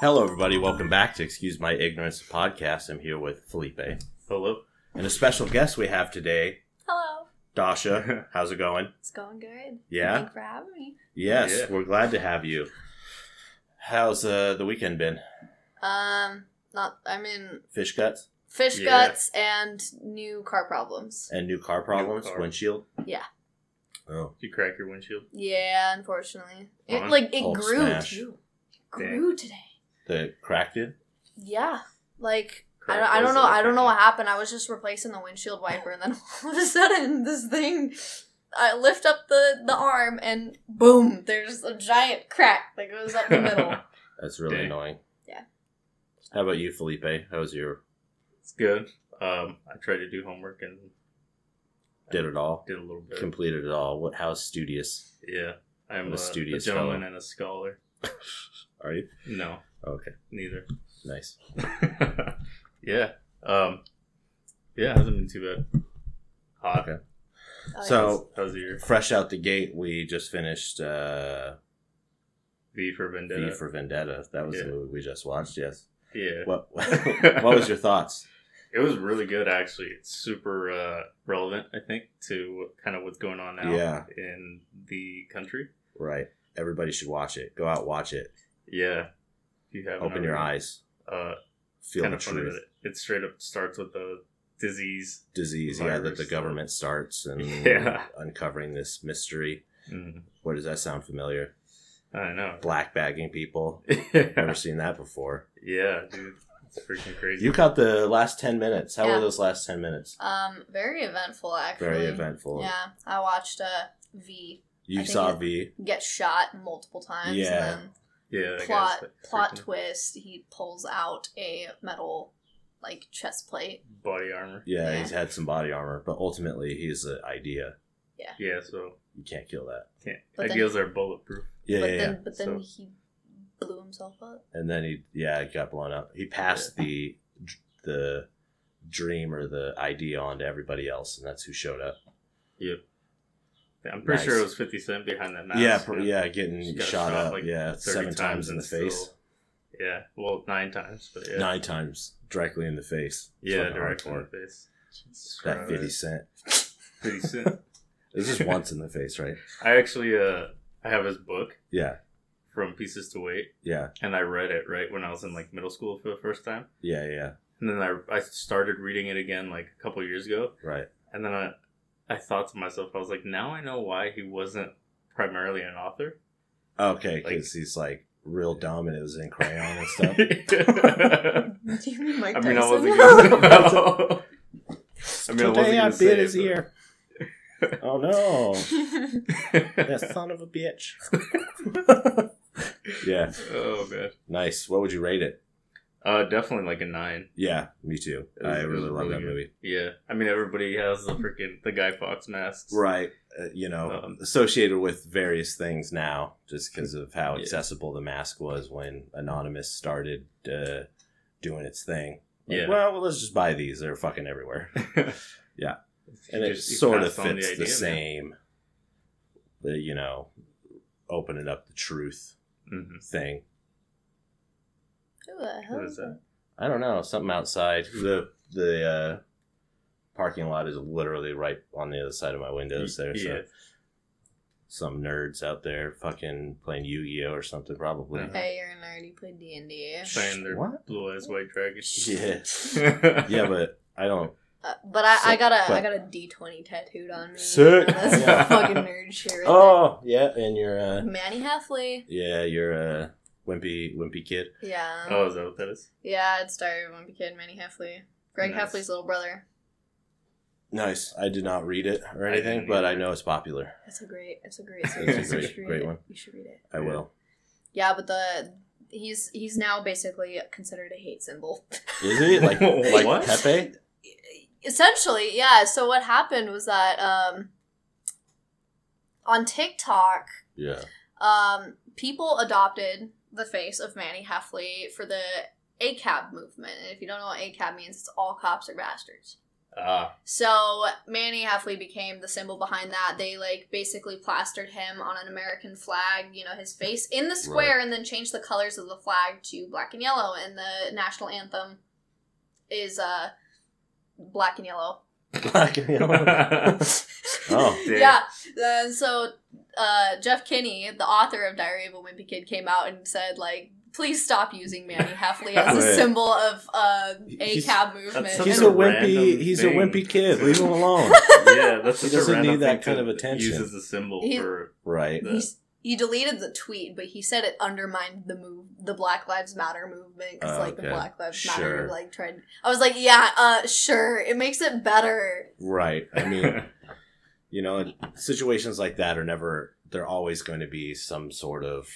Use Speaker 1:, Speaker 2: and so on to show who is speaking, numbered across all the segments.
Speaker 1: Hello, everybody. Welcome back to Excuse My Ignorance podcast. I'm here with Felipe
Speaker 2: Hello.
Speaker 1: and a special guest we have today,
Speaker 3: Hello.
Speaker 1: Dasha. How's it going?
Speaker 3: It's going good.
Speaker 1: Yeah?
Speaker 3: Thank you for having me.
Speaker 1: Yes,
Speaker 2: Yeah.
Speaker 1: we're glad to have you. How's uh, the weekend been?
Speaker 3: Um, not. I'm in
Speaker 1: Fish cuts
Speaker 3: fish
Speaker 2: Yeah.
Speaker 3: guts and new car problems.
Speaker 1: and new car problems,
Speaker 2: car.
Speaker 1: windshield.
Speaker 3: Yeah.
Speaker 1: Oh,
Speaker 2: Did you crack your windshield?
Speaker 3: Yeah, unfortunately, it
Speaker 2: Mine?
Speaker 3: like it
Speaker 1: Oh,
Speaker 3: grew
Speaker 1: smash.
Speaker 3: too. It grew today.
Speaker 1: the cracked it.
Speaker 3: Yeah, like. I
Speaker 2: Crack
Speaker 3: don't, I
Speaker 2: was
Speaker 3: don't know.
Speaker 2: the
Speaker 3: I don't know
Speaker 2: thing.
Speaker 3: what happened. I was just replacing the windshield wiper, and then all of a sudden, this thing, I lift up the the arm, and boom! There's a giant crack that goes up the middle.
Speaker 1: That's really
Speaker 2: Dang.
Speaker 1: annoying.
Speaker 3: Yeah.
Speaker 1: How about you, Felipe? How's your
Speaker 2: It's good. Um, I tried to do homework and
Speaker 1: did it all?
Speaker 2: did a little bit.
Speaker 1: Completed it all. What? How's studious?
Speaker 2: yeah,
Speaker 1: I'm
Speaker 2: I'm
Speaker 1: a
Speaker 2: a, a
Speaker 1: studious
Speaker 2: gentleman
Speaker 1: fellow.
Speaker 2: and a scholar.
Speaker 1: Are you
Speaker 2: No,
Speaker 1: okay?
Speaker 2: neither.
Speaker 1: Nice.
Speaker 2: yeah. Um, yeah, hasn't been too bad. Hot.
Speaker 1: Okay.
Speaker 3: Oh,
Speaker 1: so
Speaker 2: How's your
Speaker 1: fresh out the gate, we just finished. uh
Speaker 2: V for Vendetta?
Speaker 1: V for Vendetta. That was the
Speaker 2: Yeah.
Speaker 1: movie we just watched. Yes.
Speaker 2: yeah.
Speaker 1: What What was your thoughts?
Speaker 2: It was really good, actually. It's super uh, relevant, I think, to kind of what's going on now
Speaker 1: Yeah.
Speaker 2: in the country.
Speaker 1: Right. Everybody should watch it. Go out, watch it.
Speaker 2: Yeah. If you have
Speaker 1: Open your eyes.
Speaker 2: Uh,
Speaker 1: Feel
Speaker 2: kind
Speaker 1: the
Speaker 2: of funny that
Speaker 1: truth.
Speaker 2: it, it straight up starts with the disease.
Speaker 1: Disease. Yeah, that
Speaker 2: Virus.
Speaker 1: the government starts and
Speaker 2: Yeah.
Speaker 1: uncovering this mystery.
Speaker 2: Mm,
Speaker 1: What does that sound familiar?
Speaker 2: I don't know.
Speaker 1: Black bagging people. Never
Speaker 2: yeah,
Speaker 1: seen that before.
Speaker 2: dude, it's freaking crazy.
Speaker 1: You caught the last ten minutes. How
Speaker 3: Yeah.
Speaker 1: were those last ten minutes?
Speaker 3: Um, very eventful actually.
Speaker 1: Very eventful.
Speaker 3: Yeah, I watched uh, V I
Speaker 1: You
Speaker 3: think
Speaker 1: saw
Speaker 3: it-
Speaker 1: V.
Speaker 3: get shot multiple times.
Speaker 1: Yeah.
Speaker 3: And
Speaker 2: yeah, that
Speaker 3: then plot
Speaker 2: guy's freaking
Speaker 3: plot twist. He pulls out a metal like chest plate.
Speaker 2: body armor.
Speaker 1: Yeah,
Speaker 3: Yeah.
Speaker 1: he's had some body armor, but ultimately he's the idea.
Speaker 2: Yeah, so
Speaker 1: You can't kill that.
Speaker 2: can't.
Speaker 3: But then-
Speaker 2: ideas are bulletproof.
Speaker 1: Yeah,
Speaker 3: but
Speaker 1: yeah,
Speaker 3: then
Speaker 1: yeah.
Speaker 3: but then
Speaker 2: So-
Speaker 3: he blew himself up.
Speaker 1: and then he yeah he got blown up he passed the the dream or the idea on to everybody else and that's who showed up
Speaker 2: I'm pretty sure
Speaker 1: Nice.
Speaker 2: it was 50 Cent behind that mask.
Speaker 1: yeah pr-
Speaker 2: and-
Speaker 1: yeah getting
Speaker 2: She
Speaker 1: shot,
Speaker 2: got shot,
Speaker 1: up
Speaker 2: like,
Speaker 1: yeah
Speaker 2: 30
Speaker 1: seven times,
Speaker 2: times
Speaker 1: in
Speaker 2: and
Speaker 1: the face
Speaker 2: still- yeah. Well, nine times, but yeah,
Speaker 1: nine times directly in the face It's
Speaker 2: yeah,
Speaker 1: fucking
Speaker 2: directly in
Speaker 1: hardcore.
Speaker 2: the face. Jesus
Speaker 1: that 50
Speaker 2: Christ.
Speaker 1: cent
Speaker 2: 50 Cent.
Speaker 1: it's just once in the face right
Speaker 2: I actually, uh, I have his book
Speaker 1: yeah
Speaker 2: from Pieces to Weight,
Speaker 1: yeah
Speaker 2: and I read it right when I was in like middle school for the first time.
Speaker 1: yeah yeah
Speaker 2: And then I, I started reading it again like a couple years ago.
Speaker 1: right
Speaker 2: And then I, I thought to myself, I was like, now I know why he wasn't primarily an author.
Speaker 1: okay because
Speaker 2: Like-
Speaker 1: he's like real dumb and it was in crayon and stuff
Speaker 2: I
Speaker 3: Do you mean Mike
Speaker 2: mean, I
Speaker 3: Tyson?
Speaker 2: wasn't going to. I mean, I wasn't
Speaker 1: today i
Speaker 2: gonna
Speaker 1: bit
Speaker 2: say it,
Speaker 1: his
Speaker 2: but-
Speaker 1: ear oh no that
Speaker 2: Yes.
Speaker 1: son of a bitch yeah
Speaker 2: Oh, man.
Speaker 1: Nice. What would you rate it?
Speaker 2: Uh, definitely like a nine.
Speaker 1: Yeah, me too.
Speaker 2: It was-
Speaker 1: I
Speaker 2: it was
Speaker 1: really love
Speaker 2: really
Speaker 1: that
Speaker 2: good.
Speaker 1: movie.
Speaker 2: Yeah. I mean, everybody has the freaking the Guy Fox masks.
Speaker 1: Right. Uh, you know,
Speaker 2: Um,
Speaker 1: associated with various things now, just because of how
Speaker 2: Yeah.
Speaker 1: accessible the mask was when Anonymous started uh, doing its thing. Like,
Speaker 2: Yeah.
Speaker 1: Well, well, let's just buy these. They're fucking everywhere, Yeah. and
Speaker 2: He
Speaker 1: it
Speaker 2: just- he
Speaker 1: sort of
Speaker 2: passed on
Speaker 1: fits the,
Speaker 2: idea, man.
Speaker 1: same. The, you know, opening up the truth
Speaker 2: Mhm.
Speaker 1: thing.
Speaker 3: Who the hell
Speaker 2: What is that?
Speaker 1: I don't know. Something outside the the uh, parking lot is literally right on the other side of my windows there. So
Speaker 2: Yeah.
Speaker 1: some nerds out there fucking playing Yu Gi Oh or something probably.
Speaker 2: Yeah.
Speaker 3: Hey, you're an already played D and D.
Speaker 2: Saying they're
Speaker 1: What?
Speaker 2: blue eyes white dragons.
Speaker 1: Yeah, yeah, but I don't.
Speaker 3: Uh, But I, I
Speaker 1: Sick,
Speaker 3: got a I
Speaker 1: but-
Speaker 3: got a D twenty tattooed on me.
Speaker 1: Sick.
Speaker 3: That's
Speaker 2: Yeah.
Speaker 3: fucking nerd shit. Right
Speaker 1: Oh yeah, and you're uh,
Speaker 3: there. Manny Heffley.
Speaker 1: yeah, you're a wimpy wimpy kid.
Speaker 3: Yeah.
Speaker 2: Oh, is that what that is?
Speaker 3: Yeah, it started when we kid Manny Heffley. Greg
Speaker 2: Nice.
Speaker 3: Heffley's little brother.
Speaker 1: Nice. I did not read it or
Speaker 2: I
Speaker 1: anything,
Speaker 2: didn't
Speaker 1: but I
Speaker 2: either.
Speaker 1: know it's popular.
Speaker 3: It's a great it's a great
Speaker 1: a
Speaker 3: series.
Speaker 2: great-
Speaker 3: you should read
Speaker 1: great
Speaker 3: it.
Speaker 1: one.
Speaker 3: You should read it.
Speaker 1: I will.
Speaker 3: Yeah, but the he's he's now basically considered a hate symbol.
Speaker 1: Is it like like
Speaker 2: What?
Speaker 1: Pepe?
Speaker 3: Essentially, yeah. So what happened was that um on TikTok,
Speaker 1: Yeah.
Speaker 3: um, people adopted the face of Manny Heffley for the ACAB movement. And if you don't know what ACAB means, it's all cops are bastards.
Speaker 2: Ah,
Speaker 3: So Manny Heffley became the symbol behind that. They like basically plastered him on an American flag, you know, his face in the square, and then changed the colors of the flag to black and yellow. And the national anthem is uh black and yellow.
Speaker 1: Black and yellow. oh,
Speaker 2: Dick.
Speaker 3: Yeah. And so uh, Jeff Kinney, the author of Diary of a Wimpy Kid, came out and said like. Please stop using Manny Heffley as a
Speaker 1: Right.
Speaker 3: symbol of uh, a
Speaker 1: He's-
Speaker 3: cab movement.
Speaker 2: such
Speaker 1: he's a
Speaker 2: a
Speaker 3: And-
Speaker 1: wimpy.
Speaker 2: random
Speaker 1: He's a
Speaker 2: thing.
Speaker 1: wimpy kid. Leave him alone.
Speaker 2: yeah, that's
Speaker 1: He
Speaker 2: such a
Speaker 1: doesn't
Speaker 2: random
Speaker 1: need that
Speaker 2: thing
Speaker 1: kind of
Speaker 2: to
Speaker 1: attention.
Speaker 2: Use as a symbol
Speaker 3: He-
Speaker 2: for
Speaker 1: right.
Speaker 2: the-
Speaker 3: He's, he deleted the tweet, but he said it undermined the move, the Black Lives Matter movement, because
Speaker 1: Oh,
Speaker 3: like
Speaker 1: okay.
Speaker 3: the Black Lives Matter
Speaker 1: Sure.
Speaker 3: like tried. I was like, yeah, uh, sure, it makes it better.
Speaker 1: Right. I mean, you know, situations like that are never. They're always going to be some sort of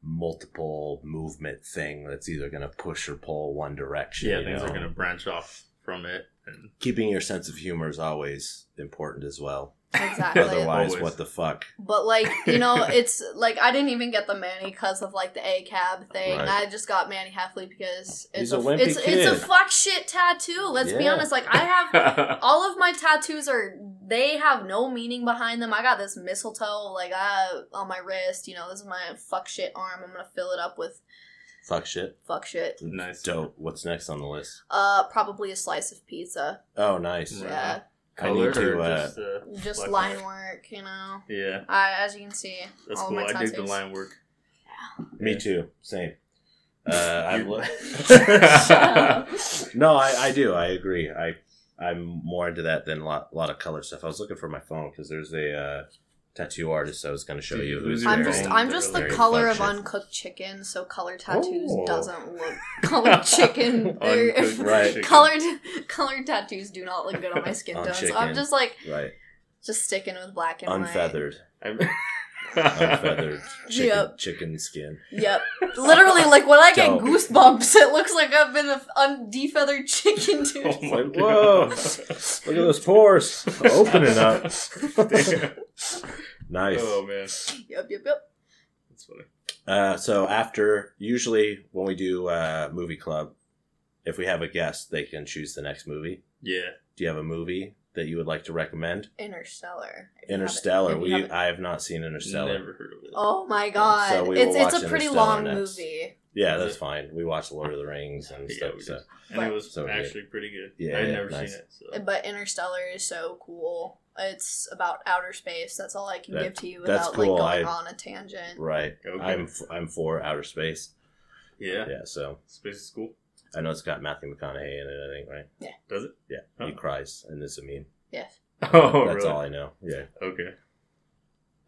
Speaker 1: multiple movement thing that's either going to push or pull one direction.
Speaker 2: yeah,
Speaker 1: you
Speaker 2: things
Speaker 1: know?
Speaker 2: are going to branch off from it. And
Speaker 1: Keeping your sense of humor is always important as well.
Speaker 3: Exactly.
Speaker 1: Otherwise,
Speaker 2: Always.
Speaker 1: what the fuck?
Speaker 3: But like you know, it's like I didn't even get the Manny because of like the A cab thing.
Speaker 1: Right.
Speaker 3: I just got Manny Heffley because it's
Speaker 1: He's
Speaker 3: a,
Speaker 1: a wimpy
Speaker 3: it's it's a
Speaker 1: kid.
Speaker 3: fuck shit tattoo. Let's be
Speaker 1: Yeah.
Speaker 3: honest. Like I have all of my tattoos are they have no meaning behind them. I got this mistletoe like uh, on my wrist. You know, this is my fuck shit arm. I'm gonna fill it up with
Speaker 1: Fuck shit.
Speaker 3: fuck shit.
Speaker 2: nice.
Speaker 1: Dope. What's next on the list?
Speaker 3: Uh, probably a slice of pizza.
Speaker 1: Oh, nice.
Speaker 2: Right.
Speaker 3: Yeah,
Speaker 1: I need
Speaker 2: Colored
Speaker 1: to,
Speaker 2: or
Speaker 1: uh,
Speaker 2: just, uh,
Speaker 3: just
Speaker 2: Black
Speaker 3: line work. You know,
Speaker 2: yeah,
Speaker 3: I, as you can see,
Speaker 2: that's
Speaker 3: all
Speaker 2: cool.
Speaker 3: of my
Speaker 2: I
Speaker 3: tattoos.
Speaker 2: dig the line work.
Speaker 1: Me
Speaker 2: Yeah.
Speaker 1: too. Same. Uh, I've
Speaker 2: You-
Speaker 1: li-
Speaker 3: up.
Speaker 1: no, I, I do. I agree. I I'm more into that than a lot, lot of color stuff. I was looking for my phone because there's a uh, tattoo artist I was going to show you.
Speaker 2: Who's
Speaker 3: I'm
Speaker 2: your
Speaker 3: just
Speaker 2: name?
Speaker 3: I'm just the
Speaker 1: Very
Speaker 3: color of
Speaker 1: fuck shit.
Speaker 3: uncooked chicken, so color tattoos
Speaker 2: Oh.
Speaker 3: doesn't look colored chicken. they're-
Speaker 2: Uncooked
Speaker 1: Right.
Speaker 2: chicken.
Speaker 3: colored colored tattoos do not look good on my skin
Speaker 1: On
Speaker 3: tone. So
Speaker 1: chicken.
Speaker 3: I'm just like
Speaker 1: right,
Speaker 3: just sticking with black and white.
Speaker 1: unfeathered,
Speaker 2: I'm-
Speaker 1: unfeathered chicken,
Speaker 3: Yep.
Speaker 1: chicken skin.
Speaker 3: Yep. Literally, like when I get
Speaker 1: Dope.
Speaker 3: goosebumps, it looks like I've been a f- un- defeathered chicken, dude.
Speaker 2: Oh my
Speaker 1: Like, whoa.
Speaker 2: God.
Speaker 1: Look at those pores opening up.
Speaker 2: Damn.
Speaker 1: Nice.
Speaker 2: Oh man,
Speaker 3: Yep, yep, yep.
Speaker 2: that's funny.
Speaker 1: Uh, so after usually when we do uh, movie club, if we have a guest, they can choose the next movie.
Speaker 2: Yeah,
Speaker 1: Do you have a movie that you would like to recommend?
Speaker 3: Interstellar. If you haven't-
Speaker 1: Interstellar.
Speaker 3: if you
Speaker 1: We
Speaker 3: haven't-
Speaker 1: I have not seen Interstellar.
Speaker 2: never heard of it.
Speaker 3: Oh my god!
Speaker 1: So we will
Speaker 3: it's it's
Speaker 1: watch
Speaker 3: a pretty
Speaker 1: Interstellar
Speaker 3: long
Speaker 1: next.
Speaker 3: movie.
Speaker 1: Yeah, that's fine. We watched Lord of the Rings and
Speaker 2: Yeah,
Speaker 1: stuff.
Speaker 2: we
Speaker 1: so.
Speaker 2: did. and it was
Speaker 1: So good.
Speaker 2: actually pretty good.
Speaker 1: Yeah,
Speaker 2: I had
Speaker 1: yeah,
Speaker 2: never
Speaker 1: nice.
Speaker 2: seen it. So.
Speaker 3: But Interstellar is so cool. It's about outer space. That's all I can
Speaker 1: That-
Speaker 3: give to you
Speaker 1: that's
Speaker 3: without
Speaker 1: cool.
Speaker 3: like going
Speaker 1: I-
Speaker 3: on a tangent.
Speaker 1: Right.
Speaker 2: Okay.
Speaker 1: I'm f- I'm for outer space.
Speaker 2: yeah.
Speaker 1: Yeah. So
Speaker 2: Space is cool.
Speaker 1: I know it's got Matthew McConaughey in it. I think right.
Speaker 2: Does it?
Speaker 1: Yeah. He
Speaker 2: Oh.
Speaker 1: cries and it's a meme.
Speaker 3: Yes.
Speaker 2: Oh,
Speaker 1: That's
Speaker 2: really?
Speaker 1: all I know. Yeah.
Speaker 2: Okay.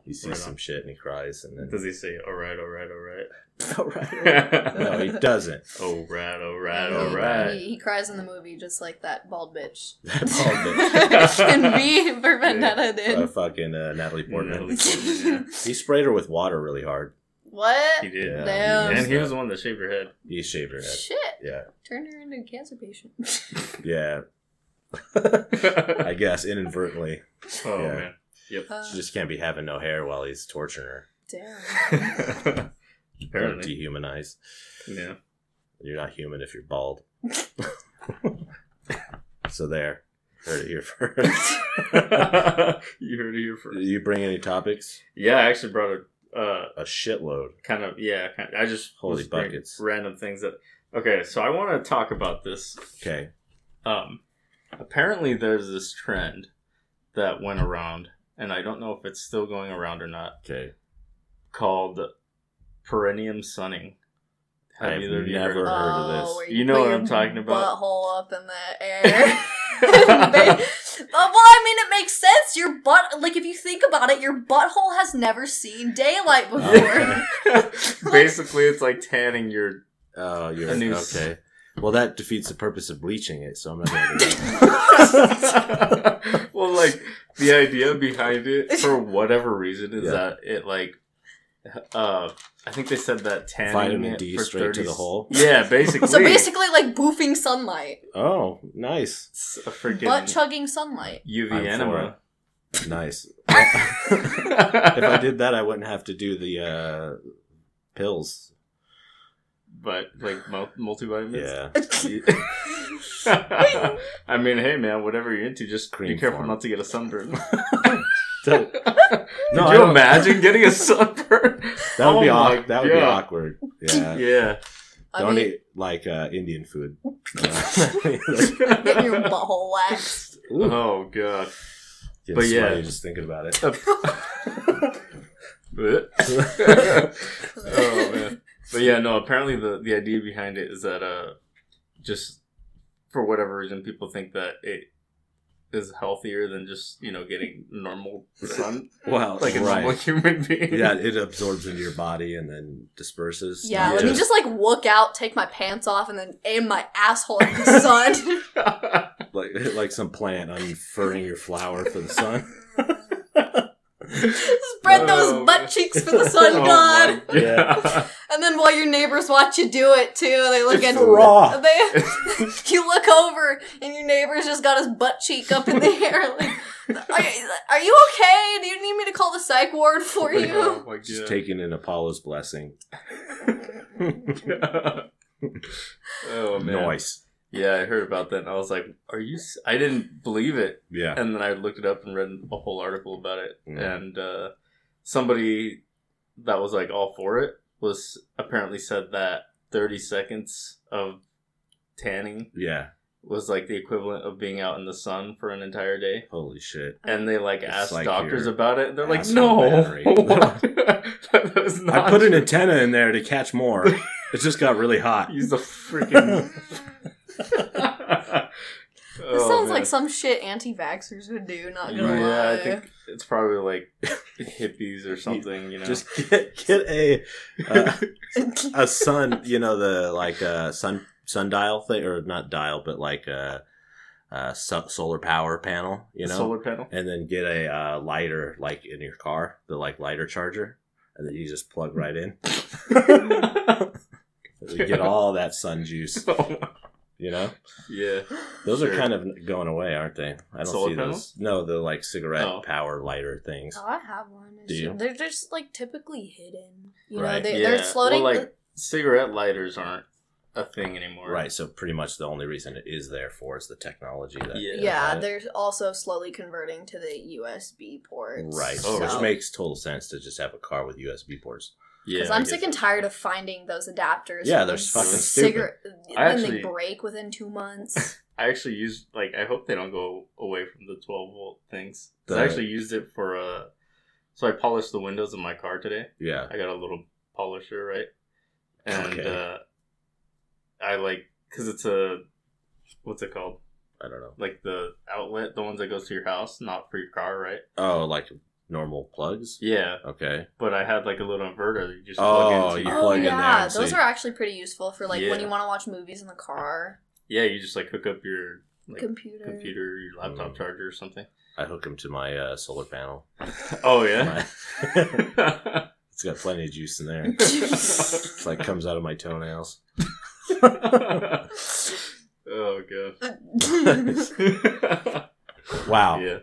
Speaker 1: He sees
Speaker 2: Right on.
Speaker 1: some shit and he cries and then.
Speaker 2: Does he say, all right, all right, all right?
Speaker 1: All right.
Speaker 2: all
Speaker 1: no, he doesn't.
Speaker 2: right, all right,
Speaker 3: He-
Speaker 2: all right.
Speaker 3: He, he cries in the movie just like that bald bitch.
Speaker 1: That bald
Speaker 3: and B for Vendetta
Speaker 1: bitch. Uh,
Speaker 3: did.
Speaker 1: fucking uh, Natalie Portman.
Speaker 2: Natalie Portman,
Speaker 1: He sprayed her with water really hard.
Speaker 3: what?
Speaker 2: He did.
Speaker 1: Yeah.
Speaker 3: Damn.
Speaker 2: And he was the one that shaved her head.
Speaker 1: He shaved her head.
Speaker 3: Shit.
Speaker 1: Yeah.
Speaker 3: Turned her into a cancer patient.
Speaker 1: Yeah. I guess inadvertently.
Speaker 2: oh,
Speaker 1: Yeah.
Speaker 2: man. Yep.
Speaker 3: Uh,
Speaker 1: She just can't be having no hair while he's torturing her.
Speaker 3: damn.
Speaker 1: Or
Speaker 2: Apparently.
Speaker 1: dehumanized.
Speaker 2: Yeah.
Speaker 1: You're not human if you're bald. so there. Heard it here first.
Speaker 2: you heard it here first.
Speaker 1: Did you bring any topics?
Speaker 2: Yeah, I actually brought a uh,
Speaker 1: A shitload.
Speaker 2: kind of, yeah, kind I just
Speaker 1: Holy
Speaker 2: was bringing
Speaker 1: buckets.
Speaker 2: random things that. Okay, so I want to talk about this
Speaker 1: Okay.
Speaker 2: Um, apparently, there's this trend that went around, and I don't know if it's still going around or not,
Speaker 1: Okay.
Speaker 2: called perennium sunning. Have
Speaker 1: I've
Speaker 2: either of you
Speaker 1: never
Speaker 2: heard of
Speaker 1: heard of
Speaker 3: Oh,
Speaker 1: this.
Speaker 3: where
Speaker 2: You know
Speaker 3: put
Speaker 2: what
Speaker 3: your
Speaker 2: I'm talking about.
Speaker 3: Butthole up in the air. Ba-
Speaker 2: it?
Speaker 3: Uh, well, I mean, it makes sense. Your butt, like, if you think about it, your butthole has never seen daylight before.
Speaker 2: Basically, it's like tanning your.
Speaker 1: Oh, you're
Speaker 2: A noose.
Speaker 1: okay. Well, that defeats the purpose of bleaching it, so I'm not going to do that.
Speaker 2: well, like the idea behind it, for whatever reason, is
Speaker 1: Yeah.
Speaker 2: that it like, uh, I think they said that tanning
Speaker 1: Vitamin
Speaker 2: it
Speaker 1: D
Speaker 2: for
Speaker 1: straight to
Speaker 2: 30
Speaker 1: the hole.
Speaker 2: Yeah, basically.
Speaker 3: so basically, like boofing sunlight,
Speaker 1: Oh, nice.
Speaker 2: It's a freaking
Speaker 3: butt chugging sunlight.
Speaker 2: UV
Speaker 1: I'm for
Speaker 2: enema.
Speaker 1: Nice. if I
Speaker 2: I
Speaker 1: did that, I wouldn't have to do the uh, pills.
Speaker 2: but like mul- multivitamins.
Speaker 1: Yeah.
Speaker 3: That's
Speaker 1: You-
Speaker 2: I mean, hey man, whatever you're into, just
Speaker 1: Cream
Speaker 2: be careful
Speaker 1: form.
Speaker 2: not to get a sunburn.
Speaker 1: So-
Speaker 2: Could
Speaker 1: no, I
Speaker 2: you
Speaker 1: don't-
Speaker 2: imagine getting a sunburn?
Speaker 1: That would be
Speaker 2: Oh my
Speaker 1: awkward. That would be
Speaker 2: God.
Speaker 1: awkward. Yeah.
Speaker 2: yeah.
Speaker 3: I
Speaker 1: Don't
Speaker 2: e-
Speaker 3: mean,
Speaker 1: eat like uh, Indian food.
Speaker 3: getting your butthole waxed.
Speaker 1: Ooh.
Speaker 2: oh god.
Speaker 1: Gets
Speaker 2: But yeah.
Speaker 1: sweaty just thinking about it.
Speaker 2: oh man. But yeah, no, apparently the, the idea behind it is that uh just for whatever reason people think that it is healthier than just, you know, getting normal sun.
Speaker 1: Well,
Speaker 2: Like a normal
Speaker 1: right.
Speaker 2: human being.
Speaker 1: Yeah, it absorbs into your body and then disperses.
Speaker 3: Yeah,
Speaker 1: Not
Speaker 3: let me
Speaker 2: Yeah.
Speaker 3: just like look out, take my pants off, and then aim my asshole at the sun.
Speaker 1: like like some plant unfurling your flower for the sun.
Speaker 3: Spread
Speaker 2: Oh,
Speaker 3: those butt
Speaker 2: man.
Speaker 3: cheeks for the sun
Speaker 2: Oh,
Speaker 3: god.
Speaker 2: my God.
Speaker 3: And then while your neighbors watch you do it too, they look
Speaker 1: It's
Speaker 3: at
Speaker 1: raw.
Speaker 3: They, you look over and your neighbor's just got his butt cheek up in the air. Like, are, are you okay? Do you need me to call the psych ward for you?
Speaker 2: Oh my
Speaker 1: Just
Speaker 2: God.
Speaker 1: taking in Apollo's blessing.
Speaker 2: oh man.
Speaker 1: Noise.
Speaker 2: Yeah, I heard about that and I was like, are you s- I didn't believe it.
Speaker 1: Yeah.
Speaker 2: and then I looked it up and read a whole article about it.
Speaker 1: Mm.
Speaker 2: And uh, somebody that was like all for it was apparently said that 30 seconds of tanning
Speaker 1: Yeah.
Speaker 2: was like the equivalent of being out in the sun for an entire day.
Speaker 1: Holy shit.
Speaker 2: And they like asked
Speaker 1: like
Speaker 2: doctors
Speaker 1: your
Speaker 2: about it. They're like,
Speaker 1: asshole
Speaker 2: no,
Speaker 1: battery."
Speaker 2: what? that was not
Speaker 1: I put an
Speaker 2: true.
Speaker 1: antenna in there to catch more. it just got really hot.
Speaker 2: He's a freaking. Oh,
Speaker 3: This
Speaker 1: Oh,
Speaker 3: sounds like some shit anti-vaxxers would do. Not gonna
Speaker 1: Right.
Speaker 3: lie.
Speaker 2: Yeah, I think it's probably like hippies or something, you know.
Speaker 1: Just get get a uh, a sun, you know the like uh, sun sundial thing or not dial, but like a, a so- solar power panel, you know,
Speaker 2: solar panel.
Speaker 1: and then get a uh, lighter like in your car, the like lighter charger, and then you just plug right in. You get all that sun juice, you know.
Speaker 2: yeah.
Speaker 1: Those are
Speaker 2: Sure.
Speaker 1: kind of going away, aren't they? I don't
Speaker 2: Solar
Speaker 1: see those. No, the like cigarette
Speaker 2: Oh.
Speaker 1: power lighter things.
Speaker 3: Oh, I have one. It's-
Speaker 1: Do you?
Speaker 3: They're just like typically hidden. You know,
Speaker 1: Right.
Speaker 3: they,
Speaker 2: Yeah.
Speaker 3: they're floating.
Speaker 2: Well, like cigarette lighters aren't a thing anymore.
Speaker 1: Right, so pretty much the only reason it is there for is the technology that
Speaker 2: Yeah.
Speaker 3: yeah,
Speaker 1: Right.
Speaker 3: they're also slowly converting to the USB ports.
Speaker 1: Right,
Speaker 2: Oh,
Speaker 1: which
Speaker 2: so-
Speaker 1: makes total sense to just have a car with USB ports.
Speaker 2: Yeah.
Speaker 3: Because
Speaker 2: I
Speaker 3: I'm
Speaker 2: guess
Speaker 3: sick and
Speaker 2: so.
Speaker 3: tired of finding those adapters.
Speaker 1: Yeah, they're
Speaker 3: for those
Speaker 1: fucking
Speaker 3: cigar-
Speaker 2: I
Speaker 3: Then
Speaker 2: actually-
Speaker 3: they break within two months.
Speaker 2: I actually used like I hope they don't go away from the 12 volt things. 'Cause
Speaker 1: The-
Speaker 2: I actually used it for uh so I polished the windows in my car today.
Speaker 1: Yeah,
Speaker 2: I got a little polisher, right? And
Speaker 1: Okay.
Speaker 2: uh I like cuz it's a what's it called?
Speaker 1: I don't know.
Speaker 2: Like the outlet, the ones that goes to your house, not for your car, right?
Speaker 1: Oh, like normal plugs.
Speaker 2: Yeah,
Speaker 1: Okay.
Speaker 2: but I had like a little inverter that you just
Speaker 1: Oh,
Speaker 2: plug into.
Speaker 1: you
Speaker 2: your-
Speaker 3: oh
Speaker 1: plug in there
Speaker 3: yeah,
Speaker 1: and
Speaker 3: those
Speaker 1: see.
Speaker 3: are actually pretty useful for like
Speaker 2: Yeah.
Speaker 3: when you want to watch movies in the car,
Speaker 2: Yeah, you just like hook up your like computer,
Speaker 3: computer.
Speaker 2: your laptop
Speaker 1: Mm.
Speaker 2: charger or something.
Speaker 1: I hook them to my uh, solar panel.
Speaker 2: Oh yeah.
Speaker 1: My- it's got plenty of juice in there. It's like comes out of my toenails.
Speaker 2: oh god.
Speaker 1: Wow.
Speaker 2: yeah.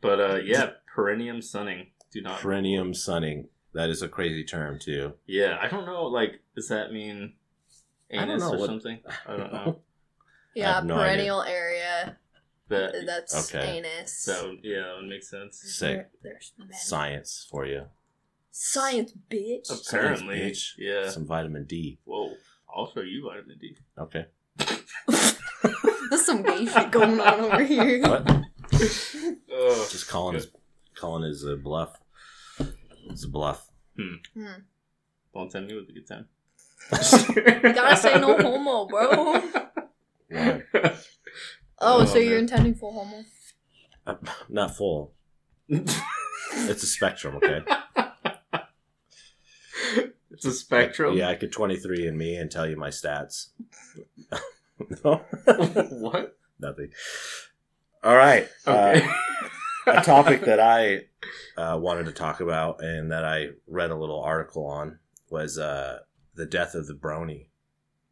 Speaker 2: But uh yeah, perennium sunning. Do not
Speaker 1: Perennium sunning. That is a crazy term too.
Speaker 2: Yeah, I don't know like does that mean
Speaker 1: I don't
Speaker 2: anus
Speaker 1: know
Speaker 2: or
Speaker 1: what-
Speaker 2: something? I don't know.
Speaker 1: I
Speaker 3: yeah,
Speaker 1: have no idea.
Speaker 3: perennial area.
Speaker 2: That
Speaker 3: That's
Speaker 1: Okay.
Speaker 3: anus.
Speaker 2: that would yeah, that would make sense.
Speaker 1: Sick.
Speaker 3: There's men.
Speaker 1: Science for you.
Speaker 3: Science, bitch.
Speaker 2: Apparently.
Speaker 1: bitch.
Speaker 2: Yeah.
Speaker 1: Some vitamin D.
Speaker 2: Whoa. I'll show you vitamin D.
Speaker 1: Okay.
Speaker 3: There's some gay shit going on over here.
Speaker 1: What?
Speaker 2: Oh.
Speaker 1: Just calling his calling his uh, bluff. It's a bluff.
Speaker 2: Don't tempt me with a good time.
Speaker 3: You gotta say no homo, bro.
Speaker 1: Yeah.
Speaker 3: Oh,
Speaker 2: Oh,
Speaker 3: so you're
Speaker 2: man.
Speaker 3: intending full homo?
Speaker 1: Uh, Not full. It's a spectrum, okay?
Speaker 2: it's a spectrum.
Speaker 1: Yeah, I could 23 and me and tell you my stats. no,
Speaker 2: what?
Speaker 1: nothing. All right.
Speaker 2: Okay.
Speaker 1: Uh, a topic that I uh, wanted to talk about and that I read a little article on was uh, the death of the brony.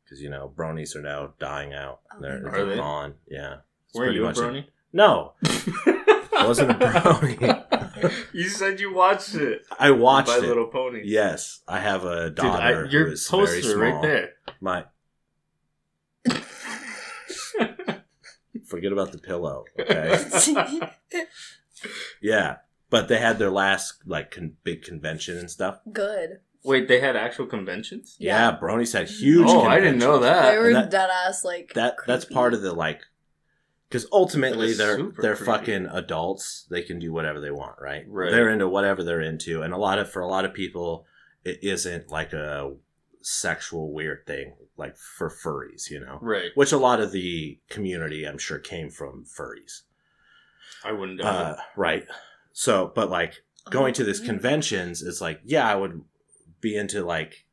Speaker 1: Because, you know, bronies are now dying out. They're,
Speaker 3: Are
Speaker 1: they're
Speaker 2: they?
Speaker 1: gone. Yeah. It's
Speaker 2: Were
Speaker 1: pretty
Speaker 2: you a
Speaker 1: much it.
Speaker 2: brony?
Speaker 1: No, I wasn't a brony.
Speaker 2: you said you watched it.
Speaker 1: I watched
Speaker 2: My
Speaker 1: it.
Speaker 2: Little Pony.
Speaker 1: Yes, I have a
Speaker 2: Dude, I,
Speaker 1: daughter.
Speaker 2: your
Speaker 1: who is very
Speaker 2: poster
Speaker 1: small.
Speaker 2: right there.
Speaker 1: My Forget about the pillow. Okay. yeah. But they had their last like con- big convention and stuff.
Speaker 3: Good.
Speaker 2: Wait, they had actual conventions?
Speaker 1: Yeah, Bronies had huge.
Speaker 2: oh, I didn't
Speaker 1: conventions.
Speaker 2: know
Speaker 3: They
Speaker 2: that.
Speaker 3: were
Speaker 1: Uh, that-
Speaker 3: dead ass like
Speaker 1: That that's part of the like, because ultimately
Speaker 2: That's
Speaker 1: they're
Speaker 2: super
Speaker 1: they're
Speaker 2: creepy.
Speaker 1: fucking adults. They can do whatever they want, right?
Speaker 2: Right.
Speaker 1: They're into whatever they're into, and a lot of for a lot of people, it isn't like a sexual weird thing like for furries, you know.
Speaker 2: Right.
Speaker 1: Which a lot of the community, I'm sure, came from furries,
Speaker 2: I wouldn't doubt
Speaker 1: uh, right? So, but like
Speaker 3: Uh-huh.
Speaker 1: going to
Speaker 3: Oh,
Speaker 1: this conventions is like, yeah, I would be into like,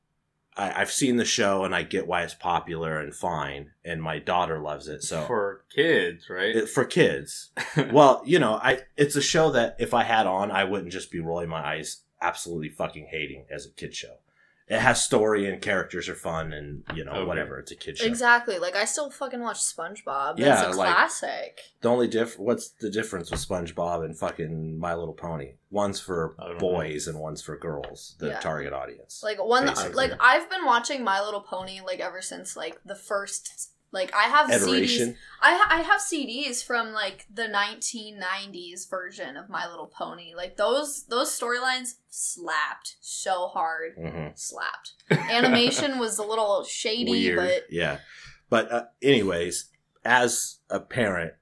Speaker 1: I, I've seen the show and I get why it's popular and fine, and my daughter loves it.
Speaker 2: it.
Speaker 1: So for,
Speaker 2: For kids, right?
Speaker 1: it, uh, for kids, well, you know, I it's a show that if I had on, I wouldn't just be rolling my eyes, absolutely fucking hating as a kid show. It has story and characters are fun and you know
Speaker 2: Okay.
Speaker 1: whatever. It's a kid show.
Speaker 3: Exactly. Like I still fucking watch SpongeBob. That's
Speaker 1: Yeah,
Speaker 3: a
Speaker 1: like-
Speaker 3: classic.
Speaker 1: The only diff, what's the difference with SpongeBob and fucking My Little Pony? One's for
Speaker 2: I don't know.
Speaker 1: boys and one's for girls, the
Speaker 3: Yeah.
Speaker 1: target audience.
Speaker 3: Like one
Speaker 1: Basically.
Speaker 3: like I've been watching My Little Pony like ever since like the first like I have CDs
Speaker 1: Adoration.
Speaker 3: I, ha- I have CDs from like the 1990s version of My Little Pony. Like those those storylines slapped so hard.
Speaker 1: hmm
Speaker 3: Slapped. Animation was a little shady,
Speaker 1: Weird.
Speaker 3: but
Speaker 1: Yeah. But uh, anyways, as a parent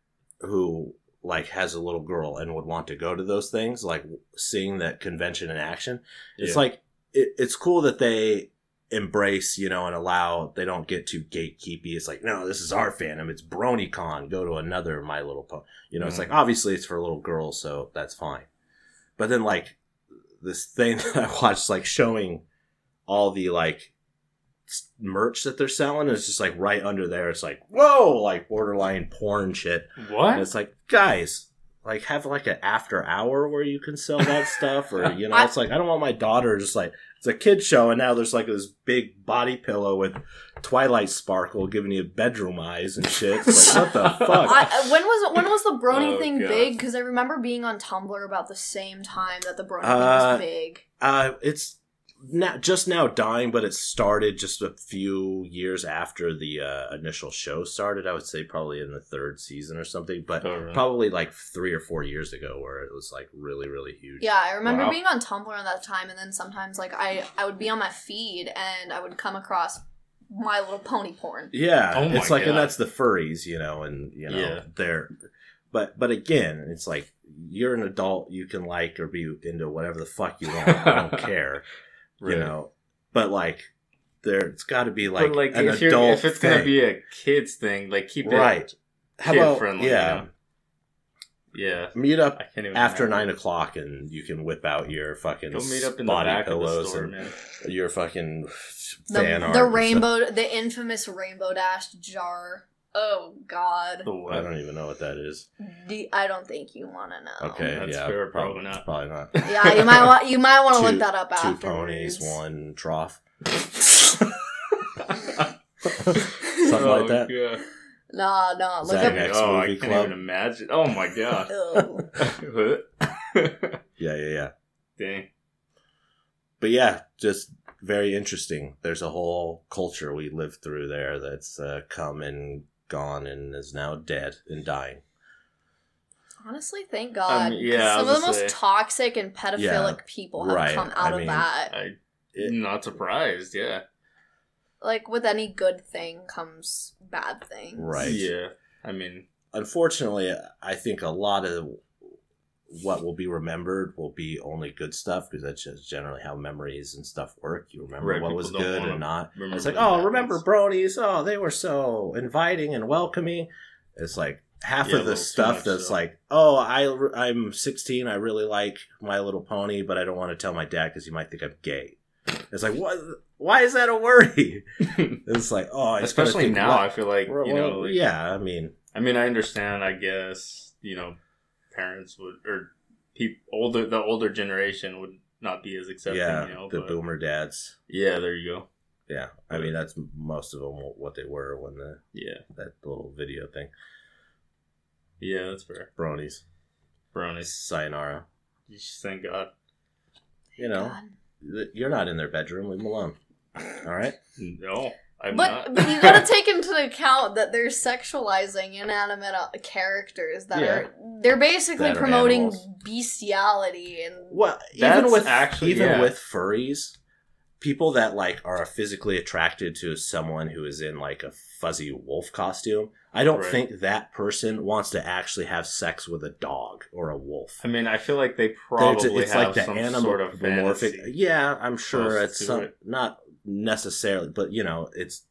Speaker 1: who like has a little girl and would want to go to those things, like seeing that convention in action, it's
Speaker 2: Yeah.
Speaker 1: like it, it's cool that they embrace, you know, and allow. They don't get too gatekeepy. It's like, no, this is our fandom. It's BronyCon. Go to another My Little Pony. You know, it's
Speaker 2: Mhm.
Speaker 1: like obviously it's for little girls, so that's fine. But then like this thing that I watched, like showing all the like s- merch that they're selling, and it's just like right under there. It's like whoa, like borderline porn shit. And
Speaker 2: what?
Speaker 1: it's like, guys, like have like an after hour where you can sell that stuff, or you know, it's like I don't want my daughter just like it's a kid show, and now there's like this big body pillow with Twilight sparkle giving you bedroom eyes and shit. It's like, what the fuck?
Speaker 3: I, I- when was when was the Brony
Speaker 2: Oh,
Speaker 3: thing
Speaker 2: God.
Speaker 3: big? Because I remember being on Tumblr about the same time that the Brony thing
Speaker 1: Uh,
Speaker 3: was big.
Speaker 1: Uh, it's not just now dying, but it started just a few years after the uh, initial show started. I would say probably in the third season or something, but.
Speaker 2: Oh, really?
Speaker 1: Probably like three or four years ago, where it was like really, really huge.
Speaker 3: Yeah, I remember
Speaker 2: Wow.
Speaker 3: being on Tumblr at that time, and then sometimes like I I would be on my feed and I would come across My Little Pony porn.
Speaker 1: Yeah,
Speaker 2: Oh my
Speaker 1: it's like, and
Speaker 2: God.
Speaker 1: that's the furries, you know, and you know
Speaker 2: Yeah.
Speaker 1: they're, but but again, it's like you're an adult, you can like or be into whatever the fuck you want. I don't care,
Speaker 2: Right.
Speaker 1: you know. But like, there, it's got to be like,
Speaker 2: But, like,
Speaker 1: an
Speaker 2: if, you're,
Speaker 1: adult.
Speaker 2: if it's
Speaker 1: thing.
Speaker 2: gonna be a kids thing, like keep it
Speaker 1: right, how
Speaker 2: kid
Speaker 1: about
Speaker 2: friendly,
Speaker 1: yeah,
Speaker 2: you know? Yeah,
Speaker 1: meet
Speaker 2: I
Speaker 1: up
Speaker 2: can't even.
Speaker 1: after nine
Speaker 2: imagine.
Speaker 1: o'clock and you can whip out your fucking
Speaker 2: Go meet up in the
Speaker 1: body
Speaker 2: back of the
Speaker 1: pillows
Speaker 2: store,
Speaker 1: and
Speaker 2: man.
Speaker 1: your fucking
Speaker 3: The,
Speaker 1: fan art.
Speaker 3: the
Speaker 1: and stuff.
Speaker 3: rainbow, the infamous rainbow dash jar. Oh God,
Speaker 2: The
Speaker 1: I
Speaker 2: what?
Speaker 1: don't even know what that is.
Speaker 3: the, I don't think you want to know.
Speaker 1: Okay,
Speaker 2: Oh, That's
Speaker 1: yeah,
Speaker 2: fair,
Speaker 1: prob-
Speaker 2: probably not.
Speaker 1: Probably not.
Speaker 3: Yeah, you might want you might want to
Speaker 1: Two-
Speaker 3: look that up
Speaker 1: two
Speaker 3: afterwards.
Speaker 1: ponies, one trough.
Speaker 2: Oh,
Speaker 1: like that.
Speaker 2: God.
Speaker 3: Nah, nah. Look
Speaker 1: Zach.
Speaker 3: up.
Speaker 1: Next
Speaker 2: oh, I
Speaker 1: movie
Speaker 2: can't
Speaker 1: club.
Speaker 2: even imagine. Oh my god.
Speaker 3: Ew.
Speaker 1: Yeah, yeah, yeah.
Speaker 2: Dang.
Speaker 1: But yeah, just very interesting. There's a whole culture we lived through there that's uh, come and gone and is now dead and dying.
Speaker 3: Honestly, thank
Speaker 1: Um,
Speaker 3: God.
Speaker 2: mean, yeah, I
Speaker 3: 'cause some
Speaker 2: was
Speaker 3: of the most
Speaker 2: gonna say.
Speaker 3: toxic and pedophilic people have
Speaker 1: right,
Speaker 3: come
Speaker 1: I
Speaker 3: out of
Speaker 1: mean-
Speaker 3: that.
Speaker 2: I
Speaker 1: It-
Speaker 2: not surprised. Yeah.
Speaker 3: like with any good thing comes bad things.
Speaker 1: Right.
Speaker 2: Yeah. I mean,
Speaker 1: Unfortunately, I think a lot of what will be remembered will be only good stuff because that's just generally how memories and stuff work. You remember
Speaker 2: Right,
Speaker 1: what
Speaker 2: people
Speaker 1: was
Speaker 2: don't
Speaker 1: good
Speaker 2: wanna
Speaker 1: and not.
Speaker 2: remember
Speaker 1: It's like,
Speaker 2: the
Speaker 1: oh,
Speaker 2: bad
Speaker 1: remember
Speaker 2: ones.
Speaker 1: bronies? Oh, they were so inviting and welcoming. It's like half
Speaker 2: Yeah, a
Speaker 1: of the
Speaker 2: little too
Speaker 1: stuff
Speaker 2: much,
Speaker 1: that's
Speaker 2: so.
Speaker 1: like, oh, I I'm 16. I really like My Little Pony, but I don't want to tell my dad because he might think I'm gay. It's like, what? Why is that a worry? it's like, oh, I just gotta
Speaker 2: especially
Speaker 1: think
Speaker 2: now.
Speaker 1: what-
Speaker 2: I feel like
Speaker 1: well,
Speaker 2: you know. Like,
Speaker 1: yeah. I mean,
Speaker 2: I mean, I understand. I guess you know, parents would or people older the older generation would not be as accepting.
Speaker 1: yeah,
Speaker 2: you know,
Speaker 1: the
Speaker 2: but,
Speaker 1: boomer dads.
Speaker 2: Yeah, there you go.
Speaker 1: Yeah, I mean that's most of them what they were when the
Speaker 2: Yeah,
Speaker 1: that little video thing.
Speaker 2: yeah, that's fair.
Speaker 1: Bronies,
Speaker 2: Brownies.
Speaker 1: sayonara.
Speaker 2: Thank God.
Speaker 1: You know,
Speaker 3: God.
Speaker 1: th- you're not in their bedroom. Leave them alone. All right.
Speaker 2: No, I'm
Speaker 3: But,
Speaker 2: not.
Speaker 3: but you gotta take into account that they're sexualizing inanimate uh, characters that
Speaker 2: Yeah.
Speaker 3: are they're basically
Speaker 1: That are
Speaker 3: promoting
Speaker 1: animals.
Speaker 3: bestiality and
Speaker 1: Well, even
Speaker 2: That's
Speaker 1: with
Speaker 2: actually-
Speaker 1: even
Speaker 2: yeah.
Speaker 1: with furries, people that like are physically attracted to someone who is in like a fuzzy wolf costume, I don't
Speaker 2: Right.
Speaker 1: think that person wants to actually have sex with a dog or a wolf.
Speaker 2: I mean, I feel like they
Speaker 1: They're
Speaker 2: probably
Speaker 1: ju- it's
Speaker 2: have
Speaker 1: like the
Speaker 2: some
Speaker 1: animal
Speaker 2: sort of
Speaker 1: morphic.
Speaker 2: fantasy.
Speaker 1: Yeah, I'm sure
Speaker 2: close
Speaker 1: it's
Speaker 2: to
Speaker 1: some,
Speaker 2: it.
Speaker 1: not necessarily, but you know, it's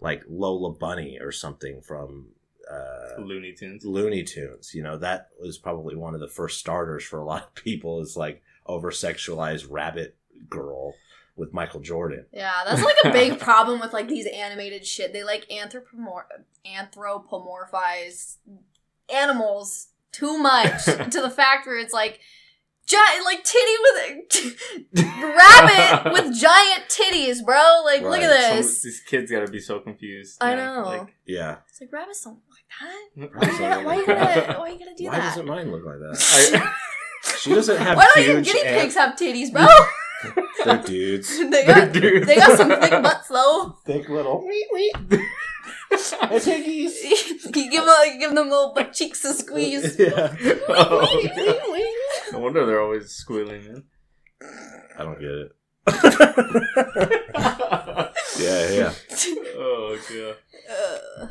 Speaker 1: like Lola Bunny or something from. Uh,
Speaker 2: Looney Tunes.
Speaker 1: Looney Tunes. You know, that was probably one of the first starters for a lot of people is like over sexualized rabbit girl with Michael Jordan.
Speaker 3: yeah, that's like a big problem with like these animated shit. They like anthropomor- anthropomorphize animals too much to the fact where it's like giant like titty with rabbit with giant titties, bro. Like look at
Speaker 2: Some-
Speaker 3: this.
Speaker 2: these kids gotta be so confused.
Speaker 3: I
Speaker 2: you
Speaker 3: know.
Speaker 1: Yeah.
Speaker 3: it's like rabbits don't look like that.
Speaker 2: like-
Speaker 3: Why you gotta, why you gotta, why you gotta do
Speaker 1: Why
Speaker 3: that?
Speaker 1: doesn't mine look like that?
Speaker 2: I-
Speaker 1: She doesn't have
Speaker 3: Why don't even
Speaker 1: huge
Speaker 3: guinea
Speaker 1: ant-
Speaker 3: pigs have titties, bro?
Speaker 1: They're dudes.
Speaker 3: they got
Speaker 2: Dude.
Speaker 3: they got some thick butts though.
Speaker 1: Thick little.
Speaker 3: you give them, you give them little butt cheeks to squeeze.
Speaker 1: yeah.
Speaker 2: Oh. No wonder they're always squealing. Man.
Speaker 1: I don't get it. yeah, yeah.
Speaker 2: Oh god.
Speaker 3: Uh,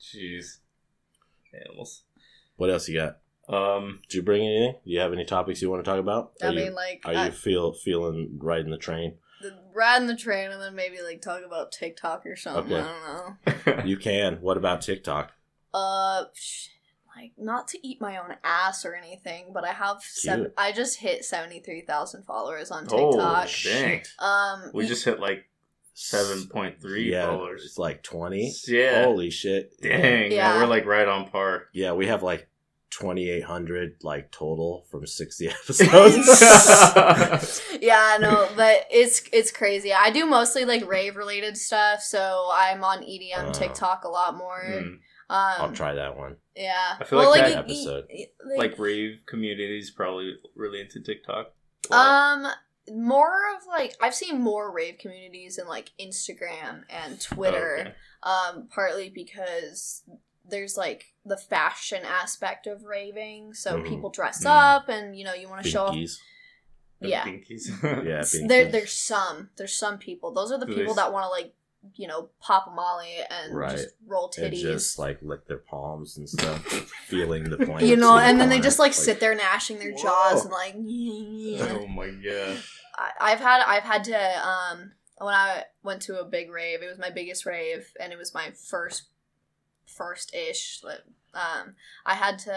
Speaker 2: Jeez. Animals.
Speaker 1: What else you got?
Speaker 2: Um.
Speaker 1: Did you bring anything? Do you have any topics you want to talk about?
Speaker 3: I
Speaker 1: are
Speaker 3: mean,
Speaker 1: you,
Speaker 3: like,
Speaker 1: are
Speaker 3: I,
Speaker 1: you feel feeling riding the train?
Speaker 3: the, riding the train and then maybe like talk about TikTok or something.
Speaker 1: Okay.
Speaker 3: I don't know.
Speaker 1: You can. What about TikTok?
Speaker 3: Uh, sh- like not to eat my own ass or anything, but I have seven.
Speaker 1: Cute.
Speaker 3: I just hit seventy three thousand followers on
Speaker 2: oh
Speaker 3: TikTok.
Speaker 2: dang.
Speaker 3: um,
Speaker 2: We
Speaker 3: y-
Speaker 2: just hit like seven point three
Speaker 1: yeah,
Speaker 2: followers.
Speaker 1: It's like twenty.
Speaker 2: Yeah.
Speaker 1: Holy shit!
Speaker 2: Dang. Yeah.
Speaker 3: Yeah.
Speaker 2: We're like right on par.
Speaker 1: Yeah, we have like twenty eight hundred like total from sixty episodes.
Speaker 3: yeah, no, but it's it's crazy. I do mostly like rave related stuff, so I'm on EDM
Speaker 1: Oh.
Speaker 3: TikTok a lot more.
Speaker 2: Mm.
Speaker 1: Hmm. I'll
Speaker 3: Um,
Speaker 1: try that one.
Speaker 3: yeah.
Speaker 2: I feel like that
Speaker 3: you-
Speaker 1: episode.
Speaker 3: you-
Speaker 2: Like rave communities probably really into TikTok.
Speaker 3: um, more of like I've seen more rave communities in like Instagram and Twitter.
Speaker 2: oh, Okay.
Speaker 3: um, partly because there's like the fashion aspect of raving, so
Speaker 1: Mhm.
Speaker 3: people dress
Speaker 2: Mhm.
Speaker 3: up, and you know you want to show off.
Speaker 1: Pinkies.
Speaker 2: The
Speaker 3: Yeah.
Speaker 2: Pinkies.
Speaker 1: Yeah,
Speaker 3: S-
Speaker 1: pinkies.
Speaker 3: There, there's some, there's some people. Those are the
Speaker 2: Do they
Speaker 3: people
Speaker 2: s-
Speaker 3: that want to like, you know, pop a molly and
Speaker 1: Right.
Speaker 3: just roll
Speaker 1: and
Speaker 3: titties.
Speaker 1: just like lick their palms and stuff, feeling the plants.
Speaker 3: you know,
Speaker 1: in the
Speaker 3: and then they
Speaker 1: corner.
Speaker 3: just like sit there gnashing their
Speaker 1: Whoa.
Speaker 3: jaws and like.
Speaker 2: Oh my god.
Speaker 3: I- I've had I've had to um when I went to a big rave, it was my biggest rave and it was my first first ish like, um I had to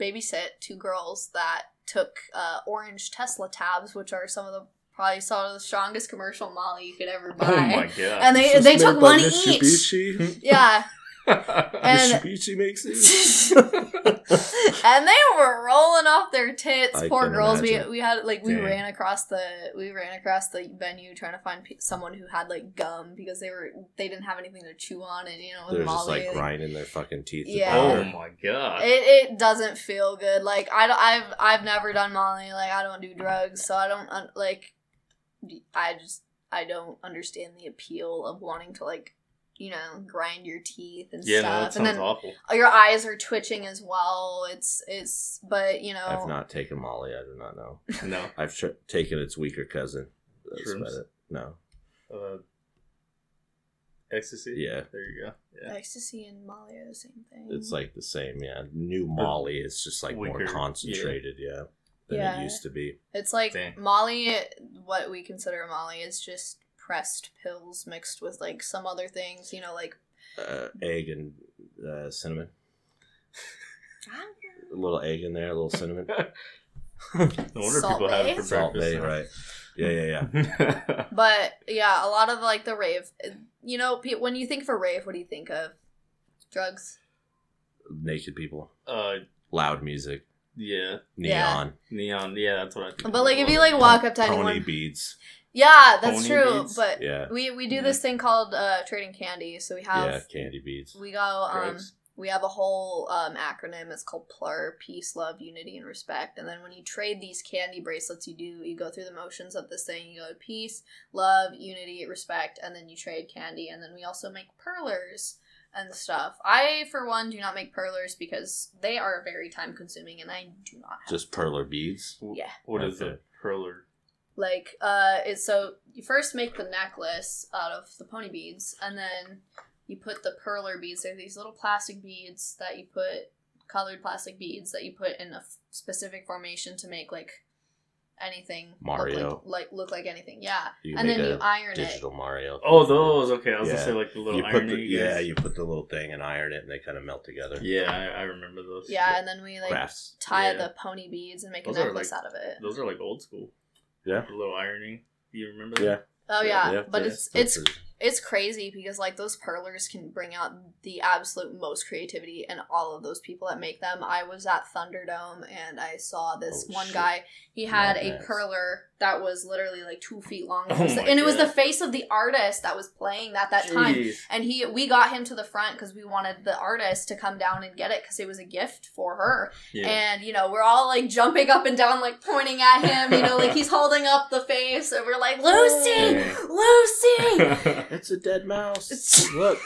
Speaker 3: babysit two girls that took uh, orange Tesla tabs, which are some of the probably some of the strongest commercial molly you could ever buy.
Speaker 2: Oh my god.
Speaker 3: And they
Speaker 1: It's
Speaker 3: they
Speaker 1: made
Speaker 3: took
Speaker 1: by
Speaker 3: one each.
Speaker 1: Mitsubishi.
Speaker 3: Yeah. And
Speaker 1: Mitsubishi makes it.
Speaker 3: and they were rolling off their tits.
Speaker 1: I
Speaker 3: Poor
Speaker 1: can
Speaker 3: girls.
Speaker 1: imagine.
Speaker 3: We we had like we
Speaker 2: Dang.
Speaker 3: ran across the we ran across the venue trying to find pe- someone who had like gum because they were they didn't have anything to chew on and you know with
Speaker 1: They're just
Speaker 3: Molly.
Speaker 1: like
Speaker 3: like,
Speaker 1: grinding their fucking teeth. with
Speaker 3: Yeah.
Speaker 2: oh
Speaker 1: butter.
Speaker 2: my god.
Speaker 3: it, it doesn't feel good. Like I don't- I've I've never done Molly. Like I don't do drugs, so I don't un- like. I just I don't understand the appeal of wanting to like you know grind your teeth and
Speaker 2: yeah, no,
Speaker 3: stuff.
Speaker 2: that
Speaker 3: and
Speaker 2: sounds
Speaker 3: then
Speaker 2: awful.
Speaker 3: your eyes are twitching as well. It's it's but
Speaker 2: Oh.
Speaker 3: you know
Speaker 1: I've not taken Molly. I do not know.
Speaker 2: No.
Speaker 1: I've tr- taken its weaker cousin. That's
Speaker 2: Shrooms?
Speaker 1: about it. No.
Speaker 2: Uh, ecstasy?
Speaker 1: Yeah.
Speaker 2: There you go. Yeah.
Speaker 3: ecstasy and Molly are the same thing.
Speaker 1: It's like the same, yeah. New Molly is just like more
Speaker 2: Weaker,
Speaker 1: concentrated, yeah, than
Speaker 3: Yeah.
Speaker 1: it used to be.
Speaker 3: it's like
Speaker 2: Dang.
Speaker 3: Molly. What we consider Molly is just pressed pills mixed with like some other things. You know, like
Speaker 1: Uh, egg and uh, cinnamon,
Speaker 3: I don't
Speaker 1: a little egg in there, a little cinnamon,
Speaker 2: No wonder
Speaker 3: Salt
Speaker 2: people have
Speaker 3: Bae?
Speaker 2: it for
Speaker 1: salt
Speaker 2: breakfast.
Speaker 1: bay, right? Yeah, yeah, yeah.
Speaker 2: right?
Speaker 3: know. but yeah, a lot of like the rave. You know, pe- when you think of a rave, what do you think of? Drugs.
Speaker 1: Naked people,
Speaker 2: uh,
Speaker 1: loud music,
Speaker 2: yeah.
Speaker 1: neon,
Speaker 2: Neon. Yeah, that's what I think.
Speaker 3: But like, if you like walk up to
Speaker 1: pony
Speaker 3: anyone,
Speaker 1: beads,
Speaker 3: yeah, that's
Speaker 2: Pony
Speaker 3: true.
Speaker 2: beads?
Speaker 3: But
Speaker 1: yeah,
Speaker 3: we we do
Speaker 2: Yeah.
Speaker 3: this thing called uh, trading candy. So we have
Speaker 1: yeah, candy beads.
Speaker 3: we go um
Speaker 2: Drugs.
Speaker 3: We have a whole um, acronym. It's called PLUR: Peace, Love, Unity, and Respect. And then when you trade these candy bracelets, you do you go through the motions of this thing. You go to peace, love, unity, respect, and then you trade candy. And then we also make perlers and stuff. I, for one, do not make perlers because they are very time consuming, and I do not have
Speaker 1: Just perler beads.
Speaker 3: Yeah.
Speaker 2: What is
Speaker 1: Okay.
Speaker 2: a perler?
Speaker 3: like uh it's so you first make the necklace out of the pony beads and then you put the perler beads they're these little plastic beads that you put colored plastic beads that you put in a f- specific formation to make like anything
Speaker 1: Mario.
Speaker 3: look like, like look like anything yeah
Speaker 1: You
Speaker 3: and then
Speaker 1: make
Speaker 3: you
Speaker 1: a
Speaker 3: iron
Speaker 1: digital Mario.
Speaker 2: Oh, those. Okay, I was
Speaker 1: Yeah.
Speaker 2: gonna say like the little
Speaker 1: You put
Speaker 2: iron.
Speaker 1: the,
Speaker 2: that you
Speaker 1: yeah,
Speaker 2: guys-
Speaker 1: you put the little thing and iron it, and they kind of melt together.
Speaker 2: yeah. I, I remember those.
Speaker 3: it yeah and then we like
Speaker 1: Crafts.
Speaker 3: tie
Speaker 2: Yeah.
Speaker 3: the pony beads and make
Speaker 2: Those
Speaker 3: a
Speaker 2: are,
Speaker 3: necklace
Speaker 2: like-
Speaker 3: out of it
Speaker 2: those are like old school.
Speaker 1: Yeah.
Speaker 2: The little ironing. You remember?
Speaker 1: Yeah.
Speaker 2: That?
Speaker 3: oh yeah,
Speaker 1: Yeah,
Speaker 3: but
Speaker 2: yeah.
Speaker 3: it's it's
Speaker 1: That's
Speaker 3: it's crazy because like those perlers can bring out the absolute most creativity and all of those people that make them i was at thunderdome and i saw this
Speaker 1: Oh,
Speaker 3: one
Speaker 1: shit.
Speaker 3: guy he had a
Speaker 1: Madness.
Speaker 3: perler that was literally like two feet long
Speaker 2: Oh my
Speaker 3: and it was the
Speaker 2: God.
Speaker 3: face of the artist that was playing that that time
Speaker 2: Jeez.
Speaker 3: and he we got him to the front because we wanted the artist to come down and get it because it was a gift for her
Speaker 2: Yeah.
Speaker 3: and you know, we're all like jumping up and down, like pointing at him. You know, like he's holding up the face, and we're
Speaker 2: Oh,
Speaker 3: like, "Lucy,
Speaker 2: Yeah.
Speaker 3: Lucy!"
Speaker 1: It's a dead mouse.
Speaker 3: It's-
Speaker 1: Look.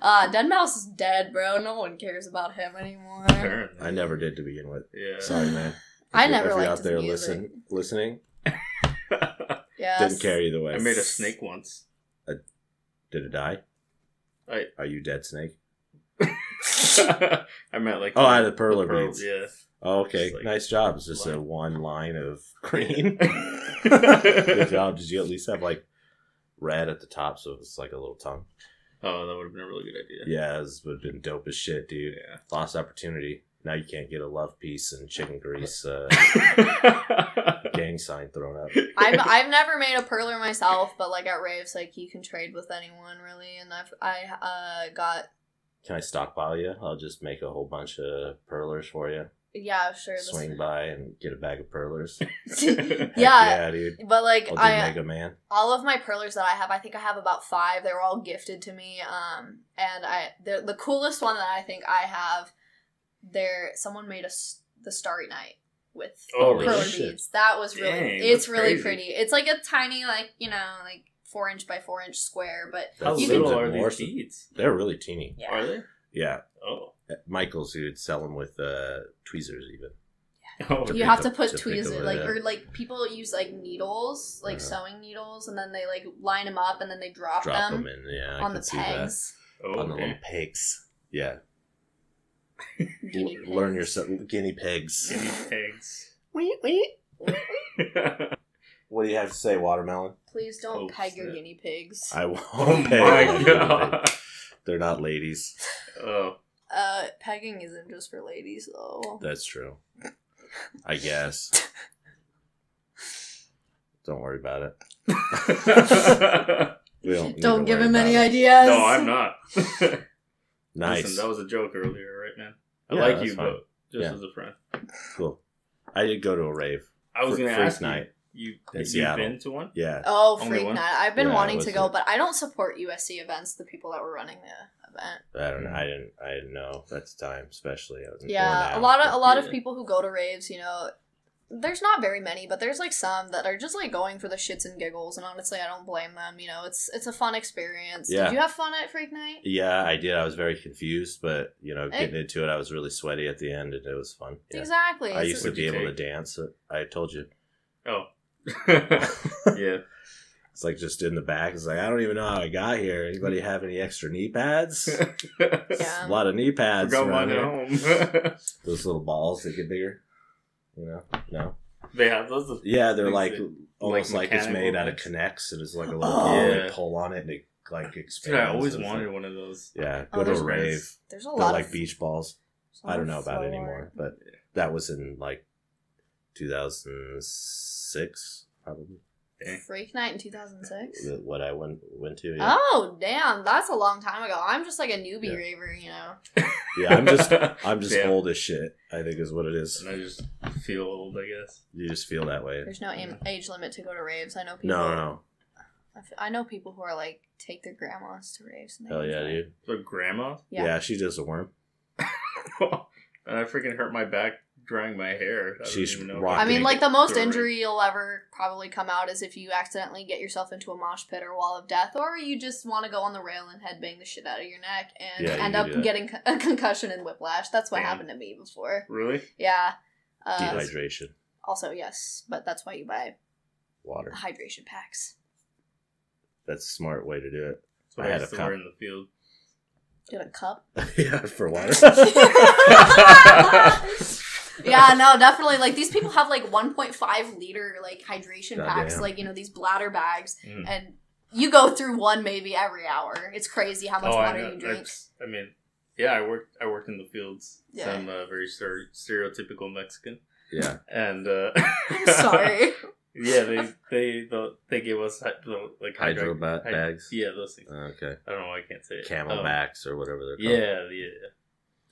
Speaker 3: Uh, Dead Mouse is dead, bro. No one cares about him anymore.
Speaker 2: Apparently.
Speaker 1: I never did to begin with.
Speaker 2: Yeah.
Speaker 1: Sorry, man.
Speaker 3: I
Speaker 1: If you-
Speaker 3: never
Speaker 1: if you're
Speaker 3: liked
Speaker 1: out
Speaker 3: his
Speaker 1: there
Speaker 3: music.
Speaker 1: listen, listening,
Speaker 3: Yes.
Speaker 1: didn't care either way.
Speaker 2: I made a snake once.
Speaker 1: Did it die?
Speaker 2: I-
Speaker 1: Are you dead, snake?
Speaker 2: I meant like.
Speaker 1: Oh, I had a perler
Speaker 2: pearl-
Speaker 1: beads.
Speaker 2: Yeah.
Speaker 1: Oh, okay,
Speaker 2: Just like-
Speaker 1: nice job. It's just a one line of green.
Speaker 2: Oh,
Speaker 1: Good job. Did you at least have like red at the top, so it's like a little tongue?
Speaker 2: Oh, that would have been a really good idea.
Speaker 1: Yeah, this would have been dope as shit, dude. Lost opportunity. Now you can't get a love piece and chicken grease uh, gang sign thrown up.
Speaker 3: I've, I've never made a perler myself, but like at raves, like you can trade with anyone really. And I've I uh got
Speaker 1: Can I stockpile you? I'll just make a whole bunch of perlers for you.
Speaker 3: yeah sure this-
Speaker 1: Swing by and get a bag of perlers. Heck
Speaker 3: yeah.
Speaker 1: yeah, dude.
Speaker 3: But like
Speaker 1: I'll do
Speaker 3: I uh,
Speaker 1: Mega Man.
Speaker 3: all of my perlers that I have, I think I have about five. They were all gifted to me. Um, and I the the coolest one that I think I have, there someone made us the Starry Night with
Speaker 2: Oh,
Speaker 1: Holy
Speaker 3: perler
Speaker 1: shit.
Speaker 3: beads. That was really
Speaker 2: Dang,
Speaker 3: it's
Speaker 2: that's
Speaker 3: really
Speaker 2: crazy.
Speaker 3: pretty. It's like a tiny like you know like four inch by four inch square, but
Speaker 2: How
Speaker 1: That
Speaker 3: You
Speaker 2: little
Speaker 1: seems
Speaker 2: are these
Speaker 1: immorsal.
Speaker 2: beads?
Speaker 1: They're really teeny.
Speaker 3: yeah,
Speaker 2: Are they?
Speaker 1: Yeah. Uh,
Speaker 2: Oh.
Speaker 1: Michael's who'd sell them with uh, tweezers even.
Speaker 2: Oh.
Speaker 3: you
Speaker 1: pick
Speaker 3: have
Speaker 1: up-
Speaker 3: to put
Speaker 1: to pick
Speaker 3: tweezers
Speaker 1: up,
Speaker 3: like
Speaker 1: yeah.
Speaker 3: or like people use like needles like
Speaker 1: Yeah.
Speaker 3: sewing needles and then they like line them up and then they drop,
Speaker 1: Drop
Speaker 3: them,
Speaker 1: them in. Yeah, I
Speaker 3: on
Speaker 1: could
Speaker 3: the
Speaker 1: see that.
Speaker 3: pegs.
Speaker 2: Oh,
Speaker 1: On the little
Speaker 2: okay.
Speaker 1: pigs. Yeah. L-
Speaker 3: Guinea
Speaker 1: learn
Speaker 3: pigs.
Speaker 1: yourself. Guinea pigs.
Speaker 2: Guinea pigs.
Speaker 1: Wait, wait. What do you have to say, watermelon?
Speaker 3: Please don't
Speaker 2: Oh,
Speaker 3: peg your
Speaker 2: snap.
Speaker 3: guinea pigs.
Speaker 1: I won't
Speaker 2: oh
Speaker 1: pay.
Speaker 2: my god.
Speaker 1: They're not ladies.
Speaker 2: Oh.
Speaker 3: Uh, pegging isn't just for ladies, though.
Speaker 1: That's true. I guess. Don't worry about it. We don't. need to
Speaker 3: Don't give
Speaker 1: worry
Speaker 3: him
Speaker 1: about
Speaker 3: any
Speaker 1: it.
Speaker 3: ideas.
Speaker 2: no, I'm not.
Speaker 1: Nice.
Speaker 2: Listen, that was a joke earlier, right, man? I
Speaker 1: Yeah,
Speaker 2: like
Speaker 1: that's
Speaker 2: you,
Speaker 1: fine.
Speaker 2: but just
Speaker 1: Yeah.
Speaker 2: as a friend.
Speaker 1: cool. I did go to a rave.
Speaker 2: I was
Speaker 1: Fr-
Speaker 2: going to
Speaker 1: Freak
Speaker 2: ask
Speaker 1: night.
Speaker 2: you. You
Speaker 1: In
Speaker 2: have you
Speaker 1: Seattle.
Speaker 2: been to one?
Speaker 1: Yeah.
Speaker 3: Oh,
Speaker 2: Only
Speaker 3: freak
Speaker 2: one?
Speaker 3: night! I've been
Speaker 1: Yeah,
Speaker 3: wanting to
Speaker 1: what's
Speaker 3: go,
Speaker 1: it?
Speaker 3: but I don't support USC events. The people that were running the event.
Speaker 1: I
Speaker 2: Mm.
Speaker 1: don't. know. I didn't. I didn't know at the time, especially. I was
Speaker 3: Yeah, a lot of a lot of
Speaker 2: Yeah.
Speaker 3: people who go to raves, you know, there's not very many, but there's like some that are just like going for the shits and giggles, and honestly, I don't blame them. You know, it's it's a fun experience.
Speaker 1: Yeah.
Speaker 3: Did you have fun at freak night?
Speaker 1: Yeah, I did. I was very confused, but you know,
Speaker 3: Hey.
Speaker 1: getting into it, I was really sweaty at the end, and it was fun. Yeah.
Speaker 3: Exactly.
Speaker 1: I
Speaker 3: It's-
Speaker 1: used to
Speaker 2: What'd
Speaker 1: be
Speaker 2: you
Speaker 1: able to
Speaker 2: take?
Speaker 1: dance. I told you.
Speaker 2: Oh. yeah.
Speaker 1: It's like just in the back. It's like I don't even know how I got here. Anybody have any extra knee pads?
Speaker 3: Yeah.
Speaker 1: A lot of knee pads.
Speaker 2: Forgot
Speaker 1: around
Speaker 2: mine
Speaker 1: here.
Speaker 2: at home.
Speaker 1: Those little balls that get bigger. You know? No.
Speaker 2: they have those.
Speaker 1: Yeah, they're
Speaker 2: Makes
Speaker 1: like
Speaker 2: it,
Speaker 1: almost like, it's
Speaker 2: mechanical
Speaker 1: made out of
Speaker 2: bits.
Speaker 1: connects, and it's like a little
Speaker 3: Oh.
Speaker 1: ball.
Speaker 2: Yeah.
Speaker 1: You pull on it, and it like
Speaker 2: Dude,
Speaker 1: expands.
Speaker 2: I always
Speaker 1: It's like-
Speaker 2: wanted one of those.
Speaker 1: yeah,
Speaker 3: Oh,
Speaker 1: go to
Speaker 3: there's
Speaker 1: a rave.
Speaker 2: nice.
Speaker 3: There's a
Speaker 1: They're
Speaker 3: lot
Speaker 1: like
Speaker 3: of
Speaker 1: beach balls.
Speaker 3: there's a
Speaker 1: I don't
Speaker 3: lot
Speaker 1: know
Speaker 3: of
Speaker 1: about it
Speaker 3: floor.
Speaker 1: anymore, but that was in like 2006, probably.
Speaker 3: Freak Night in 2006.
Speaker 1: What I went went to. Yeah,
Speaker 3: Oh damn, that's a long time ago. I'm just like a newbie
Speaker 1: Yeah.
Speaker 3: raver, you know.
Speaker 1: yeah I'm just I'm just
Speaker 2: Yeah.
Speaker 1: old as shit. I think is what it is.
Speaker 2: and I just feel old, I guess.
Speaker 1: You just feel that way.
Speaker 3: There's no am- age limit to go to raves. I know people.
Speaker 1: No, no,
Speaker 3: I f- I know people who are like take their grandmas to raves. And they
Speaker 1: Hell yeah,
Speaker 3: enjoy it.
Speaker 1: dude.
Speaker 2: The grandma?
Speaker 1: Yeah,
Speaker 3: Yeah.
Speaker 1: she does a worm.
Speaker 2: and I freaking hurt my back drying my hair. I don't
Speaker 1: She's
Speaker 2: even know.
Speaker 1: rocking.
Speaker 3: I mean, like the most
Speaker 2: They're right.
Speaker 3: injury you'll ever probably come out is if you accidentally get yourself into a mosh pit or wall of death, or you just want to go on the rail and headbang the shit out of your neck and
Speaker 1: Yeah, you
Speaker 3: end
Speaker 1: could
Speaker 3: up
Speaker 1: do that.
Speaker 3: getting co- a concussion and whiplash. That's what
Speaker 2: Damn.
Speaker 3: happened to me before.
Speaker 2: really?
Speaker 3: Yeah. Uh,
Speaker 1: Dehydration,
Speaker 3: also, yes, but that's why you buy
Speaker 1: water.
Speaker 3: hydration packs.
Speaker 1: That's a smart way to do it.
Speaker 2: That's what
Speaker 1: I
Speaker 2: I,
Speaker 1: had
Speaker 2: used
Speaker 1: a
Speaker 2: to wear
Speaker 1: cop-
Speaker 2: in the field.
Speaker 3: Get a cup.
Speaker 1: yeah, for water.
Speaker 3: yeah, no, definitely. Like these people have like 1.5 liter like hydration
Speaker 1: God
Speaker 3: packs,
Speaker 1: damn.
Speaker 3: like you know these bladder bags,
Speaker 2: Mm.
Speaker 3: and you go through one maybe every hour. It's crazy how much
Speaker 2: Oh,
Speaker 1: Oh,
Speaker 2: I,
Speaker 3: water
Speaker 2: know.
Speaker 3: you drink.
Speaker 2: That's- I mean, yeah, I worked. I worked in the fields.
Speaker 3: Yeah.
Speaker 2: So I'm a very stere- stereotypical Mexican,
Speaker 1: yeah,
Speaker 2: and uh,
Speaker 3: I'm sorry.
Speaker 2: yeah, they they the, they gave us hy- the, like
Speaker 1: hydro
Speaker 2: hydro
Speaker 1: ba-
Speaker 2: hyd-
Speaker 1: bags.
Speaker 2: Yeah, those things.
Speaker 1: Okay,
Speaker 2: I don't know. why I can't say it.
Speaker 1: camel
Speaker 2: Um,
Speaker 1: backs or whatever they're called.
Speaker 2: Yeah, yeah.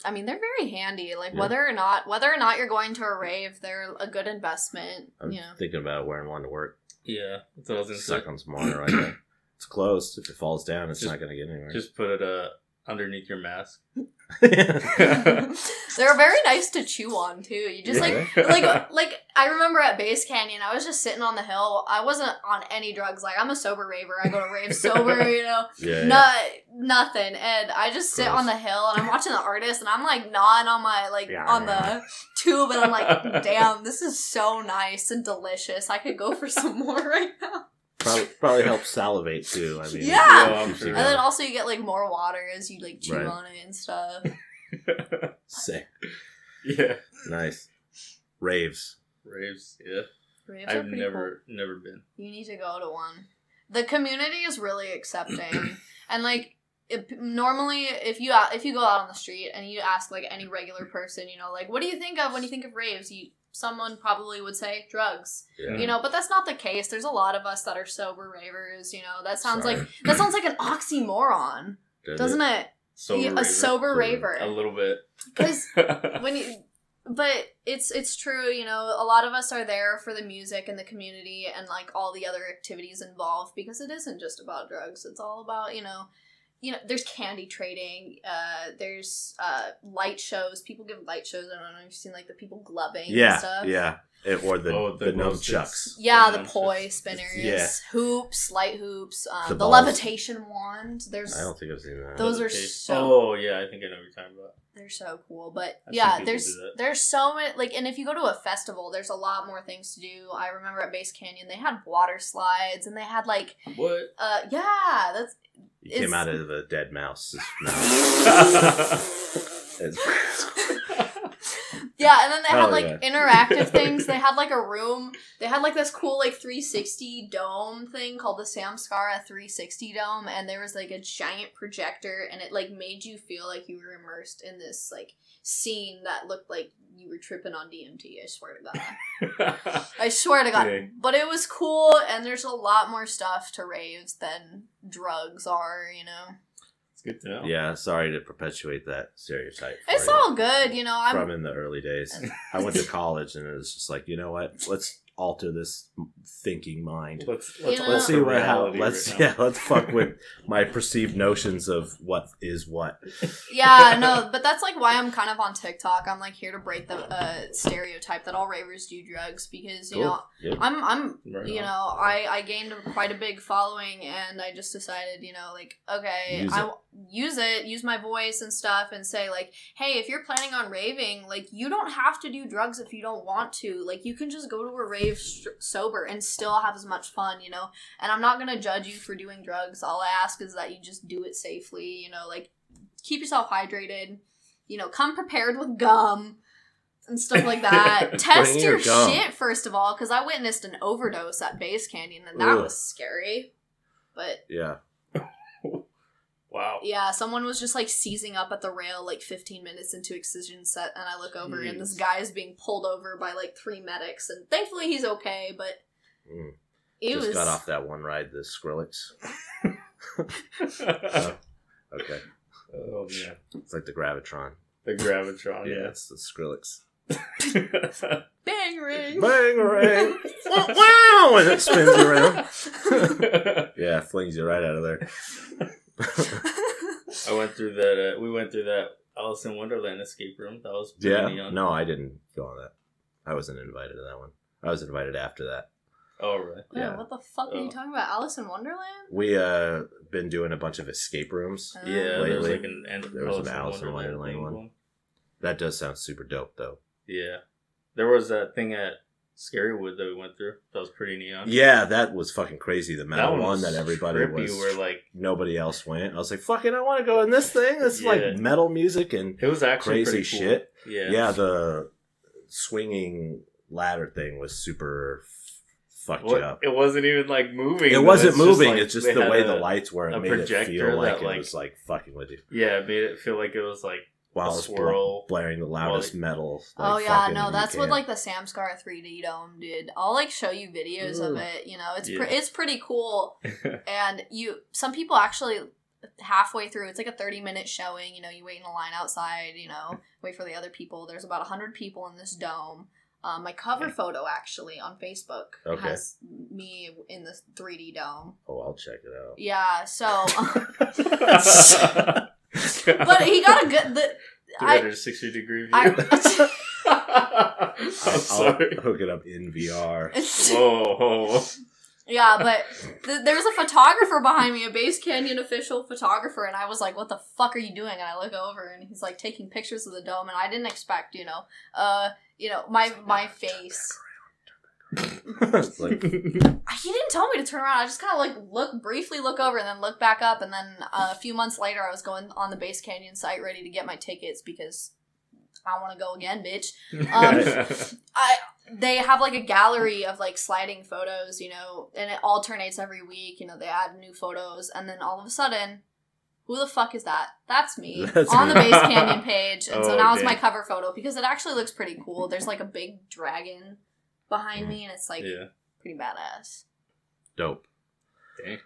Speaker 3: I mean, they're very handy. Like
Speaker 1: Yeah.
Speaker 3: whether or not whether or not you're going to a rave, they're a good investment.
Speaker 1: I'm
Speaker 3: You know.
Speaker 1: thinking about wearing one to work.
Speaker 2: Yeah, that's what I was gonna say.
Speaker 1: Suck on some water right there. It's closed. If it falls down, it's
Speaker 2: Just-
Speaker 1: not going to get anywhere.
Speaker 2: Just put it uh underneath your mask.
Speaker 3: they're very nice to chew on too. You just like like like I remember at Base Canyon, I was just sitting on the hill. I wasn't on any drugs. Like I'm a sober raver. I go to rave sober, you know,
Speaker 1: yeah, yeah.
Speaker 3: no nothing. And I just sit
Speaker 1: Gross.
Speaker 3: on the hill and I'm watching the artist and I'm like gnawing on my like
Speaker 1: Yeah.
Speaker 3: on the tube and I'm like, damn, this is so nice and delicious. I could go for some more right now.
Speaker 1: Probably, probably helps salivate too. I mean,
Speaker 3: Yeah.
Speaker 2: Yeah, I'm
Speaker 1: keeps you
Speaker 2: sure.
Speaker 1: going.
Speaker 3: And then also you get like more water as you like chew
Speaker 1: Right.
Speaker 3: on it and stuff.
Speaker 1: Sick.
Speaker 2: yeah,
Speaker 1: Nice. Raves.
Speaker 2: raves. Yeah,
Speaker 3: Raves are
Speaker 2: I've
Speaker 3: pretty cool.
Speaker 2: never never been.
Speaker 3: You need to go to one. The community is really accepting, and like if, normally, if you out- if you go out on the street and you ask like any regular person, you know, like what do you think of when you think of raves? You someone probably would say drugs,
Speaker 1: Yeah.
Speaker 3: you know, but that's not the case. There's a lot of us that are sober ravers, you know. That sounds
Speaker 1: Sorry.
Speaker 3: like that sounds like an oxymoron,
Speaker 1: Does
Speaker 3: doesn't it?
Speaker 2: Sober
Speaker 3: Yeah,
Speaker 2: raver.
Speaker 3: a sober
Speaker 1: Sober.
Speaker 2: A
Speaker 3: raver,
Speaker 2: little bit.
Speaker 3: because when you but it's it's true you know a lot of us are there for the music and the community and like all the other activities involved because it isn't just about drugs it's all about you know you know there's candy trading uh there's uh light shows people give light shows i don't know if you've seen like the people gloving and
Speaker 1: Yeah,
Speaker 3: stuff
Speaker 1: yeah. It, or the
Speaker 2: Oh,
Speaker 1: the,
Speaker 2: the
Speaker 1: nunchucks.
Speaker 2: nunchucks.
Speaker 3: yeah, the
Speaker 2: Yeah,
Speaker 3: poi
Speaker 2: it's-
Speaker 3: spinners,
Speaker 2: it's-
Speaker 1: yeah.
Speaker 3: hoops, light hoops, um,
Speaker 1: The
Speaker 3: the,
Speaker 1: balls.
Speaker 3: levitation wand. There's
Speaker 1: I don't think I've seen that.
Speaker 3: Those are
Speaker 2: Okay.
Speaker 3: so-
Speaker 2: Oh yeah, I think I know what you're talking about.
Speaker 3: They're so cool, but
Speaker 2: I've seen
Speaker 3: yeah,
Speaker 2: people
Speaker 3: there's
Speaker 2: do that.
Speaker 3: there's so many like, and if you go to a festival, there's a lot more things to do. I remember at Base Canyon, they had water slides, and they had like,
Speaker 2: What?
Speaker 3: uh, yeah, that's
Speaker 1: you came
Speaker 3: it's-
Speaker 1: out of the dead mouse's mouth. It's-
Speaker 3: yeah, and then they had
Speaker 1: Oh,
Speaker 3: like
Speaker 1: yeah.
Speaker 3: interactive things. They had like a room. They had like this cool like 360 dome thing called the Samskara 360 dome, and there was like a giant projector, and it like made you feel like you were immersed in this like scene that looked like you were tripping on DMT. I swear to God. I swear to God.
Speaker 2: Dang.
Speaker 3: But it was cool, and there's a lot more stuff to raves than drugs are, you know?
Speaker 2: it's good to know.
Speaker 1: yeah, sorry to perpetuate that stereotype. for
Speaker 3: It's
Speaker 1: you.
Speaker 3: all good, you know? I'm.
Speaker 1: from in the early days. I went to college and it was just like, you know what? Let's alter this thinking mind.
Speaker 2: Let's
Speaker 3: You know-
Speaker 1: Let's see what how
Speaker 2: reality
Speaker 1: let's
Speaker 2: right now.
Speaker 1: yeah, let's fuck with my perceived notions of what is what.
Speaker 3: yeah, no, but that's like why I'm kind of on TikTok. I'm like here to break the uh, stereotype that all ravers do drugs because, you know,
Speaker 1: Yep.
Speaker 3: I'm, I'm
Speaker 2: Right
Speaker 3: you
Speaker 2: on.
Speaker 3: know, I, I gained a- quite a big following, and I just decided, you know, like, okay,
Speaker 1: Use
Speaker 3: I
Speaker 1: it.
Speaker 3: w- use it, use my voice and stuff, and say, like, hey, if you're planning on raving, like, you don't have to do drugs if you don't want to. Like, you can just go to a rave str sober and still have as much fun, you know? And I'm not going to judge you for doing drugs. All I ask is that you just do it safely, you know? Like, keep yourself hydrated, you know, come prepared with gum and stuff like that. Test
Speaker 1: Bring
Speaker 3: your,
Speaker 1: your gum.
Speaker 3: shit first of all, because I witnessed an overdose at Base Canyon, and that
Speaker 1: Ugh.
Speaker 3: was scary. But
Speaker 1: Yeah.
Speaker 2: Wow.
Speaker 3: yeah, someone was just like seizing up at the rail like 15 minutes into excision set, and I look over and this
Speaker 2: Jeez.
Speaker 3: guy is being pulled over by like three medics, and thankfully he's okay. But
Speaker 1: Mm.
Speaker 3: it
Speaker 1: Just
Speaker 3: was
Speaker 1: got off that one ride, the Skrillex. Oh, okay.
Speaker 2: oh man,
Speaker 1: It's like the Gravitron.
Speaker 2: the gravitron.
Speaker 1: Yeah,
Speaker 2: Oh, Yeah.
Speaker 1: it's the Skrillex.
Speaker 3: Bang ring.
Speaker 1: Bang ring. wow! And it spins you around. Yeah, flings you right out of there.
Speaker 2: I went through that. Uh, we went through that Alice in Wonderland escape room. That was pretty
Speaker 1: Yeah.
Speaker 2: neon.
Speaker 1: No, I didn't go on that. I wasn't invited to that one. I was invited after that.
Speaker 2: Oh really?
Speaker 3: No,
Speaker 1: Yeah.
Speaker 3: what the fuck are
Speaker 2: Oh.
Speaker 3: you talking about? Alice in Wonderland?
Speaker 1: We uh been doing a bunch of escape rooms.
Speaker 3: Uh,
Speaker 2: Yeah. There was
Speaker 1: Lately,
Speaker 2: like an, an
Speaker 1: there was an Alice in Wonderland
Speaker 2: thing
Speaker 1: one.
Speaker 2: going.
Speaker 1: That does sound super dope though.
Speaker 2: Yeah. There was that thing at Scarywood that we went through. That was pretty neon.
Speaker 1: Yeah, that was fucking crazy. The metal one
Speaker 2: was
Speaker 1: that everybody
Speaker 2: trippy,
Speaker 1: was
Speaker 2: Where like
Speaker 1: nobody else went. I was like, fucking I wanna go in this thing. It's
Speaker 2: Yeah.
Speaker 1: like metal music and
Speaker 2: it was actually
Speaker 1: crazy
Speaker 2: pretty cool.
Speaker 1: shit.
Speaker 2: Yeah.
Speaker 1: Yeah. the swinging ladder thing was super f- fucked
Speaker 2: What-
Speaker 1: you up.
Speaker 2: It wasn't even like moving.
Speaker 1: It
Speaker 2: though.
Speaker 1: wasn't
Speaker 2: It's just,
Speaker 1: moving.
Speaker 2: like,
Speaker 1: it's just
Speaker 2: they
Speaker 1: the
Speaker 2: had
Speaker 1: way
Speaker 2: a-
Speaker 1: the lights were.
Speaker 2: a
Speaker 1: It made it
Speaker 2: projector
Speaker 1: feel like
Speaker 2: that,
Speaker 1: it
Speaker 2: like-
Speaker 1: was like fucking with you.
Speaker 2: Yeah, it made it feel like it was like
Speaker 1: While
Speaker 2: a
Speaker 1: it was bl-
Speaker 2: swirl.
Speaker 1: blaring the loudest metal.
Speaker 3: oh
Speaker 1: like,
Speaker 3: yeah,
Speaker 1: fucking
Speaker 3: no,
Speaker 1: you
Speaker 3: that's what
Speaker 1: can.
Speaker 3: like the Samscar 3D dome did. I'll like show you videos of
Speaker 1: Ooh.
Speaker 3: it. You know, it's
Speaker 2: Yeah.
Speaker 3: pre- it's pretty cool. and you, some people actually halfway through, it's like a 30 minute showing. You know, you wait in a line outside. You know, wait for the other people. There's about 100 people in this dome. Um, my cover photo actually on Facebook
Speaker 1: Okay.
Speaker 3: has me in this 3D dome.
Speaker 1: Oh, I'll check it out.
Speaker 3: Yeah, so
Speaker 2: but
Speaker 3: but he got a good. The, I,
Speaker 2: 360 degree view.
Speaker 3: I-
Speaker 2: I'm
Speaker 1: I'll,
Speaker 2: sorry.
Speaker 1: I'll hook it up in VR.
Speaker 2: Whoa,
Speaker 3: Um,
Speaker 2: whoa.
Speaker 3: Yeah, but th- there was a photographer behind me, a Base Canyon official photographer, and I was like, "What the fuck are you doing?" And I look over, and he's like taking pictures of the dome, and I didn't expect, you know, uh, you know, my my face.
Speaker 1: It's like,
Speaker 3: He didn't tell me to turn around. I just kind of like look briefly, look over, and then look back up, and then uh, a few months later, I was going on the Base Canyon site ready to get my tickets because I want to go again, bitch. Um, I they have like a gallery of like sliding photos, you know, and it alternates every week. You know, they add new photos, and then all of a sudden, who the fuck is that? That's me
Speaker 1: That's
Speaker 3: on the
Speaker 2: me.
Speaker 3: Base Canyon page, and
Speaker 2: Oh,
Speaker 3: so now it's my
Speaker 2: dang.
Speaker 3: cover photo because it actually looks pretty cool. There's like a big dragon behind me, and it's like
Speaker 2: Mm-hmm. yeah.
Speaker 3: pretty badass.
Speaker 1: dope.
Speaker 2: Dang.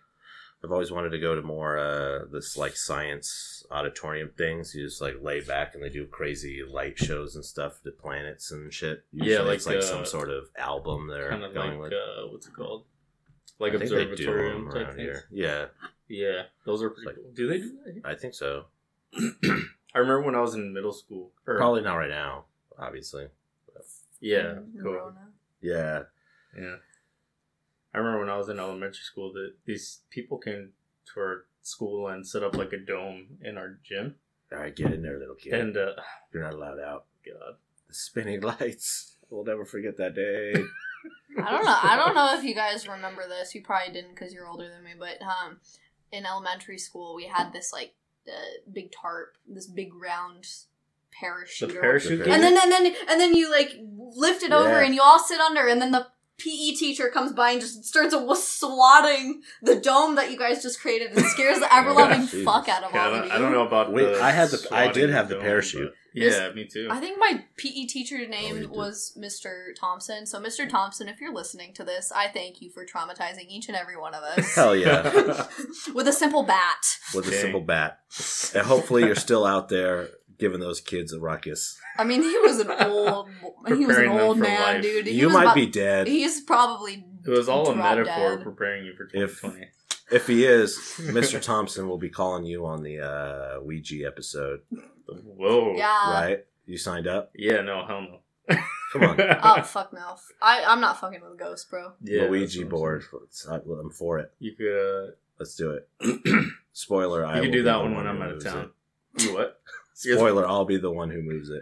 Speaker 1: I've always wanted to go to more uh, this like science auditorium things. You just like lay back and they do crazy light shows and stuff to planets and shit.
Speaker 2: Yeah,
Speaker 1: Usually
Speaker 2: like,
Speaker 1: it's like some
Speaker 2: uh,
Speaker 1: sort of album they're
Speaker 2: Kind of like,
Speaker 1: going with.
Speaker 2: uh, what's it called? Like
Speaker 1: I think they do 'em
Speaker 2: observatorium type things.
Speaker 1: Yeah,
Speaker 2: Yeah, those are pretty
Speaker 1: Like-
Speaker 2: cool. Do they do that? here?
Speaker 1: I think so.
Speaker 2: I remember when I was in middle school. Or,
Speaker 1: Probably not right now, obviously.
Speaker 2: Yeah.
Speaker 3: Mm,
Speaker 2: Cool.
Speaker 3: Rona.
Speaker 1: Yeah,
Speaker 2: Yeah. I remember when I was in elementary school that these people came to our school and set up like a dome in our gym.
Speaker 1: all right, get in there, little kid.
Speaker 2: And uh
Speaker 1: You're not allowed out.
Speaker 2: God.
Speaker 1: The spinning lights. We'll never forget that day.
Speaker 3: I don't know. I don't know if you guys remember this. You probably didn't because you're older than me. But um, in elementary school, we had this like uh, big tarp, this big round
Speaker 2: The
Speaker 3: parachute, or-
Speaker 2: parachute
Speaker 1: Okay.
Speaker 3: and then and then and then you like lift it over,
Speaker 1: Yeah.
Speaker 3: and you all sit under, and then the PE teacher comes by and just starts a- swatting the dome that you guys just created and scares the ever loving
Speaker 1: Jesus.
Speaker 3: fuck out of
Speaker 2: Yeah, I,
Speaker 3: all of
Speaker 2: don't,
Speaker 3: you.
Speaker 2: I don't know about
Speaker 1: Wait, I had the- I
Speaker 2: swatting
Speaker 1: did have the
Speaker 2: dome,
Speaker 1: parachute.
Speaker 2: but- Yeah, me too.
Speaker 3: I think my PE
Speaker 2: Oh,
Speaker 3: teacher
Speaker 1: you
Speaker 3: name
Speaker 1: did.
Speaker 3: was Mr. Thompson. So, Mr. Thompson, if you're listening to this, I thank you for traumatizing each and every one of us
Speaker 1: Hell yeah,
Speaker 3: with a simple bat.
Speaker 1: with a
Speaker 2: Dang.
Speaker 1: simple bat. And hopefully you're still out there giving those kids a ruckus.
Speaker 3: I mean, he was an old, he was an
Speaker 2: Preparing them
Speaker 3: old
Speaker 2: for
Speaker 3: man,
Speaker 2: life.
Speaker 3: dude. He
Speaker 1: You
Speaker 3: was
Speaker 1: might
Speaker 3: about-
Speaker 1: be dead.
Speaker 3: He's probably.
Speaker 2: It was all a
Speaker 3: drop
Speaker 2: metaphor
Speaker 3: dead.
Speaker 2: preparing you for
Speaker 1: If-
Speaker 2: 2020.
Speaker 1: If he is, Mr. Thompson will be calling you on the uh, Ouija episode,
Speaker 2: Whoa.
Speaker 3: Yeah.
Speaker 1: right? You signed up?
Speaker 2: Yeah, no, hell no.
Speaker 1: Come on.
Speaker 3: Oh fuck no! I I'm not fucking with ghosts, bro.
Speaker 2: Yeah,
Speaker 1: Luigi
Speaker 2: that's what I'm
Speaker 1: board.
Speaker 2: saying.
Speaker 1: Let's- I- I'm for it.
Speaker 2: You could uh
Speaker 1: Let's do it. Spoiler, I
Speaker 2: you
Speaker 1: will
Speaker 2: could do
Speaker 1: be
Speaker 2: that
Speaker 1: the
Speaker 2: one when
Speaker 1: who
Speaker 2: I'm out of
Speaker 1: moves
Speaker 2: town. You what?
Speaker 1: it. Spoiler, I'll be the one who moves it.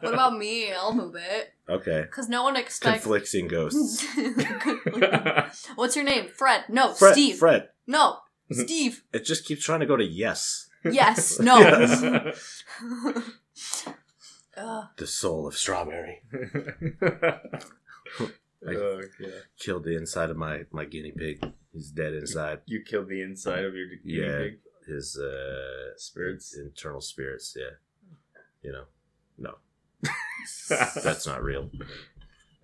Speaker 3: What about me? I'll move it
Speaker 1: Okay.
Speaker 3: because no one expects.
Speaker 1: Conflicting ghosts.
Speaker 3: What's your name? Fred? No,
Speaker 1: Fred,
Speaker 3: Oh, Steve.
Speaker 1: Fred,
Speaker 3: No, Steve.
Speaker 1: it just keeps trying to go to yes.
Speaker 3: Yes. No. Ugh.
Speaker 1: The soul of strawberry
Speaker 2: Oh, yeah.
Speaker 1: killed the inside of my, my guinea pig. He's dead inside.
Speaker 2: You killed the inside of your guinea
Speaker 1: Yeah.
Speaker 2: pig
Speaker 1: His uh,
Speaker 2: spirits.
Speaker 1: internal spirits. Yeah, you know, no, that's not real.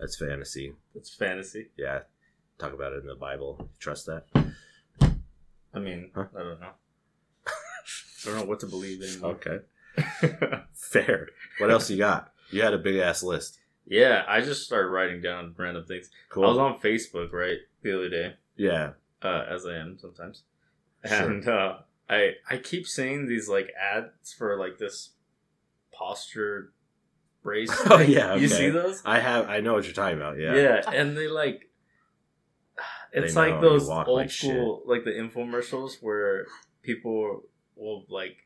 Speaker 1: That's fantasy.
Speaker 2: That's fantasy.
Speaker 1: Yeah, talk about it in the Bible. Trust that.
Speaker 2: I mean,
Speaker 1: Huh?
Speaker 2: I don't know. I don't know what to believe anymore.
Speaker 1: Fair. What else you got? You had a big ass list.
Speaker 2: Yeah, I just started writing down random things.
Speaker 1: Cool.
Speaker 2: I was on Facebook right the other day,
Speaker 1: yeah.
Speaker 2: uh, as I am sometimes,
Speaker 1: Sure.
Speaker 2: and uh, I I keep seeing these like ads for like this posture brace.
Speaker 1: Oh, yeah,
Speaker 2: you
Speaker 1: okay.
Speaker 2: see those?
Speaker 1: I have. I know what you're talking about. Yeah.
Speaker 2: Yeah. and they like. It's
Speaker 1: They know
Speaker 2: like
Speaker 1: you
Speaker 2: those
Speaker 1: walk
Speaker 2: old
Speaker 1: like
Speaker 2: school, like the infomercials where people will like,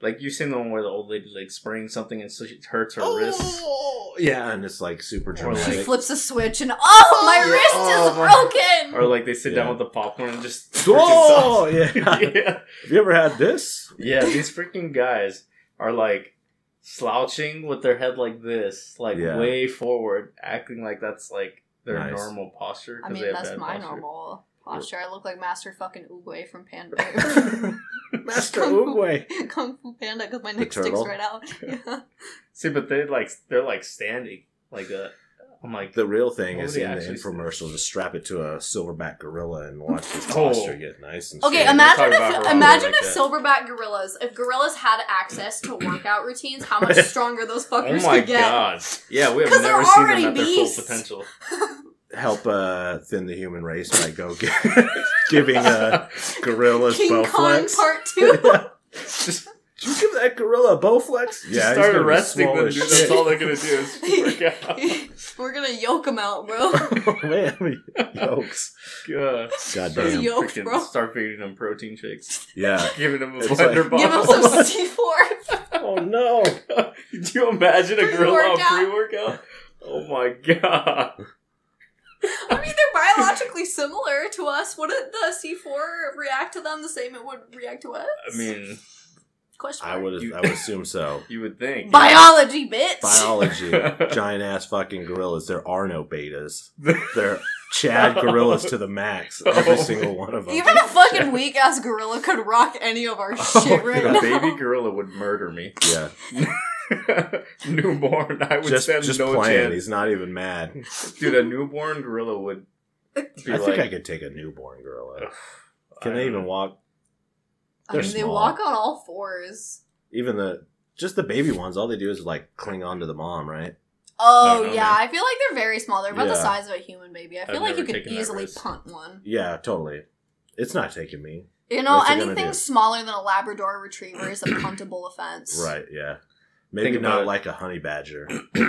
Speaker 2: like you've seen the one where the old lady like sprains something and so she hurts her wrist.
Speaker 1: Oh, yeah, and it's like super
Speaker 2: Or, like-
Speaker 3: She
Speaker 1: dramatic.
Speaker 3: flips a switch and oh, my
Speaker 1: Yeah.
Speaker 3: wrist
Speaker 1: Oh,
Speaker 3: is
Speaker 1: my-
Speaker 3: broken.
Speaker 2: Or like they sit down
Speaker 1: Yeah.
Speaker 2: with the popcorn and just
Speaker 1: oh,
Speaker 2: freaking
Speaker 1: yeah.
Speaker 2: sauce. yeah.
Speaker 1: Have you ever had this?
Speaker 2: Yeah, these freaking guys are like slouching with their head like this, like
Speaker 1: Yeah.
Speaker 2: way forward, acting like that's like their
Speaker 1: Nice.
Speaker 2: normal posture. 'cause
Speaker 3: I mean,
Speaker 2: they have
Speaker 3: that's
Speaker 2: bad
Speaker 3: my
Speaker 2: posture.
Speaker 3: normal posture. I look like Master fucking Oogway from Panda.
Speaker 1: Master
Speaker 3: Kung Fu-
Speaker 1: Oogway.
Speaker 3: Kung Fu Panda because my neck sticks
Speaker 1: turtle.
Speaker 3: right out. Yeah.
Speaker 2: See, but they like they're like standing like that. I'm like,
Speaker 1: The real thing is
Speaker 2: Nobody
Speaker 1: in the
Speaker 2: actually said.
Speaker 1: infomercial, just strap it to a silverback gorilla and watch his
Speaker 2: Oh.
Speaker 1: posture get nice and
Speaker 3: Okay,
Speaker 1: straight.
Speaker 2: talking
Speaker 3: imagine
Speaker 2: about
Speaker 3: if
Speaker 2: gorillas
Speaker 3: imagine
Speaker 2: like
Speaker 3: if
Speaker 2: that.
Speaker 3: silverback gorillas, if gorillas had access to workout routines, how much stronger those
Speaker 2: oh
Speaker 3: fuckers
Speaker 2: my
Speaker 3: could get.
Speaker 2: god, yeah, we have
Speaker 3: 'Cause they're
Speaker 2: never seen them
Speaker 3: already
Speaker 2: at their
Speaker 3: beasts.
Speaker 2: full potential.
Speaker 1: help uh, thin the human race by go gi- giving uh, gorillas
Speaker 3: King
Speaker 1: bow
Speaker 3: Kong
Speaker 1: flex.
Speaker 3: Part Two.
Speaker 2: just
Speaker 1: Did you give that gorilla a bow flex?
Speaker 2: just
Speaker 1: he's
Speaker 2: start
Speaker 1: gonna be
Speaker 2: arresting
Speaker 1: swole
Speaker 2: them.
Speaker 1: as
Speaker 2: Dude,
Speaker 1: shit.
Speaker 2: that's all they're gonna do is freak out.
Speaker 3: We're gonna yoke them out, bro.
Speaker 1: Whammy. Yokes.
Speaker 2: God,
Speaker 1: God
Speaker 2: Start
Speaker 1: damn.
Speaker 3: Yoked,
Speaker 2: freaking-
Speaker 3: bro.
Speaker 2: start feeding them protein shakes,
Speaker 1: Yeah.
Speaker 2: giving them a
Speaker 1: It's
Speaker 2: blender
Speaker 1: like-
Speaker 2: bottle.
Speaker 3: Give them some C four.
Speaker 1: Oh no.
Speaker 2: Do you imagine a gorilla on
Speaker 3: Pre-workout.
Speaker 2: pre workout? Oh my god.
Speaker 3: I mean, they're biologically similar to us. Wouldn't the C four react to them the same it would react to us?
Speaker 2: I mean,
Speaker 3: question.
Speaker 1: I
Speaker 3: mark.
Speaker 1: would I would assume so.
Speaker 2: you would think.
Speaker 3: biology, bitch.
Speaker 1: Biology. Giant ass fucking gorillas. There are no betas. They're Chad gorillas to the
Speaker 2: Oh
Speaker 1: max. Every
Speaker 2: No.
Speaker 1: single one of them.
Speaker 3: Even a fucking weak ass gorilla could rock any of our
Speaker 1: Oh,
Speaker 3: shit right
Speaker 2: a
Speaker 3: now.
Speaker 2: baby gorilla would murder me.
Speaker 1: yeah.
Speaker 2: newborn, I would
Speaker 1: Just
Speaker 2: stand
Speaker 1: just
Speaker 2: no
Speaker 1: playing.
Speaker 2: chance.
Speaker 1: He's not even mad.
Speaker 2: Dude, a newborn gorilla would be
Speaker 1: I
Speaker 2: like.
Speaker 1: think I could take a newborn gorilla. Can they even walk?
Speaker 3: I
Speaker 1: They're
Speaker 3: mean, they
Speaker 1: small.
Speaker 3: walk on all fours.
Speaker 1: Even the just the baby ones, all they do is like cling on to the mom, right?
Speaker 3: Oh
Speaker 2: No, no,
Speaker 3: yeah,
Speaker 2: no.
Speaker 3: I feel like they're very small. They're about the
Speaker 1: Yeah.
Speaker 3: size of a human baby. I feel
Speaker 2: I've
Speaker 3: like you
Speaker 2: never
Speaker 3: could
Speaker 2: taken that
Speaker 3: easily
Speaker 2: risk.
Speaker 3: punt one.
Speaker 1: Yeah, totally. It's not taking me.
Speaker 3: You know,
Speaker 1: What's it gonna
Speaker 3: anything
Speaker 1: do?
Speaker 3: smaller than a Labrador Retriever is a puntable offense.
Speaker 1: Right, yeah. Maybe
Speaker 2: Think
Speaker 1: not
Speaker 2: about it.
Speaker 1: like a honey badger. They're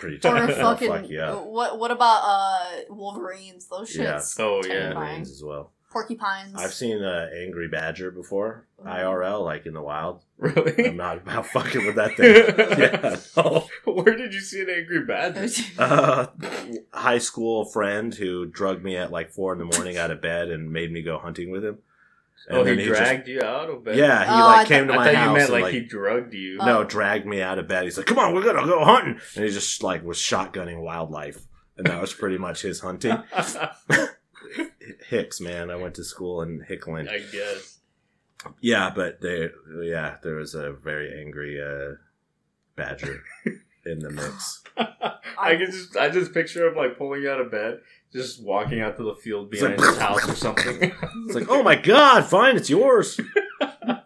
Speaker 1: pretty
Speaker 3: Or
Speaker 1: tough.
Speaker 3: a
Speaker 1: They'll
Speaker 3: fucking oh,
Speaker 1: fuck you up.
Speaker 3: what? What about uh Wolverines? Those
Speaker 1: Yeah.
Speaker 3: shits.
Speaker 2: Oh, yeah.
Speaker 3: terrifying.
Speaker 1: Marines as well.
Speaker 3: Porcupines.
Speaker 1: I've seen an angry badger before,
Speaker 3: Oh.
Speaker 1: IRL, like in the wild. I'm
Speaker 2: Really?
Speaker 1: not about fucking with that thing. yeah, no.
Speaker 2: Where did you see an angry badger?
Speaker 1: Uh, high school friend who drugged me at like four in the morning out of bed and made me go hunting with him.
Speaker 2: Oh, he,
Speaker 1: just-
Speaker 2: dragged you out of bed?
Speaker 1: yeah, he
Speaker 3: Oh, I
Speaker 1: like
Speaker 3: thought-
Speaker 1: came to
Speaker 2: I
Speaker 1: my
Speaker 2: thought
Speaker 1: house
Speaker 2: you meant
Speaker 1: and
Speaker 2: like,
Speaker 1: like,
Speaker 2: he drugged you.
Speaker 1: no, dragged me out of bed. He's like, "Come on, we're gonna go hunting," and he just like was shotgunning wildlife, and that was pretty much his hunting.
Speaker 3: Uh,
Speaker 1: Hicks, man, I went to school in Hickland.
Speaker 2: I guess.
Speaker 1: Yeah, but there, yeah, there was a very angry uh, badger in the mix.
Speaker 2: I can just I just picture him like pulling out of bed, just walking out to the field
Speaker 1: It's like-
Speaker 2: behind his house or something.
Speaker 1: It's like, oh my god, fine, it's yours.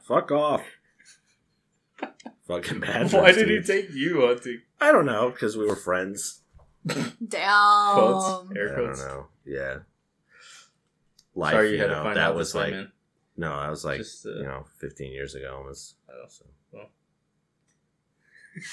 Speaker 1: Fuck off. Fucking badger.
Speaker 2: Why did he take you hunting?
Speaker 1: I don't know, because we were friends.
Speaker 3: Damn. Um,
Speaker 2: Quotes, air
Speaker 1: I don't
Speaker 2: quotes.
Speaker 1: know. Yeah. Life,
Speaker 2: Sorry, you,
Speaker 1: you,
Speaker 2: had
Speaker 1: know,
Speaker 2: to find
Speaker 1: that
Speaker 2: out
Speaker 1: was
Speaker 2: this way,
Speaker 1: like
Speaker 2: man.
Speaker 1: no, I was like
Speaker 2: Just, uh,
Speaker 1: you know, fifteen years ago almost.
Speaker 2: Oh.
Speaker 1: So.
Speaker 2: Well.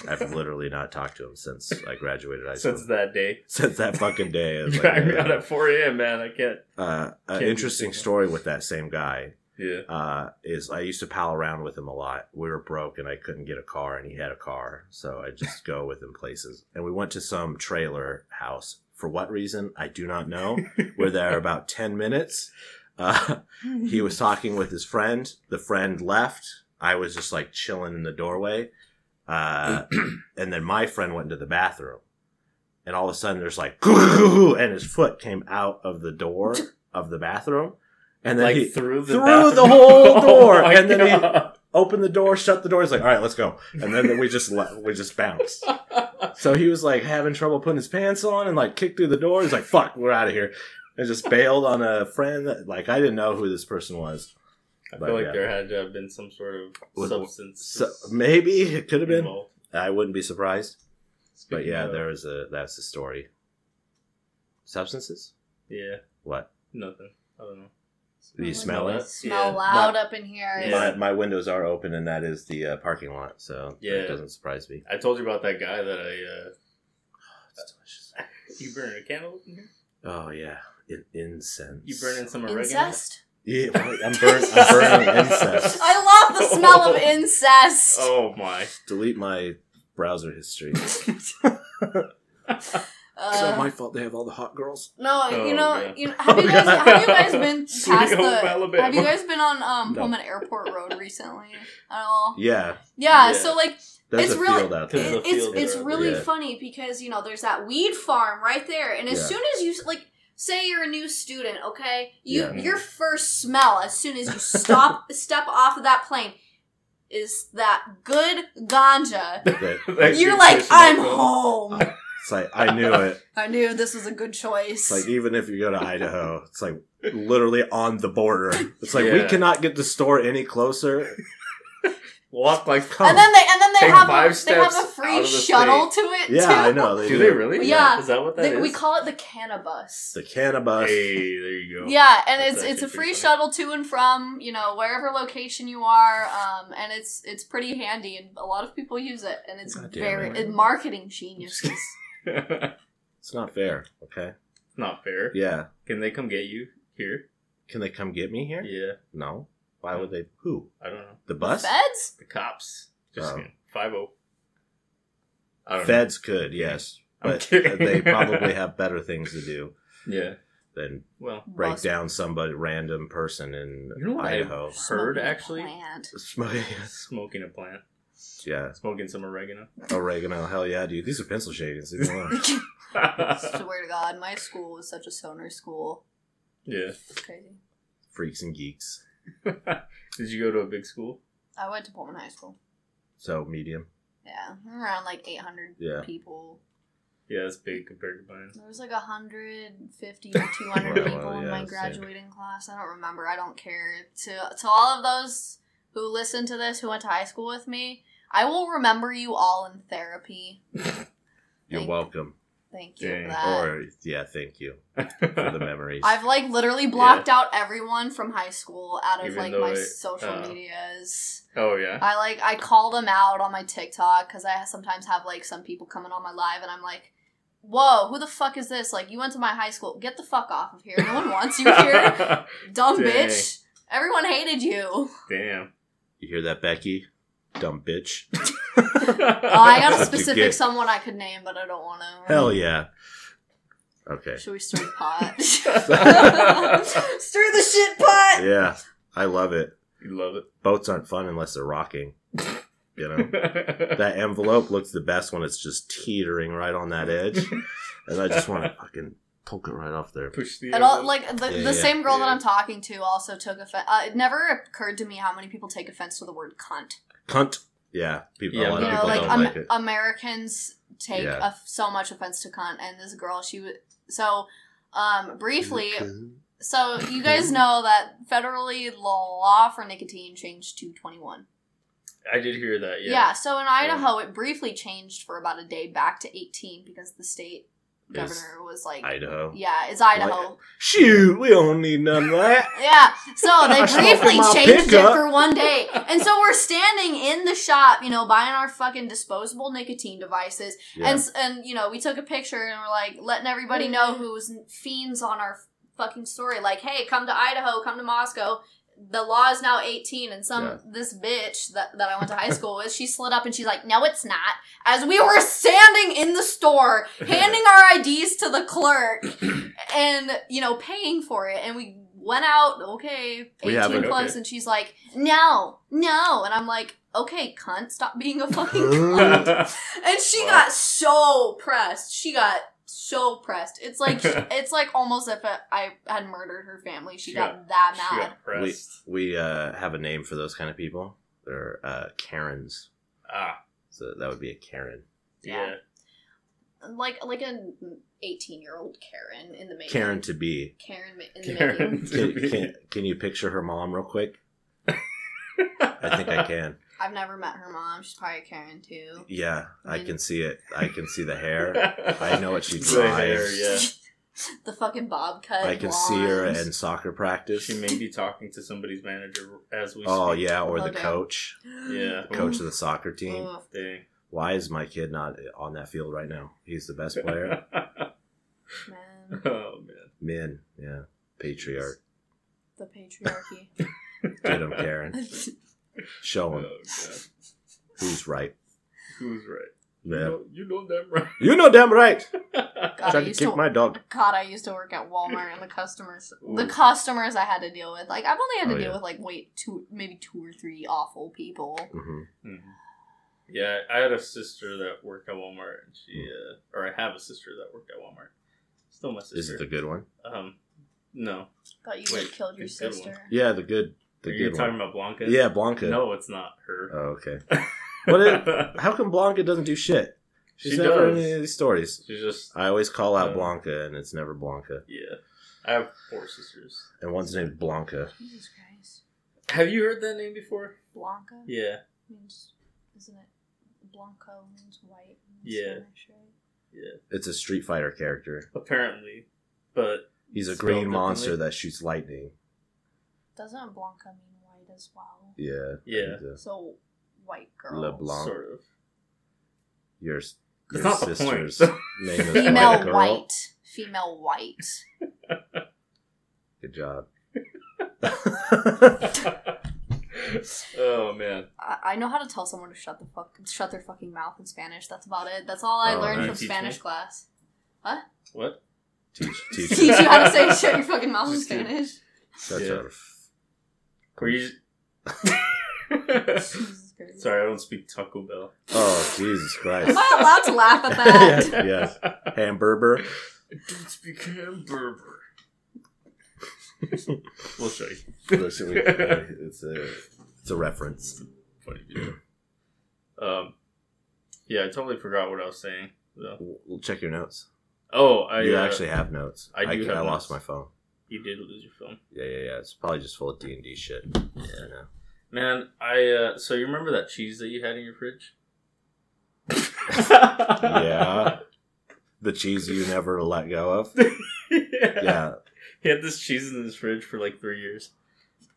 Speaker 1: I've literally not talked to him since I graduated high school.
Speaker 2: Since that day,
Speaker 1: Since that fucking day. I was like,
Speaker 2: driving me out
Speaker 1: yeah.
Speaker 2: at four a.m. Man, I can't.
Speaker 1: uh, an
Speaker 2: do
Speaker 1: interesting
Speaker 2: things.
Speaker 1: story with that same guy
Speaker 2: Yeah.
Speaker 1: uh, is I used to pal around with him a lot. We were broke and I couldn't get a car, and he had a car, so I just go with him places. And we went to some trailer house for what reason I do not know. we're there about ten minutes. Uh, he was talking with his friend. The friend left. I was just like chilling in the doorway. Uh, and then my friend went into the bathroom. And all of a sudden, there's like, and his foot came out of the door of the bathroom. And then
Speaker 2: like
Speaker 1: he
Speaker 2: through the
Speaker 1: through
Speaker 2: bathroom.
Speaker 1: the whole door,
Speaker 2: Oh my
Speaker 1: and then he-
Speaker 2: God.
Speaker 1: opened the door, shut the door. He's like, all right, let's go. And then we just left, we just bounced. So he was like having trouble putting his pants on and like kicked through the door. He's like, fuck, we're out of here. And just bailed on a friend. That, like, I didn't know who this person was.
Speaker 2: I
Speaker 1: But,
Speaker 2: feel like
Speaker 1: yeah.
Speaker 2: there had to have been some sort of
Speaker 1: Was-
Speaker 2: substance.
Speaker 1: So maybe it could have been.
Speaker 2: involved.
Speaker 1: I wouldn't be surprised. But yeah,
Speaker 2: of-
Speaker 1: there was a that's the story. Substances?
Speaker 2: Yeah,
Speaker 1: What?
Speaker 2: nothing. I don't know.
Speaker 1: Do you smell
Speaker 3: like
Speaker 1: it?
Speaker 3: we Smell
Speaker 2: Yeah.
Speaker 3: loud up in here.
Speaker 2: Yeah.
Speaker 1: My, my windows are open, and that is the uh, parking lot, so
Speaker 2: Yeah.
Speaker 1: it doesn't surprise me.
Speaker 2: I told you about that guy that I. uh
Speaker 1: It's delicious.
Speaker 2: You burning a candle in here?
Speaker 1: Oh yeah, In- incense.
Speaker 2: You burning some oregano?
Speaker 3: incest.
Speaker 1: Yeah, wait, I'm, burn- I'm burning incest.
Speaker 3: I love the smell of incest.
Speaker 2: Oh my!
Speaker 1: Delete my browser history. it's
Speaker 3: Uh,
Speaker 1: not my fault they have all the hot girls.
Speaker 3: no,
Speaker 2: Oh,
Speaker 3: you know,
Speaker 2: God.
Speaker 3: you know, have you
Speaker 2: Oh,
Speaker 3: guys
Speaker 2: God.
Speaker 3: have you guys been past
Speaker 2: Studio
Speaker 3: the?
Speaker 2: Alabama.
Speaker 3: Have you guys been on um,
Speaker 1: No.
Speaker 3: Pullman Airport Road recently at all?
Speaker 1: Yeah,
Speaker 3: Yeah,
Speaker 2: Yeah.
Speaker 3: So like,
Speaker 1: there's
Speaker 3: It's
Speaker 1: a
Speaker 3: really-
Speaker 1: field out
Speaker 2: Because
Speaker 1: there.
Speaker 2: of
Speaker 3: it,
Speaker 2: the
Speaker 3: it's
Speaker 2: fields
Speaker 3: it's
Speaker 2: are-
Speaker 3: really
Speaker 1: Yeah.
Speaker 3: funny because you know there's that weed farm right there, and as
Speaker 1: Yeah.
Speaker 3: soon as you like say you're a new student, okay, you
Speaker 1: Yeah.
Speaker 3: your first smell as soon as you stop step off of that plane is that good ganja.
Speaker 1: Okay,
Speaker 3: You're like I'm home.
Speaker 1: It's like I knew it.
Speaker 3: I knew this was a good choice.
Speaker 1: It's like even if you go to Idaho, it's like literally on the border. It's like we
Speaker 2: Yeah.
Speaker 1: cannot get the store any closer.
Speaker 2: Walk like
Speaker 1: Come.
Speaker 3: and then they and then
Speaker 2: oh.
Speaker 3: they
Speaker 2: Take
Speaker 3: have
Speaker 2: five
Speaker 3: a, they have a
Speaker 2: steps
Speaker 3: free
Speaker 2: out of the
Speaker 3: shuttle to it.
Speaker 1: yeah,
Speaker 3: too.
Speaker 1: I know. They
Speaker 2: Do they really?
Speaker 3: Yeah.
Speaker 2: Is that what that is?
Speaker 3: They- we call it the cannabis.
Speaker 1: The cannabis.
Speaker 2: Hey, there you go.
Speaker 3: Yeah, and
Speaker 2: That's
Speaker 3: it's it's a
Speaker 2: actually
Speaker 3: free
Speaker 2: pretty funny.
Speaker 3: shuttle to and from you know wherever location you are, um, and it's it's pretty handy, and a lot of people use it, and it's
Speaker 1: God damn
Speaker 3: very
Speaker 1: it.
Speaker 3: it. marketing geniuses.
Speaker 1: It's not fair. Okay.
Speaker 2: Not fair.
Speaker 1: Yeah.
Speaker 2: Can they come get you here?
Speaker 1: Can they come get me here?
Speaker 2: Yeah.
Speaker 1: No. Why would they? Who?
Speaker 2: I don't know.
Speaker 1: The bus?
Speaker 3: Feds?
Speaker 2: The cops. Just
Speaker 1: Oh.
Speaker 2: five zero. I don't
Speaker 1: Feds could, yes,
Speaker 2: I'm
Speaker 1: but
Speaker 2: kidding.
Speaker 1: they probably have better things to do
Speaker 2: know. Yeah.
Speaker 1: than
Speaker 2: Well,
Speaker 1: break
Speaker 3: Bus
Speaker 1: down somebody random person in
Speaker 2: You know what I-
Speaker 1: Idaho.
Speaker 2: heard
Speaker 3: smoking
Speaker 2: actually.
Speaker 3: plant.
Speaker 1: Smoking,
Speaker 2: smoking a plant,
Speaker 1: yeah,
Speaker 2: smoking some oregano.
Speaker 1: oregano. Hell yeah, dude. These are pencil shavings. leave me alone.
Speaker 3: Swear to God, my school was such a stoner school.
Speaker 2: yeah.
Speaker 3: It's crazy.
Speaker 1: Freaks and geeks.
Speaker 2: Did you go to a big school?
Speaker 3: I went to Pullman High School.
Speaker 1: So medium.
Speaker 3: Yeah, around like 800
Speaker 1: Yeah.
Speaker 3: people.
Speaker 2: Yeah, that's big compared to mine.
Speaker 3: There was like 150 or 200
Speaker 1: Wow,
Speaker 3: people in
Speaker 1: yeah,
Speaker 3: my
Speaker 1: same.
Speaker 3: graduating class. I don't remember. I don't care. To to all of those who listen to this who went to high school with me, I will remember you all in therapy.
Speaker 1: You're
Speaker 3: Thank-
Speaker 1: welcome.
Speaker 3: Thank you
Speaker 2: Dang.
Speaker 3: for that.
Speaker 1: or yeah, thank you for the memories.
Speaker 3: I've like literally blocked out everyone from high school out of
Speaker 2: Even
Speaker 3: like
Speaker 2: though
Speaker 3: my
Speaker 2: it-
Speaker 3: social
Speaker 2: oh.
Speaker 3: medias.
Speaker 2: oh yeah.
Speaker 3: I like I called them out on my TikTok because I sometimes have like some people coming on my live and I'm like, "Whoa, who the fuck is this? Like, you went to my high school. Get the fuck off of here. No one wants you here, dumb
Speaker 2: Dang.
Speaker 3: bitch. Everyone hated you." Oh,
Speaker 2: Damn.
Speaker 1: you hear that, Becky? Dumb bitch.
Speaker 3: Oh, I
Speaker 1: That's
Speaker 3: got a
Speaker 1: what you
Speaker 3: specific
Speaker 1: get.
Speaker 3: someone I could name, but I don't want to.
Speaker 1: Hell yeah. Okay.
Speaker 3: Should we stir the pot?
Speaker 2: you
Speaker 3: stir the shit pot.
Speaker 1: Yeah, I love it.
Speaker 2: love
Speaker 1: Boats aren't fun unless they're rocking. You know.
Speaker 2: it.
Speaker 1: that envelope looks the best when it's just teetering right on that edge. And I just want to fucking poke it right off there.
Speaker 2: Push the.
Speaker 3: And all, like the,
Speaker 1: Yeah,
Speaker 3: the
Speaker 1: yeah,
Speaker 3: same girl that
Speaker 2: yeah.
Speaker 3: I'm talking to also took offense. Uh, it never occurred to me how many people take offense to the word cunt.
Speaker 1: Cunt. Yeah, people.
Speaker 2: Yeah,
Speaker 1: a lot
Speaker 3: you
Speaker 1: of
Speaker 3: know,
Speaker 1: people
Speaker 3: like, um,
Speaker 1: don't
Speaker 3: Am-
Speaker 1: like it.
Speaker 3: Americans take
Speaker 1: Yeah.
Speaker 3: off- so much offense to cunt, and this girl, she was so um, briefly. So you guys know that federally the law for nicotine changed to twenty one.
Speaker 2: I did hear that.
Speaker 3: Yeah.
Speaker 2: Yeah.
Speaker 3: So in Idaho, it briefly changed for about a day back to eighteen because the state governor was like,
Speaker 1: Idaho.
Speaker 3: "Yeah, it's Idaho."
Speaker 1: Shoot, we don't need none of that.
Speaker 3: Yeah. So they
Speaker 1: Smoking
Speaker 3: briefly
Speaker 1: my
Speaker 3: changed it
Speaker 1: pickup.
Speaker 3: for one day. And so we're standing in the shop, you know, buying our fucking disposable nicotine devices.
Speaker 1: Yeah.
Speaker 3: And s- and you know, we took a picture and we're like letting everybody know who's fiends on our fucking story like, "Hey, come to Idaho, come to Moscow." The law is now 18 and some
Speaker 1: Yeah.
Speaker 3: this bitch that, that I went to high school with, she slid up and she's like, "No, it's not." As we were standing in the store handing our IDs to the clerk and you know paying for it and we went out okay
Speaker 1: We
Speaker 3: 18
Speaker 1: haven't-
Speaker 3: plus
Speaker 2: okay.
Speaker 3: and she's like no no and i'm like okay cunt stop being a fucking cunt and she
Speaker 2: Wow.
Speaker 3: got so pressed she got so pressed it's like it's like almost if i had murdered her family she,
Speaker 2: She
Speaker 3: got, that
Speaker 2: She
Speaker 3: mad
Speaker 2: got pressed.
Speaker 1: we uh, have a name for those kind of people. They're uh, Karens.
Speaker 2: Ah.
Speaker 1: So that would be a Karen.
Speaker 2: Yeah.
Speaker 3: like like an 18 year old karen in the making
Speaker 1: Karen to be.
Speaker 3: karen ma- in the making
Speaker 2: Karen.
Speaker 1: Can, can, can you picture her mom real quick? I think I can.
Speaker 3: I've never met her mom. She's probably a Karen too.
Speaker 1: Yeah, I
Speaker 3: Mm.
Speaker 1: can see it. I can see the hair.
Speaker 2: I
Speaker 1: I know what she
Speaker 2: The hair,
Speaker 1: drives.
Speaker 2: yeah.
Speaker 3: the fucking bob cut.
Speaker 1: I can see her
Speaker 3: blonde.
Speaker 1: in soccer practice.
Speaker 2: She may be talking to somebody's manager as we
Speaker 1: oh
Speaker 2: speak.
Speaker 1: yeah, or
Speaker 3: Oh,
Speaker 1: the
Speaker 3: damn.
Speaker 1: coach,
Speaker 2: Yeah.
Speaker 1: the coach of the soccer team.
Speaker 3: Ugh.
Speaker 2: Dang.
Speaker 1: Why is my kid not on that field right now? He's the best player.
Speaker 3: man,
Speaker 2: oh, man.
Speaker 1: Men, yeah, patriarch.
Speaker 3: the patriarchy.
Speaker 1: Get him, Karen. Show
Speaker 2: Oh,
Speaker 1: him
Speaker 2: God.
Speaker 1: who's right.
Speaker 2: Who's right? You,
Speaker 1: Yeah.
Speaker 2: know, you know them right.
Speaker 1: You know damn right.
Speaker 3: God, I
Speaker 1: Trying to
Speaker 3: used
Speaker 1: kick
Speaker 3: to-
Speaker 1: my dog.
Speaker 3: God, I used to work at Walmart and the customers, the
Speaker 2: Ooh.
Speaker 3: customers I had to deal with. Like I've only had to
Speaker 1: Oh,
Speaker 3: deal
Speaker 1: yeah.
Speaker 3: with like wait two, maybe two or three awful people.
Speaker 1: hmm
Speaker 2: Mm-hmm. Yeah, I had a sister that worked at Walmart, and
Speaker 1: Hmm.
Speaker 2: she, uh, or I have a sister that worked at Walmart. Still my
Speaker 1: Is
Speaker 2: sister.
Speaker 1: it the good one?
Speaker 2: um, no.
Speaker 3: Thought you
Speaker 2: Wait,
Speaker 3: would've killed your
Speaker 2: it's a good
Speaker 3: sister.
Speaker 1: Yeah, the good, the
Speaker 2: Are you
Speaker 1: good
Speaker 2: talking
Speaker 1: one.
Speaker 2: about Blanca?
Speaker 1: Yeah, Blanca.
Speaker 2: No, it's not her.
Speaker 1: Oh, okay. What How come Blanca doesn't do shit? She's
Speaker 2: She
Speaker 1: never in
Speaker 2: does.
Speaker 1: any of these stories.
Speaker 2: She's just
Speaker 1: I always call out
Speaker 2: Uh,
Speaker 1: Blanca, and it's never Blanca.
Speaker 2: yeah. I have four sisters.
Speaker 1: And one's named Blanca.
Speaker 3: Jesus Christ,
Speaker 2: Have you heard that name before?
Speaker 3: Blanca
Speaker 2: Yeah.
Speaker 3: means isn't it? Blanco means white. In
Speaker 2: Yeah.
Speaker 3: Spanish, right?
Speaker 1: It's a Street Fighter character.
Speaker 2: Apparently, but
Speaker 1: He's a
Speaker 2: Spelled
Speaker 1: green
Speaker 2: differently.
Speaker 1: monster that shoots lightning.
Speaker 3: Doesn't Blanca mean white as well?
Speaker 1: Yeah. uh,
Speaker 2: Yeah.
Speaker 1: He's a-
Speaker 3: So white girl.
Speaker 1: LeBlanc. Blanc.
Speaker 2: sort of.
Speaker 1: your s- your
Speaker 2: It's not the point.
Speaker 1: sister's name is
Speaker 3: Female
Speaker 1: White
Speaker 3: white,
Speaker 1: Girl.
Speaker 3: Female white.
Speaker 1: Good job.
Speaker 2: oh man.
Speaker 3: I I know how to tell someone to shut the fuck shut their fucking mouth in Spanish. That's about it. That's all I
Speaker 1: Oh,
Speaker 3: learned
Speaker 1: nice.
Speaker 3: from
Speaker 2: Teach
Speaker 3: Spanish
Speaker 2: me.
Speaker 3: class.
Speaker 2: What?
Speaker 1: teach,
Speaker 3: Teach
Speaker 1: teach.
Speaker 3: you how to say shut your fucking mouth in
Speaker 2: Just kidding.
Speaker 3: Spanish.
Speaker 1: Such
Speaker 2: Yeah.
Speaker 1: a f-
Speaker 2: Were you?
Speaker 3: Jesus Christ.
Speaker 2: Sorry, I don't speak Taco Bell.
Speaker 1: oh Jesus Christ.
Speaker 3: Am I allowed to laugh at
Speaker 1: Yeah.
Speaker 3: that?
Speaker 1: Yes. Hamburger.
Speaker 2: I don't speak hamburger. we'll show you.
Speaker 1: Listen, we- uh, it's a it's a reference.
Speaker 2: Funny video. Um, yeah, I totally forgot what I was saying. though.
Speaker 1: We'll we'll check your notes.
Speaker 2: Oh, I
Speaker 1: you
Speaker 2: uh,
Speaker 1: actually have notes.
Speaker 2: I do have
Speaker 1: I lost my
Speaker 2: notes.
Speaker 1: phone.
Speaker 2: you did lose your phone.
Speaker 1: Yeah, yeah, yeah. It's probably just full of D and D shit. Yeah.
Speaker 2: Man, I uh, so you remember that cheese that you had in your fridge?
Speaker 1: Yeah. The cheese you never let go of.
Speaker 2: yeah.
Speaker 1: Yeah,
Speaker 2: He had this cheese in his fridge for like three years.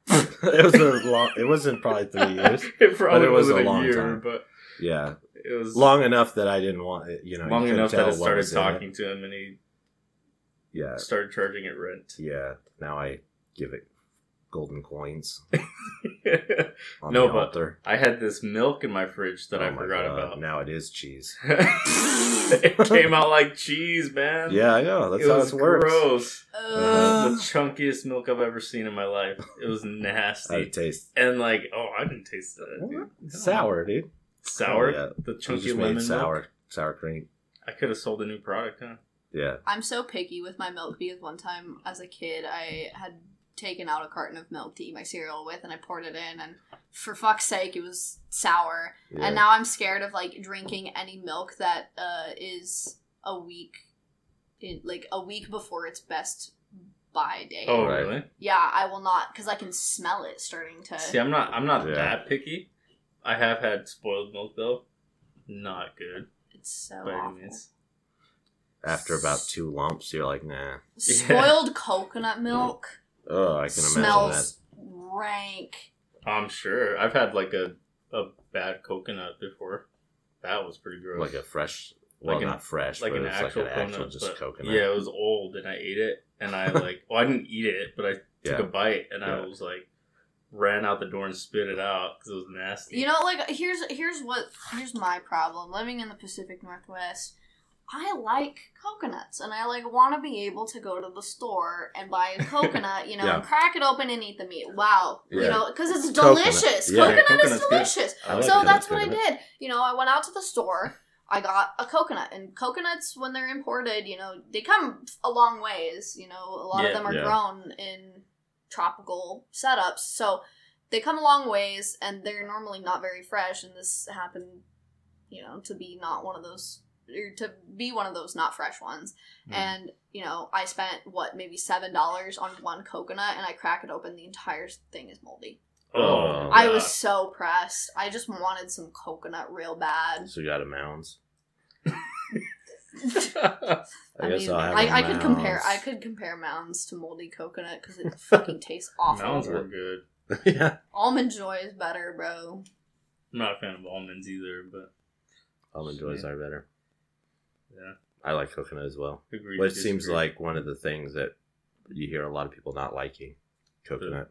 Speaker 1: it was a long. It wasn't probably three years.
Speaker 2: it probably
Speaker 1: But it was
Speaker 2: wasn't
Speaker 1: a
Speaker 2: a,
Speaker 1: long
Speaker 2: year,
Speaker 1: time.
Speaker 2: but
Speaker 1: Yeah,
Speaker 2: it was long,
Speaker 1: long enough that I didn't want it. You know, you couldn't
Speaker 2: enough that
Speaker 1: tell
Speaker 2: I
Speaker 1: what
Speaker 2: started
Speaker 1: was in it. Uh,
Speaker 2: talking to him, and he
Speaker 1: Yeah,
Speaker 2: started charging it rent.
Speaker 1: yeah. Now I give it golden coins on
Speaker 2: No,
Speaker 1: the
Speaker 2: but-
Speaker 1: altar.
Speaker 2: I had this milk in my fridge that
Speaker 1: Oh
Speaker 2: I
Speaker 1: my
Speaker 2: forgot
Speaker 1: God,
Speaker 2: about.
Speaker 1: Now it is cheese.
Speaker 2: it came out like cheese, man.
Speaker 1: Yeah, I know. That's
Speaker 2: it
Speaker 1: how
Speaker 2: was
Speaker 1: it works.
Speaker 2: gross.
Speaker 3: Ugh.
Speaker 2: the chunkiest milk I've ever seen in my life. It was
Speaker 1: How it
Speaker 2: nasty.
Speaker 1: tastes
Speaker 2: and like, oh, I didn't taste that. dude.
Speaker 1: What? sour, dude.
Speaker 2: Sour?
Speaker 1: Oh, yeah.
Speaker 2: The
Speaker 1: It was
Speaker 2: chunky
Speaker 1: just
Speaker 2: lemon
Speaker 1: made sour,
Speaker 2: milk?
Speaker 1: sour cream.
Speaker 2: I could have sold a new product, huh?
Speaker 1: Yeah.
Speaker 3: I'm so picky with my milk because one time as a kid I had taken out a carton of milk to eat my cereal with and I poured it in and for fuck's sake it was sour.
Speaker 1: yeah.
Speaker 3: And now I'm scared of like drinking any milk that uh, is a week, in, like a week before its best by date.
Speaker 2: Oh,
Speaker 1: Right.
Speaker 2: really?
Speaker 3: Yeah, I will not because I can smell it starting to.
Speaker 2: See, I'm not. I'm not
Speaker 1: Yeah.
Speaker 2: that picky. I have had spoiled milk though. Not good
Speaker 3: It's so
Speaker 2: by
Speaker 3: awful.
Speaker 2: any means.
Speaker 1: After about two lumps, you're like, nah.
Speaker 3: Spoiled coconut milk
Speaker 1: Oh, I can imagine
Speaker 3: smells rank.
Speaker 2: I'm sure. I've had like a a bad coconut before. That was pretty
Speaker 1: that.
Speaker 2: gross.
Speaker 1: Like a fresh, well,
Speaker 2: Like an-
Speaker 1: not fresh,
Speaker 2: like
Speaker 1: but
Speaker 2: an
Speaker 1: it's like
Speaker 2: actual
Speaker 1: an actual
Speaker 2: coconut,
Speaker 1: just
Speaker 2: but-
Speaker 1: coconut.
Speaker 2: Yeah, it was old, and I ate it, and I like. well, I didn't eat it, but I
Speaker 1: Yeah.
Speaker 2: took a bite, and
Speaker 1: Yeah.
Speaker 2: I was like, ran out the door and spit it out because it was nasty.
Speaker 3: You know, like here's here's what here's my problem. Living in the Pacific Northwest, I like coconuts and I like want to be able to go to the store and buy a coconut, you know,
Speaker 1: Yeah.
Speaker 3: and crack it open and eat the meat. Wow, you
Speaker 1: Yeah.
Speaker 3: know, because it's
Speaker 1: Coconut.
Speaker 3: delicious. Coconut,
Speaker 1: Yeah.
Speaker 2: Yeah,
Speaker 3: is
Speaker 2: coconut's good.
Speaker 3: delicious.
Speaker 1: I like
Speaker 3: so
Speaker 1: coconut,
Speaker 3: that's what I
Speaker 1: coconut.
Speaker 3: did. You know, I went out to the store. I got a coconut, and coconuts when they're imported, you know, they come a long ways. You know, a lot
Speaker 2: Yeah.
Speaker 3: of them are
Speaker 1: Yeah.
Speaker 3: grown in tropical setups, so they come a long ways, and they're normally not very fresh. And this happened, you know, to be not one of those, or to be one of those not fresh ones.
Speaker 1: Hmm.
Speaker 2: Mm.
Speaker 3: And you know, I spent what maybe seven dollars on one coconut, and I crack it open, the entire thing is moldy.
Speaker 2: Oh,
Speaker 3: I
Speaker 2: God.
Speaker 3: was so pressed. I just wanted some coconut real bad.
Speaker 1: So you got a mounds.
Speaker 3: I, mean,
Speaker 1: I'll have
Speaker 3: I,
Speaker 1: a
Speaker 3: I could compare.
Speaker 1: Mounds.
Speaker 3: I could compare mounds to moldy coconut because it fucking tastes awful.
Speaker 2: Mounds were good.
Speaker 1: yeah.
Speaker 3: Almond Joy is better, bro.
Speaker 2: I'm not a fan of almonds either, but
Speaker 1: Almond joys are better.
Speaker 2: Yeah.
Speaker 1: I like coconut as well.
Speaker 2: agree.
Speaker 1: But
Speaker 2: to
Speaker 1: it seems
Speaker 2: disagree.
Speaker 1: like one of the things that you hear a lot of people not liking coconut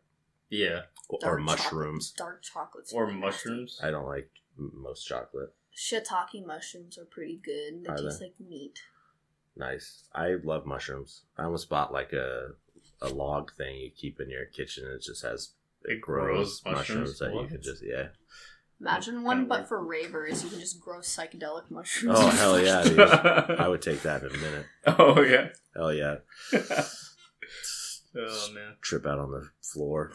Speaker 2: yeah,
Speaker 1: or
Speaker 3: Dark
Speaker 1: mushrooms.
Speaker 3: chocolate- dark chocolates
Speaker 2: or mushrooms.
Speaker 1: I don't like m- most chocolate.
Speaker 3: Shiitake mushrooms are pretty good. They
Speaker 1: Are
Speaker 3: taste
Speaker 1: they?
Speaker 3: like meat.
Speaker 1: Nice. I love mushrooms. I almost bought like a a log thing you keep in your kitchen. It just has
Speaker 2: It
Speaker 1: grows
Speaker 2: grows
Speaker 1: mushrooms
Speaker 2: mushrooms?
Speaker 1: that you
Speaker 2: What?
Speaker 1: could just yeah.
Speaker 3: Imagine
Speaker 2: Kinda
Speaker 3: one, but
Speaker 2: weird.
Speaker 3: for ravers, you can just grow psychedelic mushrooms.
Speaker 1: Oh hell yeah! dude. I would take that in a minute.
Speaker 2: oh yeah.
Speaker 1: Hell yeah!
Speaker 2: oh man.
Speaker 1: Trip out on the floor.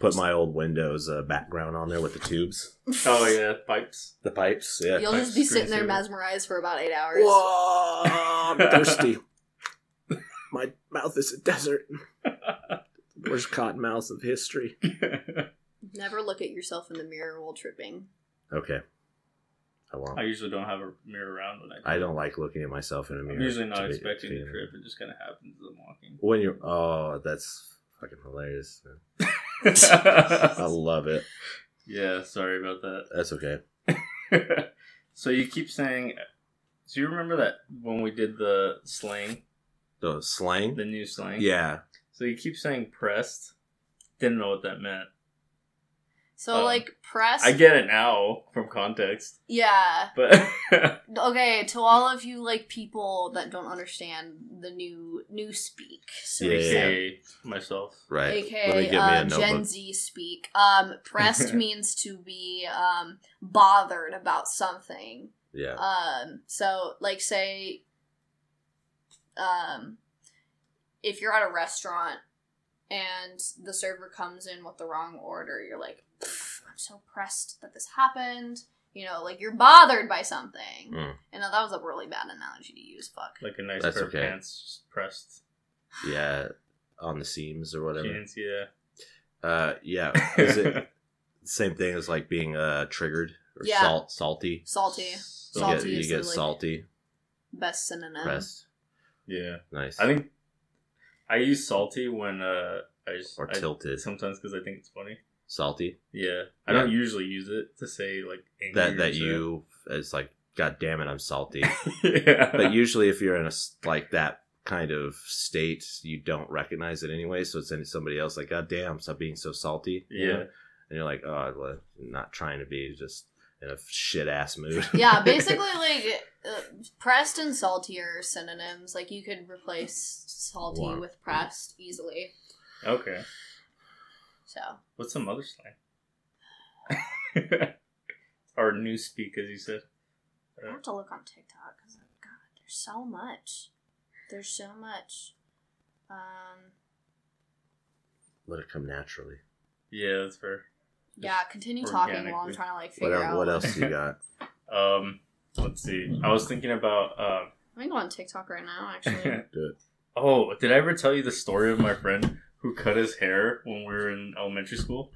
Speaker 1: Put my old Windows uh, background on there with the tubes,
Speaker 2: Oh yeah, pipes.
Speaker 1: the pipes. Yeah.
Speaker 3: You'll
Speaker 2: Like
Speaker 3: just be sitting there
Speaker 2: screen saver.
Speaker 3: mesmerized for about eight hours.
Speaker 1: Whoa! I'm thirsty. My mouth is a desert. Worst cotton mouths of history.
Speaker 3: Never look at yourself in the mirror while tripping.
Speaker 1: Okay. I won't.
Speaker 2: I usually don't have a mirror around when I.
Speaker 1: I don't like looking at myself in a mirror.
Speaker 2: I'm usually
Speaker 1: to
Speaker 2: not
Speaker 1: be-
Speaker 2: expecting
Speaker 1: to be-
Speaker 2: the trip. It just kind of happens as I'm walking.
Speaker 1: When you're. Oh, that's fucking hilarious. man. I love it.
Speaker 2: yeah, sorry about
Speaker 1: That's okay.
Speaker 2: that. so you keep saying. Do you remember that when we did the slang,
Speaker 1: The slang?
Speaker 2: the new slang?
Speaker 1: Yeah.
Speaker 2: So you keep saying pressed. Didn't know what that meant.
Speaker 3: So
Speaker 1: Uh,
Speaker 2: Um,
Speaker 3: like press.
Speaker 2: I get it now from context,
Speaker 3: yeah.
Speaker 2: but
Speaker 3: Okay, to all of you like people that don't understand the new new speak, so to
Speaker 1: Yeah.
Speaker 3: say,
Speaker 2: aka myself.
Speaker 1: Right. Let me
Speaker 3: aka
Speaker 1: get me a
Speaker 3: uh,
Speaker 1: notebook.
Speaker 3: Gen Z speak. Um, pressed means to be um bothered about something.
Speaker 1: yeah.
Speaker 3: Um, so like say, um, if you're at a restaurant and the server comes in with the wrong order, you're like, "Pff, I'm so pressed that this happened. You know, like you're bothered by something.
Speaker 1: Mm.
Speaker 3: And that was a really bad analogy to use. Fuck.
Speaker 2: Like a nice
Speaker 1: That's
Speaker 2: pair
Speaker 1: okay.
Speaker 2: of pants just pressed
Speaker 1: yeah. On the seams or whatever.
Speaker 2: jeans, yeah.
Speaker 1: Uh, yeah. Is it same thing as like being uh triggered or
Speaker 3: Yeah.
Speaker 1: salt salty?
Speaker 3: Salty,
Speaker 1: You
Speaker 2: So-
Speaker 1: get-
Speaker 3: Salty
Speaker 1: you
Speaker 3: is
Speaker 1: get,
Speaker 3: the, like,
Speaker 1: salty.
Speaker 3: best synonym.
Speaker 1: Pressed.
Speaker 2: Yeah.
Speaker 1: Nice.
Speaker 2: I think I use salty when uh I just
Speaker 1: or
Speaker 2: I-
Speaker 1: tilted.
Speaker 2: sometimes because I think it's funny.
Speaker 1: salty.
Speaker 2: Yeah, I
Speaker 1: Yeah.
Speaker 2: don't usually use it to say like angry
Speaker 1: That
Speaker 2: or
Speaker 1: that
Speaker 2: upset.
Speaker 1: you it's like, God damn it, I'm salty.
Speaker 2: yeah,
Speaker 1: but usually if you're in a s- like that kind of state you don't recognize it anyway so it's in somebody else like god damn stop being so salty you know?
Speaker 2: yeah,
Speaker 1: and you're like oh well, not trying to be just in a shit ass mood
Speaker 3: yeah, basically, like uh, pressed and salty are synonyms. Like you could replace salty
Speaker 1: Wow.
Speaker 3: with pressed easily.
Speaker 2: okay.
Speaker 3: So
Speaker 2: What's some other slang? or new speak, as you said.
Speaker 3: I have to look on TikTok because God, there's so much. There's so much. Um,
Speaker 1: let it come naturally
Speaker 2: Yeah, that's fair.
Speaker 3: yeah, continue talking while I'm
Speaker 2: Organically.
Speaker 3: trying to like
Speaker 1: what,
Speaker 3: figure
Speaker 1: el-
Speaker 3: out.
Speaker 1: what else you got
Speaker 2: Um, let's see. I was thinking about. Um,
Speaker 3: I'm gonna go on TikTok right now. Actually,
Speaker 2: Oh, did I ever tell you the story of my friend who cut his hair when we were in elementary school?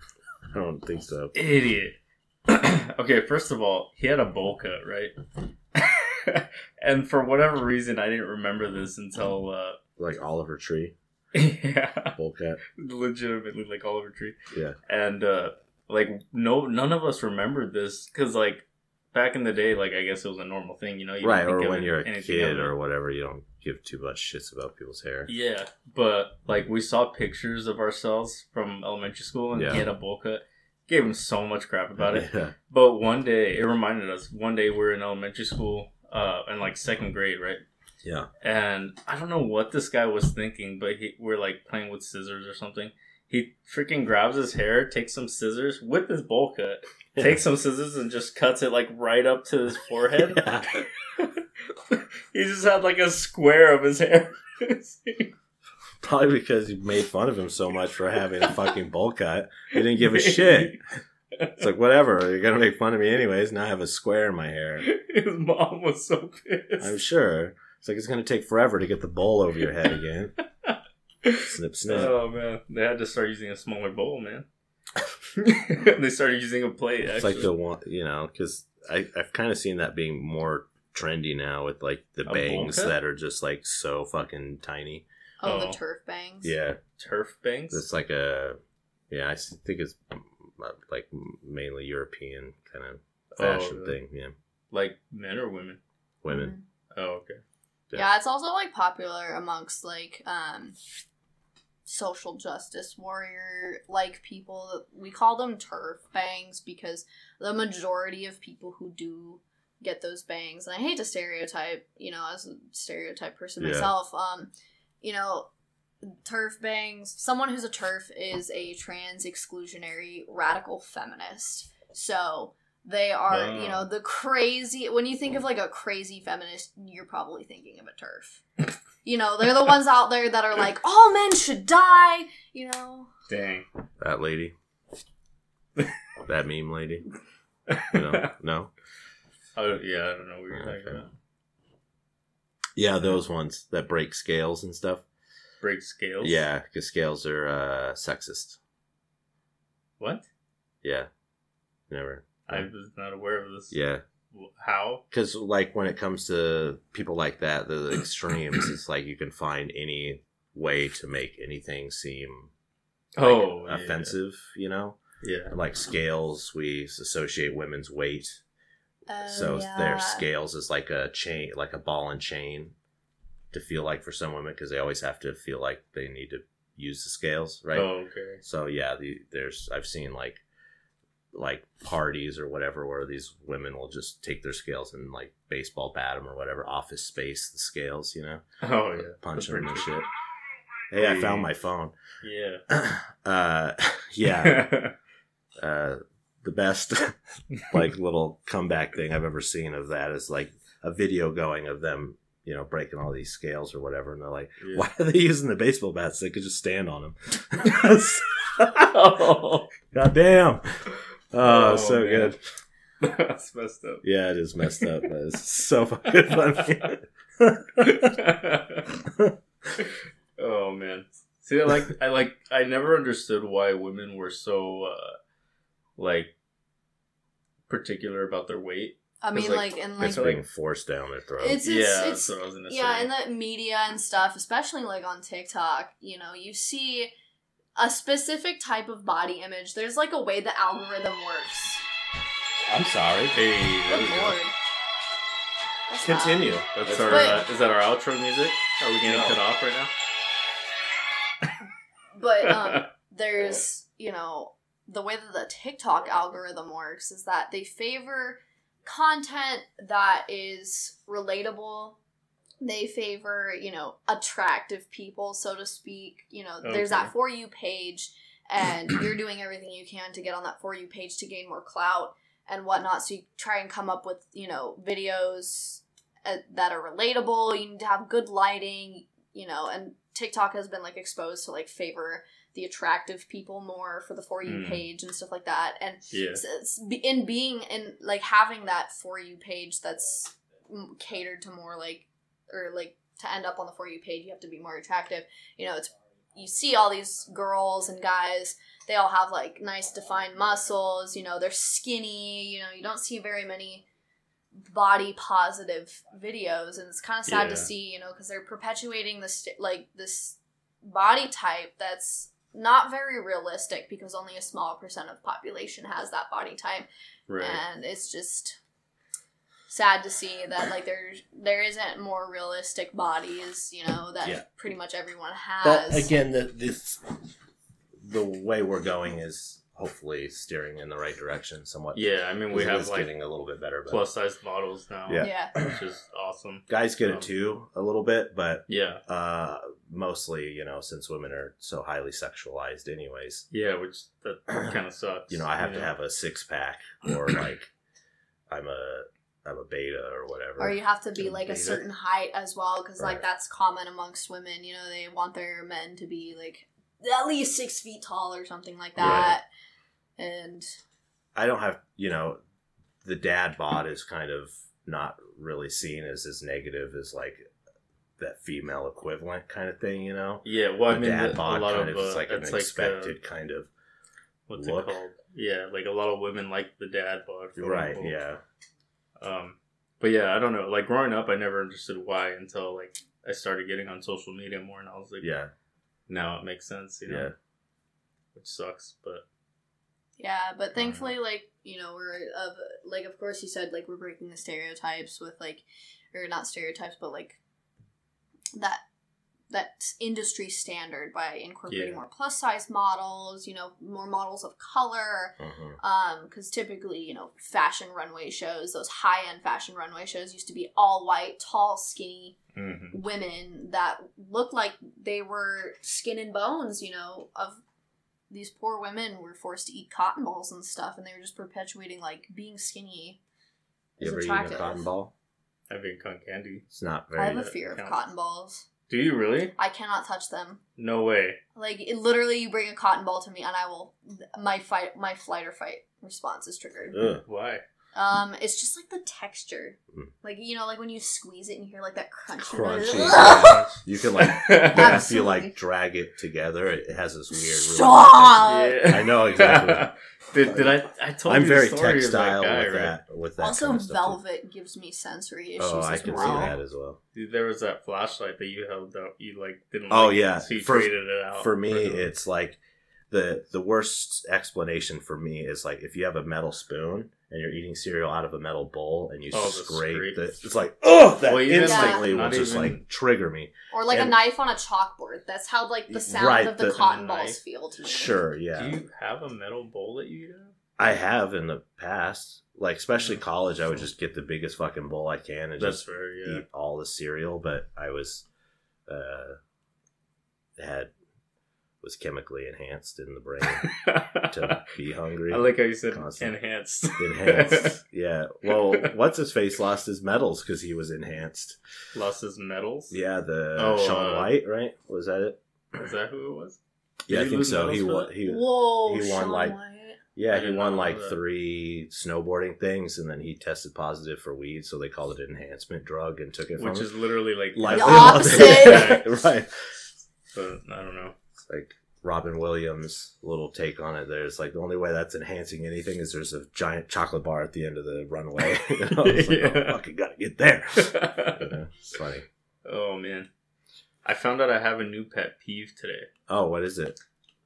Speaker 1: i don't think so
Speaker 2: Idiot. okay, first of all, he had a bowl cut, right? and for whatever reason, I didn't remember this until uh,
Speaker 1: like oliver tree
Speaker 2: yeah,
Speaker 1: bullcat
Speaker 2: legitimately like Oliver Tree.
Speaker 1: Yeah.
Speaker 2: and uh, like no, none of us remembered this because like back in the day, like I guess it was a normal thing, you know? You don't
Speaker 1: right
Speaker 2: think
Speaker 1: or
Speaker 2: of
Speaker 1: when
Speaker 2: it-
Speaker 1: you're a
Speaker 2: anything
Speaker 1: kid
Speaker 2: other-
Speaker 1: or whatever you don't give too much shits about people's hair
Speaker 2: Yeah, but like we saw pictures of ourselves from elementary school, and
Speaker 1: Yeah.
Speaker 2: he had a bowl cut. Gave him so much crap about it.
Speaker 1: yeah
Speaker 2: But one day, it reminded us. One day, we we're in elementary school, uh, in like second grade, right?
Speaker 1: yeah
Speaker 2: And I don't know what this guy was thinking, but he we're like playing with scissors or something. He freaking grabs his hair, takes some scissors with his bowl cut, takes some scissors and just cuts it like right up to his forehead. he just had like a square of his hair.
Speaker 1: Probably because you made fun of him so much for having a fucking bowl cut. He didn't give a shit. It's like, whatever, you're going to make fun of me anyways. Now I have a square in my hair.
Speaker 2: His mom was so
Speaker 1: I'm
Speaker 2: pissed.
Speaker 1: sure. It's like, it's going to take forever to get the bowl over your head again. Snip, snip.
Speaker 2: Oh man, they had to start using a smaller bowl, man. they started using a plate. Actually.
Speaker 1: It's like the one, you know, because I've kind of seen that being more trendy now with like the
Speaker 2: bowl
Speaker 1: bangs
Speaker 2: cut?
Speaker 1: that are just like so fucking tiny.
Speaker 3: Oh, the
Speaker 2: Oh.
Speaker 3: turf bangs.
Speaker 1: Yeah,
Speaker 2: turf banks.
Speaker 1: it's like a yeah. I s- think it's mm, like mainly European kind of
Speaker 2: Oh,
Speaker 1: fashion
Speaker 2: really?
Speaker 1: thing. Yeah,
Speaker 2: like men or women.
Speaker 1: women.
Speaker 3: Mhm.
Speaker 2: Oh, okay.
Speaker 1: Yeah.
Speaker 3: Yeah. it's also like popular amongst like um social justice warrior like people. We call them turf bangs because the majority of people who do get those bangs, and I hate to stereotype, you know, as a stereotype person
Speaker 1: Yeah.
Speaker 3: myself, um, you know, turf bangs someone who's a turf is a trans exclusionary radical feminist so they are
Speaker 2: Oh.
Speaker 3: you know the crazy when you think of like a crazy feminist you're probably thinking of a turf you know they're the ones out there that are like all men should die you know
Speaker 2: Dang.
Speaker 1: That lady, that meme lady. You know, no.
Speaker 2: I don't, Oh, yeah, I don't know what you're talking
Speaker 1: Okay.
Speaker 2: about.
Speaker 1: Yeah, those ones that break scales and stuff.
Speaker 2: Break scales.
Speaker 1: Yeah, because scales are uh, sexist.
Speaker 2: What?
Speaker 1: Yeah, never.
Speaker 2: I was not aware of this.
Speaker 1: Yeah,
Speaker 2: How?
Speaker 1: because like when it comes to people like that, the the extremes, it's like you can find any way to make anything seem like,
Speaker 2: Oh, yeah.
Speaker 1: offensive. You know,
Speaker 2: Yeah.
Speaker 1: like scales, we associate women's weight,
Speaker 3: Uh,
Speaker 1: so their scales is like a chain, like a ball and chain, to feel like for some women because they always have to feel like they need to use the scales, right?
Speaker 2: Oh, okay.
Speaker 1: So yeah, the, there's I've seen like like parties or whatever where these women will just take their scales and like baseball bat them or whatever office space the scales, you know,
Speaker 2: Oh, yeah.
Speaker 1: punch
Speaker 2: That's
Speaker 1: them and
Speaker 2: pretty
Speaker 1: shit. Hey, I found
Speaker 2: Hey.
Speaker 1: my phone.
Speaker 2: Yeah.
Speaker 1: uh, yeah, uh, the best like little comeback thing I've ever seen of that is like a video going of them, you know, breaking all these scales or whatever, and they're like,
Speaker 2: Yeah.
Speaker 1: why are they using the baseball bats? They could just stand on them.
Speaker 2: Oh.
Speaker 1: God damn. Oh,
Speaker 2: Oh,
Speaker 1: so
Speaker 2: man.
Speaker 1: good.
Speaker 2: That's messed up.
Speaker 1: Yeah, it is messed up, but it's so fucking funny.
Speaker 2: oh man. See, I like, I like, I never understood why women were so, uh, like, particular about their weight.
Speaker 3: i mean
Speaker 2: It's
Speaker 3: like,
Speaker 2: like-
Speaker 3: and like
Speaker 1: It's
Speaker 2: like-
Speaker 1: being forced down their throat.
Speaker 3: It's-
Speaker 2: yeah,
Speaker 3: it's-
Speaker 2: that's what I was gonna
Speaker 3: yeah
Speaker 2: say.
Speaker 3: in the media and stuff especially like on tiktok you know you see a specific type of body image there's like a way the algorithm works
Speaker 1: I'm sorry.
Speaker 2: hey, there
Speaker 3: good
Speaker 2: we go.
Speaker 3: lord That's
Speaker 1: Continue.
Speaker 2: That's
Speaker 1: That's
Speaker 2: our,
Speaker 3: But-
Speaker 2: uh, is that our outro music? Are we getting
Speaker 1: No.
Speaker 2: cut off right now?
Speaker 3: not- but um there's you know the way that the TikTok algorithm works is that they favor content that is relatable. They favor you know attractive people, so to speak. You know, there's
Speaker 2: Okay.
Speaker 3: that for you page, and you're doing everything you can to get on that for you page to gain more clout and whatnot. So you try and come up with you know videos uh, that are relatable. You need to have good lighting. You know, and TikTok has been like exposed to like favor the attractive people more for the for you
Speaker 2: Mm.
Speaker 3: page and stuff like that and
Speaker 2: yeah.
Speaker 3: s- s- be- in being in like having that for you page that's m- catered to more like or like to end up on the for you page you have to be more attractive you know it's you see all these girls and guys they all have like nice defined muscles you know they're skinny you know you don't see very many body positive videos and it's kind of sad
Speaker 2: Yeah.
Speaker 3: to see you know because they're perpetuating this like this body type that's not very realistic because only a small percent of population has that body type
Speaker 2: Right.
Speaker 3: and it's just sad to see that like there's there isn't more realistic bodies you know that
Speaker 1: Yeah.
Speaker 3: pretty much everyone has
Speaker 1: But again, the, this, the way we're going is hopefully steering in the right direction somewhat.
Speaker 2: Yeah, I mean, we
Speaker 1: It
Speaker 2: have
Speaker 1: is
Speaker 2: like
Speaker 1: getting a little bit better. But
Speaker 2: plus sized models now,
Speaker 1: Yeah.
Speaker 3: yeah
Speaker 2: which is awesome.
Speaker 1: guys get it too a little bit, but
Speaker 2: Yeah,
Speaker 1: uh, mostly, you know, since women are so highly sexualized, anyways,
Speaker 2: yeah, which that kind of sucks.
Speaker 1: you know, I have to have a six pack or like I'm a I'm a beta or whatever.
Speaker 3: or you have to be
Speaker 1: Gonna
Speaker 3: like
Speaker 1: beat
Speaker 3: a
Speaker 1: it.
Speaker 3: certain height as well because
Speaker 1: Right.
Speaker 3: like that's common amongst women you know they want their men to be like at least six feet tall or something like that and
Speaker 1: I don't have you know the dad bod is kind of not really seen as as negative as like that female equivalent kind of thing, you know.
Speaker 2: Yeah, well, I
Speaker 1: the
Speaker 2: mean,
Speaker 1: dad
Speaker 2: the- a
Speaker 1: bod
Speaker 2: lot
Speaker 1: kind
Speaker 2: of
Speaker 1: of is
Speaker 2: uh,
Speaker 1: like an
Speaker 2: it's like uh,
Speaker 1: expected kind of
Speaker 2: what's
Speaker 1: Look.
Speaker 2: it called? Yeah, like a lot of women like the dad bod. quote
Speaker 1: right?
Speaker 2: unquote.
Speaker 1: Yeah,
Speaker 2: Um, but yeah, I don't know. Like growing up, I never understood why until like I started getting on social media more, and I was like,
Speaker 1: yeah,
Speaker 2: now it makes sense. You know,
Speaker 1: Yeah.
Speaker 2: which sucks, but
Speaker 3: Yeah, but thankfully, like you know, we're of like of course you said like we're breaking the stereotypes with like, or not stereotypes, but like that that industry standard by incorporating
Speaker 2: Yeah.
Speaker 3: more plus size models, you know, more models of color.
Speaker 1: uh-huh.
Speaker 3: Um, because typically, you know, fashion runway shows, those high end fashion runway shows used to be all white, tall, skinny,
Speaker 2: mm-hmm.
Speaker 3: women that looked like they were skin and bones, you know, of these poor women were forced to eat cotton balls and stuff, and they were just perpetuating like being skinny.
Speaker 1: you
Speaker 3: It's
Speaker 1: ever eaten a
Speaker 3: attractive.
Speaker 1: cotton ball?
Speaker 2: having con candy.
Speaker 1: It's not
Speaker 3: I
Speaker 1: very.
Speaker 3: have a
Speaker 2: that
Speaker 3: fear of
Speaker 2: counts.
Speaker 3: cotton balls.
Speaker 2: Do you really?
Speaker 3: I cannot touch them.
Speaker 2: No way.
Speaker 3: Like it, literally, you bring a cotton ball to me, and I will my fight my flight or fight response is triggered.
Speaker 1: Ugh.
Speaker 2: Why?
Speaker 3: Um, it's just like the texture,
Speaker 1: Mm.
Speaker 3: like you know, like when you squeeze it and you hear like that crunch.
Speaker 1: Crunchy. You can like
Speaker 2: yeah.
Speaker 1: if you
Speaker 3: Absolutely.
Speaker 1: like drag it together, it has this weird. really
Speaker 3: Stop!
Speaker 1: I know exactly.
Speaker 2: did, did I? I told
Speaker 1: I'm
Speaker 2: you the
Speaker 1: very
Speaker 2: story of
Speaker 1: textile
Speaker 2: that guy,
Speaker 1: with
Speaker 2: right?
Speaker 1: that. With that
Speaker 3: also,
Speaker 1: kind of stuff, too.
Speaker 3: velvet gives me sensory issues
Speaker 1: Oh, I
Speaker 3: as
Speaker 1: can
Speaker 3: well.
Speaker 1: see that as well.
Speaker 2: Dude, there was that flashlight that you held up. You like didn't.
Speaker 1: Oh,
Speaker 2: like it,
Speaker 1: yeah.
Speaker 2: so you
Speaker 1: For-
Speaker 2: traded it out.
Speaker 1: For me,
Speaker 2: the-
Speaker 1: it's like the the worst explanation for me is like if you have a metal spoon and you're eating cereal out of a metal bowl and you
Speaker 2: Oh, the
Speaker 1: scrape
Speaker 2: scrape.
Speaker 1: the, it's like oh that
Speaker 2: Well, even,
Speaker 3: like,
Speaker 1: instantly will
Speaker 2: not
Speaker 1: just
Speaker 2: even-
Speaker 1: like trigger me.
Speaker 3: Or like a
Speaker 1: And-
Speaker 3: knife on a chalkboard. That's how like the sound
Speaker 1: Right,
Speaker 3: of the,
Speaker 1: the-
Speaker 3: cotton
Speaker 2: Knife.
Speaker 3: balls feel to me.
Speaker 1: Sure,
Speaker 2: Do
Speaker 1: yeah.
Speaker 2: you have a metal bowl that you have?
Speaker 1: I have in the past, like especially college, I would just get the biggest fucking bowl I can and
Speaker 2: Mm. That's
Speaker 1: just
Speaker 2: fair. Yeah.
Speaker 1: eat all the cereal, but I was uh had was chemically enhanced in the brain to be hungry.
Speaker 2: I like how you said
Speaker 1: Constant.
Speaker 2: enhanced.
Speaker 1: enhanced. yeah. Well, what's his face lost his medals because he was enhanced.
Speaker 2: Lost his medals.
Speaker 1: Yeah, the
Speaker 2: Oh,
Speaker 1: Sean
Speaker 2: uh,
Speaker 1: White, right? Was that it?
Speaker 2: Is that who it was? Did
Speaker 1: Yeah,
Speaker 2: he
Speaker 1: I think
Speaker 2: lose
Speaker 1: so. He
Speaker 2: medals for
Speaker 1: won.
Speaker 2: that?
Speaker 1: He
Speaker 3: Whoa,
Speaker 1: He won,
Speaker 3: Shaun
Speaker 1: like-
Speaker 3: White.
Speaker 2: I
Speaker 1: yeah, he
Speaker 2: did
Speaker 1: won
Speaker 2: not
Speaker 1: like
Speaker 2: know that.
Speaker 1: three snowboarding things, and then he tested positive for weed, so they called it an enhancement drug and took it from
Speaker 2: Which
Speaker 1: him.
Speaker 2: is literally like
Speaker 1: Like-
Speaker 3: The opposite.
Speaker 1: right.
Speaker 2: But I don't know.
Speaker 1: It's like Robin Williams' little take on it. There's like the only way that's enhancing anything is there's a giant chocolate bar at the end of the runway. And I was like, oh,
Speaker 2: Yeah.
Speaker 1: fucking gotta get there. You know, it's funny.
Speaker 2: oh man, I found out I have a new pet peeve today.
Speaker 1: Oh, what is it?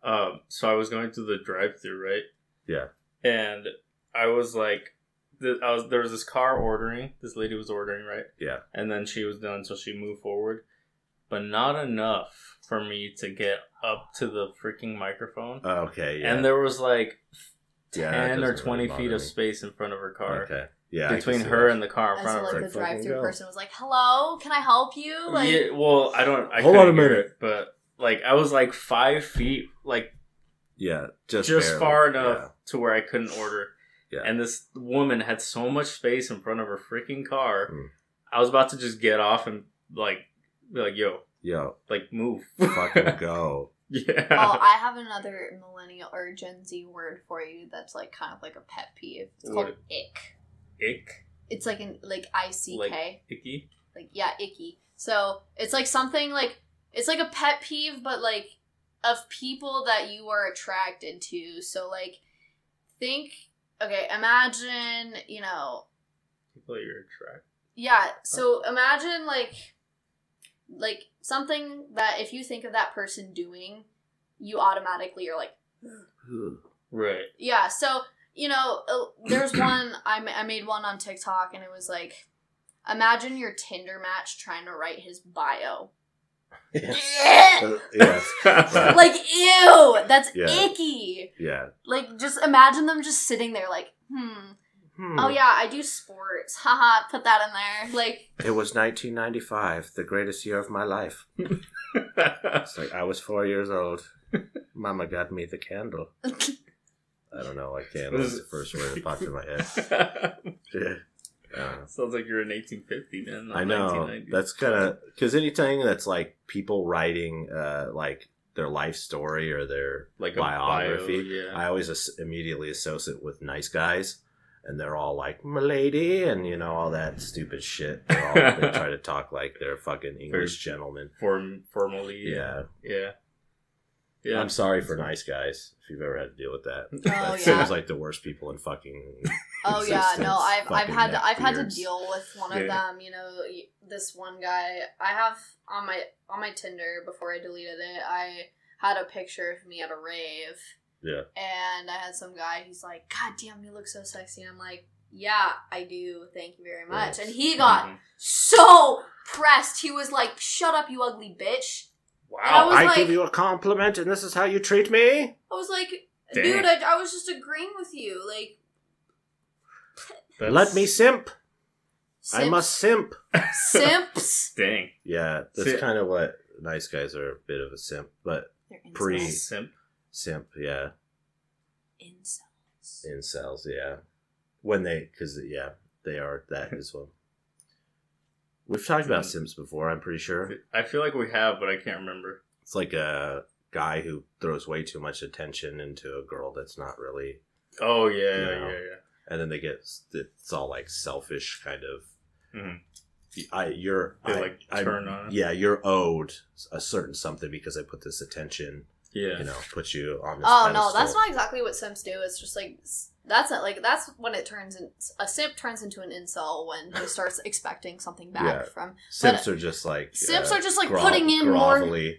Speaker 2: Um, so I was going through the drive-through, right?
Speaker 1: Yeah.
Speaker 2: And I was like, th- I was there was this car ordering. This lady was ordering, right?
Speaker 1: Yeah.
Speaker 2: And then she was done, so she moved forward, but not enough for me to get up to the freaking microphone.
Speaker 1: Oh, Okay, Uh, yeah.
Speaker 2: And there was like
Speaker 1: Yeah, that
Speaker 2: ten or
Speaker 1: doesn't
Speaker 2: twenty
Speaker 1: really bother
Speaker 2: feet of
Speaker 1: me.
Speaker 2: space in front of her car,
Speaker 1: Okay. Yeah. I
Speaker 2: between
Speaker 1: can see
Speaker 2: her
Speaker 1: that.
Speaker 2: and the car in
Speaker 3: And so
Speaker 2: front of
Speaker 3: like
Speaker 2: her.
Speaker 1: Fucking
Speaker 3: the drive-through
Speaker 1: go.
Speaker 3: person was like, "Hello, can I help you?" Like,
Speaker 2: yeah, well, I don't. I
Speaker 1: Hold on
Speaker 2: couldn't
Speaker 1: a
Speaker 2: hear
Speaker 1: minute.
Speaker 2: it, but like I was like five feet, like
Speaker 1: yeah, just
Speaker 2: just
Speaker 1: barely.
Speaker 2: far enough to where I couldn't order.
Speaker 1: Yeah.
Speaker 2: And this woman had so much space in front of her freaking car.
Speaker 1: Mm.
Speaker 2: I was about to just get off and like be like, "Yo,
Speaker 1: Yeah. Yo,
Speaker 2: like move."
Speaker 1: fucking go.
Speaker 2: yeah.
Speaker 3: oh, I have another millennial or Gen Z word for you that's like kind of like a pet peeve. It's called
Speaker 2: What?
Speaker 3: ick.
Speaker 2: Ick,
Speaker 3: It's like an like I C K.
Speaker 2: icky.
Speaker 3: like yeah icky so it's like something like it's like a pet peeve but like of people that you are attracted to so like think okay imagine you know
Speaker 2: People you're attracted.
Speaker 3: yeah so imagine like like something that if you think of that person doing you automatically are like
Speaker 2: Right.
Speaker 3: yeah so you know uh, there's one I, ma- I made one on tiktok and it was like imagine your tinder match trying to write his bio
Speaker 1: yeah. yeah.
Speaker 2: Yes.
Speaker 1: Right.
Speaker 3: like ew that's
Speaker 1: Yeah.
Speaker 3: icky
Speaker 1: Yeah.
Speaker 3: like just imagine them just sitting there like hmm oh yeah i do sports haha put that in there like
Speaker 1: It was 1995, the greatest year of my life. It's like I was four years old. Mama got me the candle. I don't know why candle is the first word that popped in my head. Yeah. I don't know.
Speaker 2: Sounds like you're in 1850, man. not
Speaker 1: I know
Speaker 2: 1990.
Speaker 1: that's kind of because anything that's like people writing uh like their life story or their
Speaker 2: like a
Speaker 1: biography.
Speaker 2: bio, yeah.
Speaker 1: I always as- immediately associate with nice guys, and they're all like "milady" and you know all that stupid shit. They're all, they try to talk like they're fucking English gentlemen.
Speaker 2: Form formally.
Speaker 1: Yeah,
Speaker 2: Yeah. Yeah.
Speaker 1: I'm sorry for nice guys if you've ever had to deal with that.
Speaker 3: Oh
Speaker 1: that
Speaker 3: yeah.
Speaker 1: seems like the worst people in fucking.
Speaker 3: Oh yeah. No,
Speaker 1: existence.
Speaker 3: I've I've
Speaker 1: Fucking
Speaker 3: had to, I've had to
Speaker 1: neckbeards.
Speaker 3: deal with one of
Speaker 2: Yeah.
Speaker 3: them. You know, y- this one guy I have on my on my Tinder before I deleted it. I had a picture of me at a rave.
Speaker 1: Yeah.
Speaker 3: And I had some guy. He's like, "God damn, you look so sexy." And I'm like, "Yeah, I do. Thank you very much." And he got
Speaker 1: Mm-hmm.
Speaker 2: Mhm.
Speaker 3: so pressed. He was like, "Shut up, you ugly bitch." I
Speaker 1: Wow,
Speaker 3: was
Speaker 1: I
Speaker 3: like-
Speaker 1: give you a compliment, and this is how you treat me.
Speaker 3: I was like,
Speaker 2: Dang.
Speaker 3: "Dude, I, I was just agreeing with you." Like,
Speaker 2: That's-
Speaker 1: Let me simp. I
Speaker 3: simp-
Speaker 1: must simp.
Speaker 3: simps.
Speaker 2: Dang.
Speaker 1: Yeah, that's
Speaker 2: Simp.
Speaker 1: kind of what nice guys are a bit of a simp, but
Speaker 3: They're
Speaker 1: Pre-
Speaker 3: incels.
Speaker 2: Simp.
Speaker 1: simp, yeah,
Speaker 3: Incels.
Speaker 1: incels, yeah. When they, because yeah, they are that as well. We've talked about simps before, I'm pretty sure.
Speaker 2: I feel like we have, but I can't remember.
Speaker 1: It's like a guy who throws way too much attention into a girl that's not really
Speaker 2: Oh yeah,
Speaker 1: No.
Speaker 2: yeah, yeah.
Speaker 1: and then they get it's all like selfish kind of.
Speaker 2: Mhm.
Speaker 1: I you're
Speaker 2: They
Speaker 1: I-
Speaker 2: like
Speaker 1: I'm-
Speaker 2: turn on.
Speaker 1: Yeah, you're owed a certain something because I put this attention.
Speaker 2: Yeah.
Speaker 1: You know, put you on this.
Speaker 3: Oh no,
Speaker 1: pedestal.
Speaker 3: that's not exactly what simps do. It's just like s- that's not like that's when it turns in a simp turns into an incel when he starts expecting something back
Speaker 1: Yeah.
Speaker 3: from
Speaker 1: Simps are just like
Speaker 3: simps
Speaker 1: uh,
Speaker 3: are just like
Speaker 1: gro-
Speaker 3: putting in more
Speaker 1: grovelly,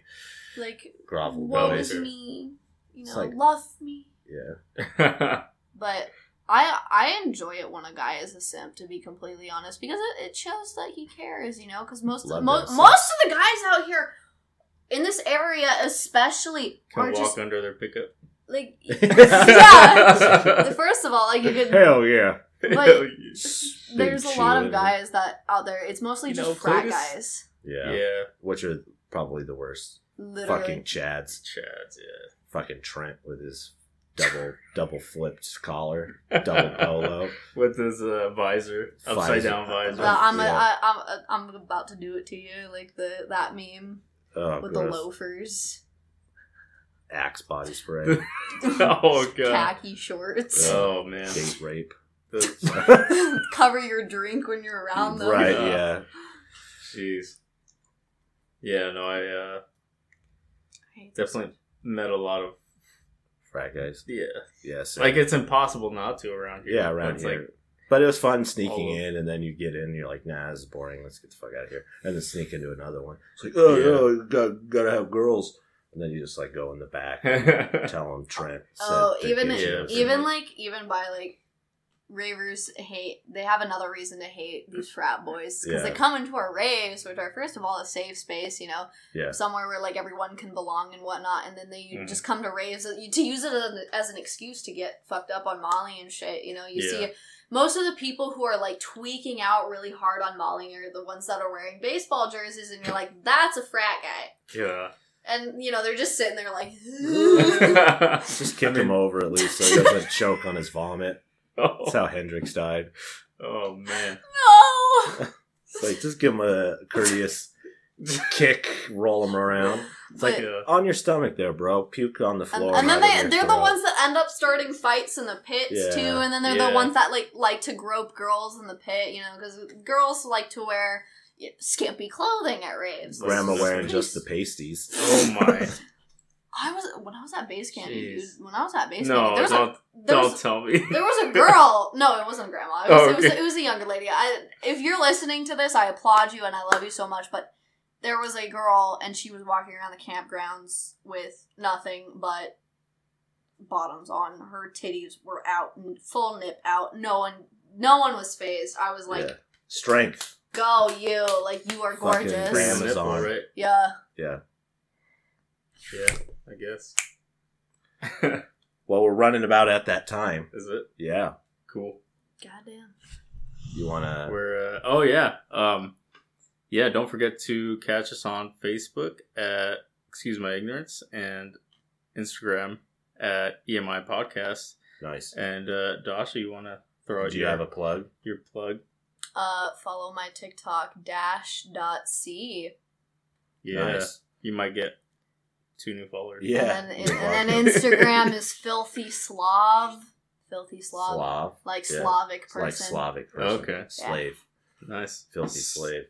Speaker 3: like
Speaker 1: grovel
Speaker 3: woe
Speaker 1: bellies.
Speaker 2: bellies
Speaker 3: is
Speaker 2: or-
Speaker 3: me, you
Speaker 1: It's
Speaker 3: know,
Speaker 1: like-
Speaker 3: love me.
Speaker 1: Yeah,
Speaker 3: But I I enjoy it when a guy is a simp to be completely honest because it, it shows that he cares, you know, because most
Speaker 1: Love
Speaker 3: mo-
Speaker 1: that simp.
Speaker 3: most of the guys out here in this area especially
Speaker 2: Can
Speaker 3: are
Speaker 2: walk
Speaker 3: just
Speaker 2: under their pickup.
Speaker 3: like yeah. First of all, like you could
Speaker 1: hell yeah.
Speaker 3: But-
Speaker 1: Big
Speaker 3: There's a lot of
Speaker 1: cheerleader.
Speaker 3: guys that out there. It's mostly
Speaker 2: You
Speaker 3: just
Speaker 2: know,
Speaker 3: frat
Speaker 2: Cletus-
Speaker 3: guys.
Speaker 1: Yeah.
Speaker 2: yeah. yeah.
Speaker 1: which are probably the worst.
Speaker 3: Literally.
Speaker 1: Fucking Chads,
Speaker 2: Chads, yeah.
Speaker 1: fucking Trent with his double double flipped collar, double polo.
Speaker 2: With his uh, visor, upside down
Speaker 1: Visor.
Speaker 2: visor.
Speaker 3: The, I'm, a,
Speaker 1: Yeah.
Speaker 3: I, I'm, I'm about to do it to you, like the that meme
Speaker 1: Oh,
Speaker 3: with the
Speaker 1: gross.
Speaker 3: loafers,
Speaker 1: axe body spray,
Speaker 2: oh god.
Speaker 3: khaki shorts.
Speaker 1: Yeah.
Speaker 2: Oh man.
Speaker 1: date rape.
Speaker 2: That's-
Speaker 3: Cover your drink when you're around them.
Speaker 1: Right,
Speaker 2: Yeah.
Speaker 1: yeah.
Speaker 2: Jeez. Yeah, no, I uh, definitely met a lot of
Speaker 1: Frat guys.
Speaker 2: yeah.
Speaker 1: Yeah, so,
Speaker 2: Like it's impossible not to around here.
Speaker 1: yeah,
Speaker 2: But
Speaker 1: around
Speaker 2: it's
Speaker 1: here.
Speaker 2: Like,
Speaker 1: but it was fun sneaking
Speaker 2: all of-
Speaker 1: in, and then you get in, and you're like, nah, this is boring. Let's get the fuck out of here. And then sneak into another one. It's like, oh,
Speaker 2: Yeah.
Speaker 1: no, you gotta, gotta have girls. And then you just like go in the back, and tell them Trent. said
Speaker 3: Oh,
Speaker 1: that
Speaker 3: even-
Speaker 1: bitch
Speaker 2: Yeah,
Speaker 1: knows
Speaker 3: Even
Speaker 1: you."
Speaker 3: like even by like ravers hate they have another reason to hate these frat boys because they
Speaker 1: Yeah.
Speaker 3: come into our raves which are first of all a safe space you know
Speaker 1: Yeah.
Speaker 3: somewhere where like everyone can belong and whatnot and then they
Speaker 2: Mhm.
Speaker 3: just come to raves that you- to use it as an, as an excuse to get fucked up on molly and shit you know you see
Speaker 2: Yeah.
Speaker 3: most of the people who are like tweaking out really hard on molly are the ones that are wearing baseball jerseys and you're like that's a frat guy
Speaker 2: yeah.
Speaker 3: and you know they're just sitting there like
Speaker 1: just kick him over at least so he doesn't choke on his vomit.
Speaker 2: Oh,
Speaker 1: That's how Hendrix died.
Speaker 2: oh, man.
Speaker 3: no
Speaker 1: It's like just give him a courteous kick, roll him around. It's like
Speaker 2: Yeah.
Speaker 1: on your stomach there, bro. Puke on the
Speaker 3: And,
Speaker 1: floor.
Speaker 3: and then
Speaker 1: right in
Speaker 3: they
Speaker 1: your
Speaker 3: they're the
Speaker 1: throat.
Speaker 3: ones that end up starting fights in the pits
Speaker 1: Yeah.
Speaker 3: too, and then they're
Speaker 2: Yeah.
Speaker 3: the ones that like like to grope girls in the pit, you know, because girls like to wear y- skimpy clothing at raves.
Speaker 1: Grandma
Speaker 2: This is
Speaker 1: wearing
Speaker 3: nice.
Speaker 1: just the pasties.
Speaker 2: Oh my.
Speaker 3: I was when I was at base camp, dude.
Speaker 2: Jeez.
Speaker 3: When I was at base camp,
Speaker 2: No,
Speaker 3: there was
Speaker 2: don't
Speaker 3: a there
Speaker 2: don't
Speaker 3: was,
Speaker 2: tell me.
Speaker 3: there was a girl. No, it wasn't grandma. It was,
Speaker 2: Oh,
Speaker 3: it, was
Speaker 2: okay.
Speaker 3: it was a younger lady. I if you're listening to this, I applaud you and I love you so much, but. There was a girl, and she was walking around the campgrounds with nothing but bottoms on. Her titties were out, n- full nip out. No one, no one was phased. I was like,
Speaker 1: yeah. Strength.
Speaker 3: "Go you! Like you are
Speaker 1: Fucking
Speaker 3: gorgeous."
Speaker 1: grandma.
Speaker 2: Nipple,
Speaker 1: Amazon.
Speaker 2: right?
Speaker 3: Yeah,
Speaker 2: Yeah, I guess.
Speaker 1: Well, we're running about at that time.
Speaker 2: Is it
Speaker 1: Yeah.
Speaker 2: cool?
Speaker 3: goddamn.
Speaker 1: You want to.
Speaker 2: We're uh, oh yeah, um, yeah. Don't forget to catch us on Facebook at excuse my ignorance and Instagram at EMI Podcast.
Speaker 1: Nice.
Speaker 2: And uh, Dasha, you want to throw out
Speaker 1: Do you
Speaker 2: your,
Speaker 1: have a plug?
Speaker 2: your plug?
Speaker 3: Uh, follow my TikTok dash dot c,
Speaker 2: Yeah,
Speaker 1: Nice.
Speaker 2: you might get two new followers.
Speaker 1: Yeah.
Speaker 3: and
Speaker 1: You're
Speaker 3: then, and
Speaker 1: welcome.
Speaker 3: then Instagram is filthy slav, filthy slav,
Speaker 1: Slav.
Speaker 3: like
Speaker 1: yeah.
Speaker 3: Slavic
Speaker 1: Like
Speaker 3: person.
Speaker 1: Slavic person.
Speaker 2: Okay.
Speaker 1: Slave.
Speaker 2: nice,
Speaker 1: Filthy slave.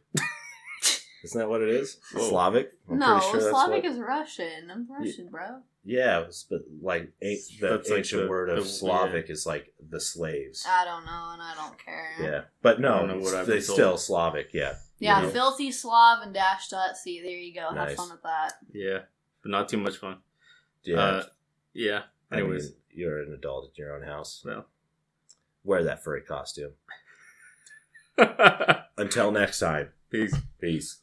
Speaker 1: Isn't that what it is?
Speaker 2: Whoa.
Speaker 1: Slavic? I'm
Speaker 3: no,
Speaker 1: pretty sure that's
Speaker 3: Slavic
Speaker 1: what-
Speaker 3: is Russian. I'm Russian, bro.
Speaker 1: Yeah, it was- but like a- the
Speaker 2: That's like
Speaker 1: ancient
Speaker 2: the-
Speaker 1: word
Speaker 2: the-
Speaker 1: of
Speaker 2: yeah.
Speaker 1: Slavic is like the slaves.
Speaker 3: I don't know, and I don't care.
Speaker 1: yeah, but
Speaker 2: I
Speaker 1: no,
Speaker 2: don't know what I've
Speaker 1: they
Speaker 2: been told. Uh,
Speaker 1: still Slavic. Yeah,
Speaker 3: Yeah,
Speaker 1: You know.
Speaker 3: filthy Slav and dash dot C. There you go.
Speaker 1: Nice.
Speaker 3: Have fun with that.
Speaker 2: Yeah, but not too much fun.
Speaker 1: yeah.
Speaker 2: Uh, yeah.
Speaker 1: I mean,
Speaker 2: Anyways,
Speaker 1: you're an adult at your own house.
Speaker 2: well.
Speaker 1: Wear that furry costume. Until next time,
Speaker 2: Peace.
Speaker 1: peace.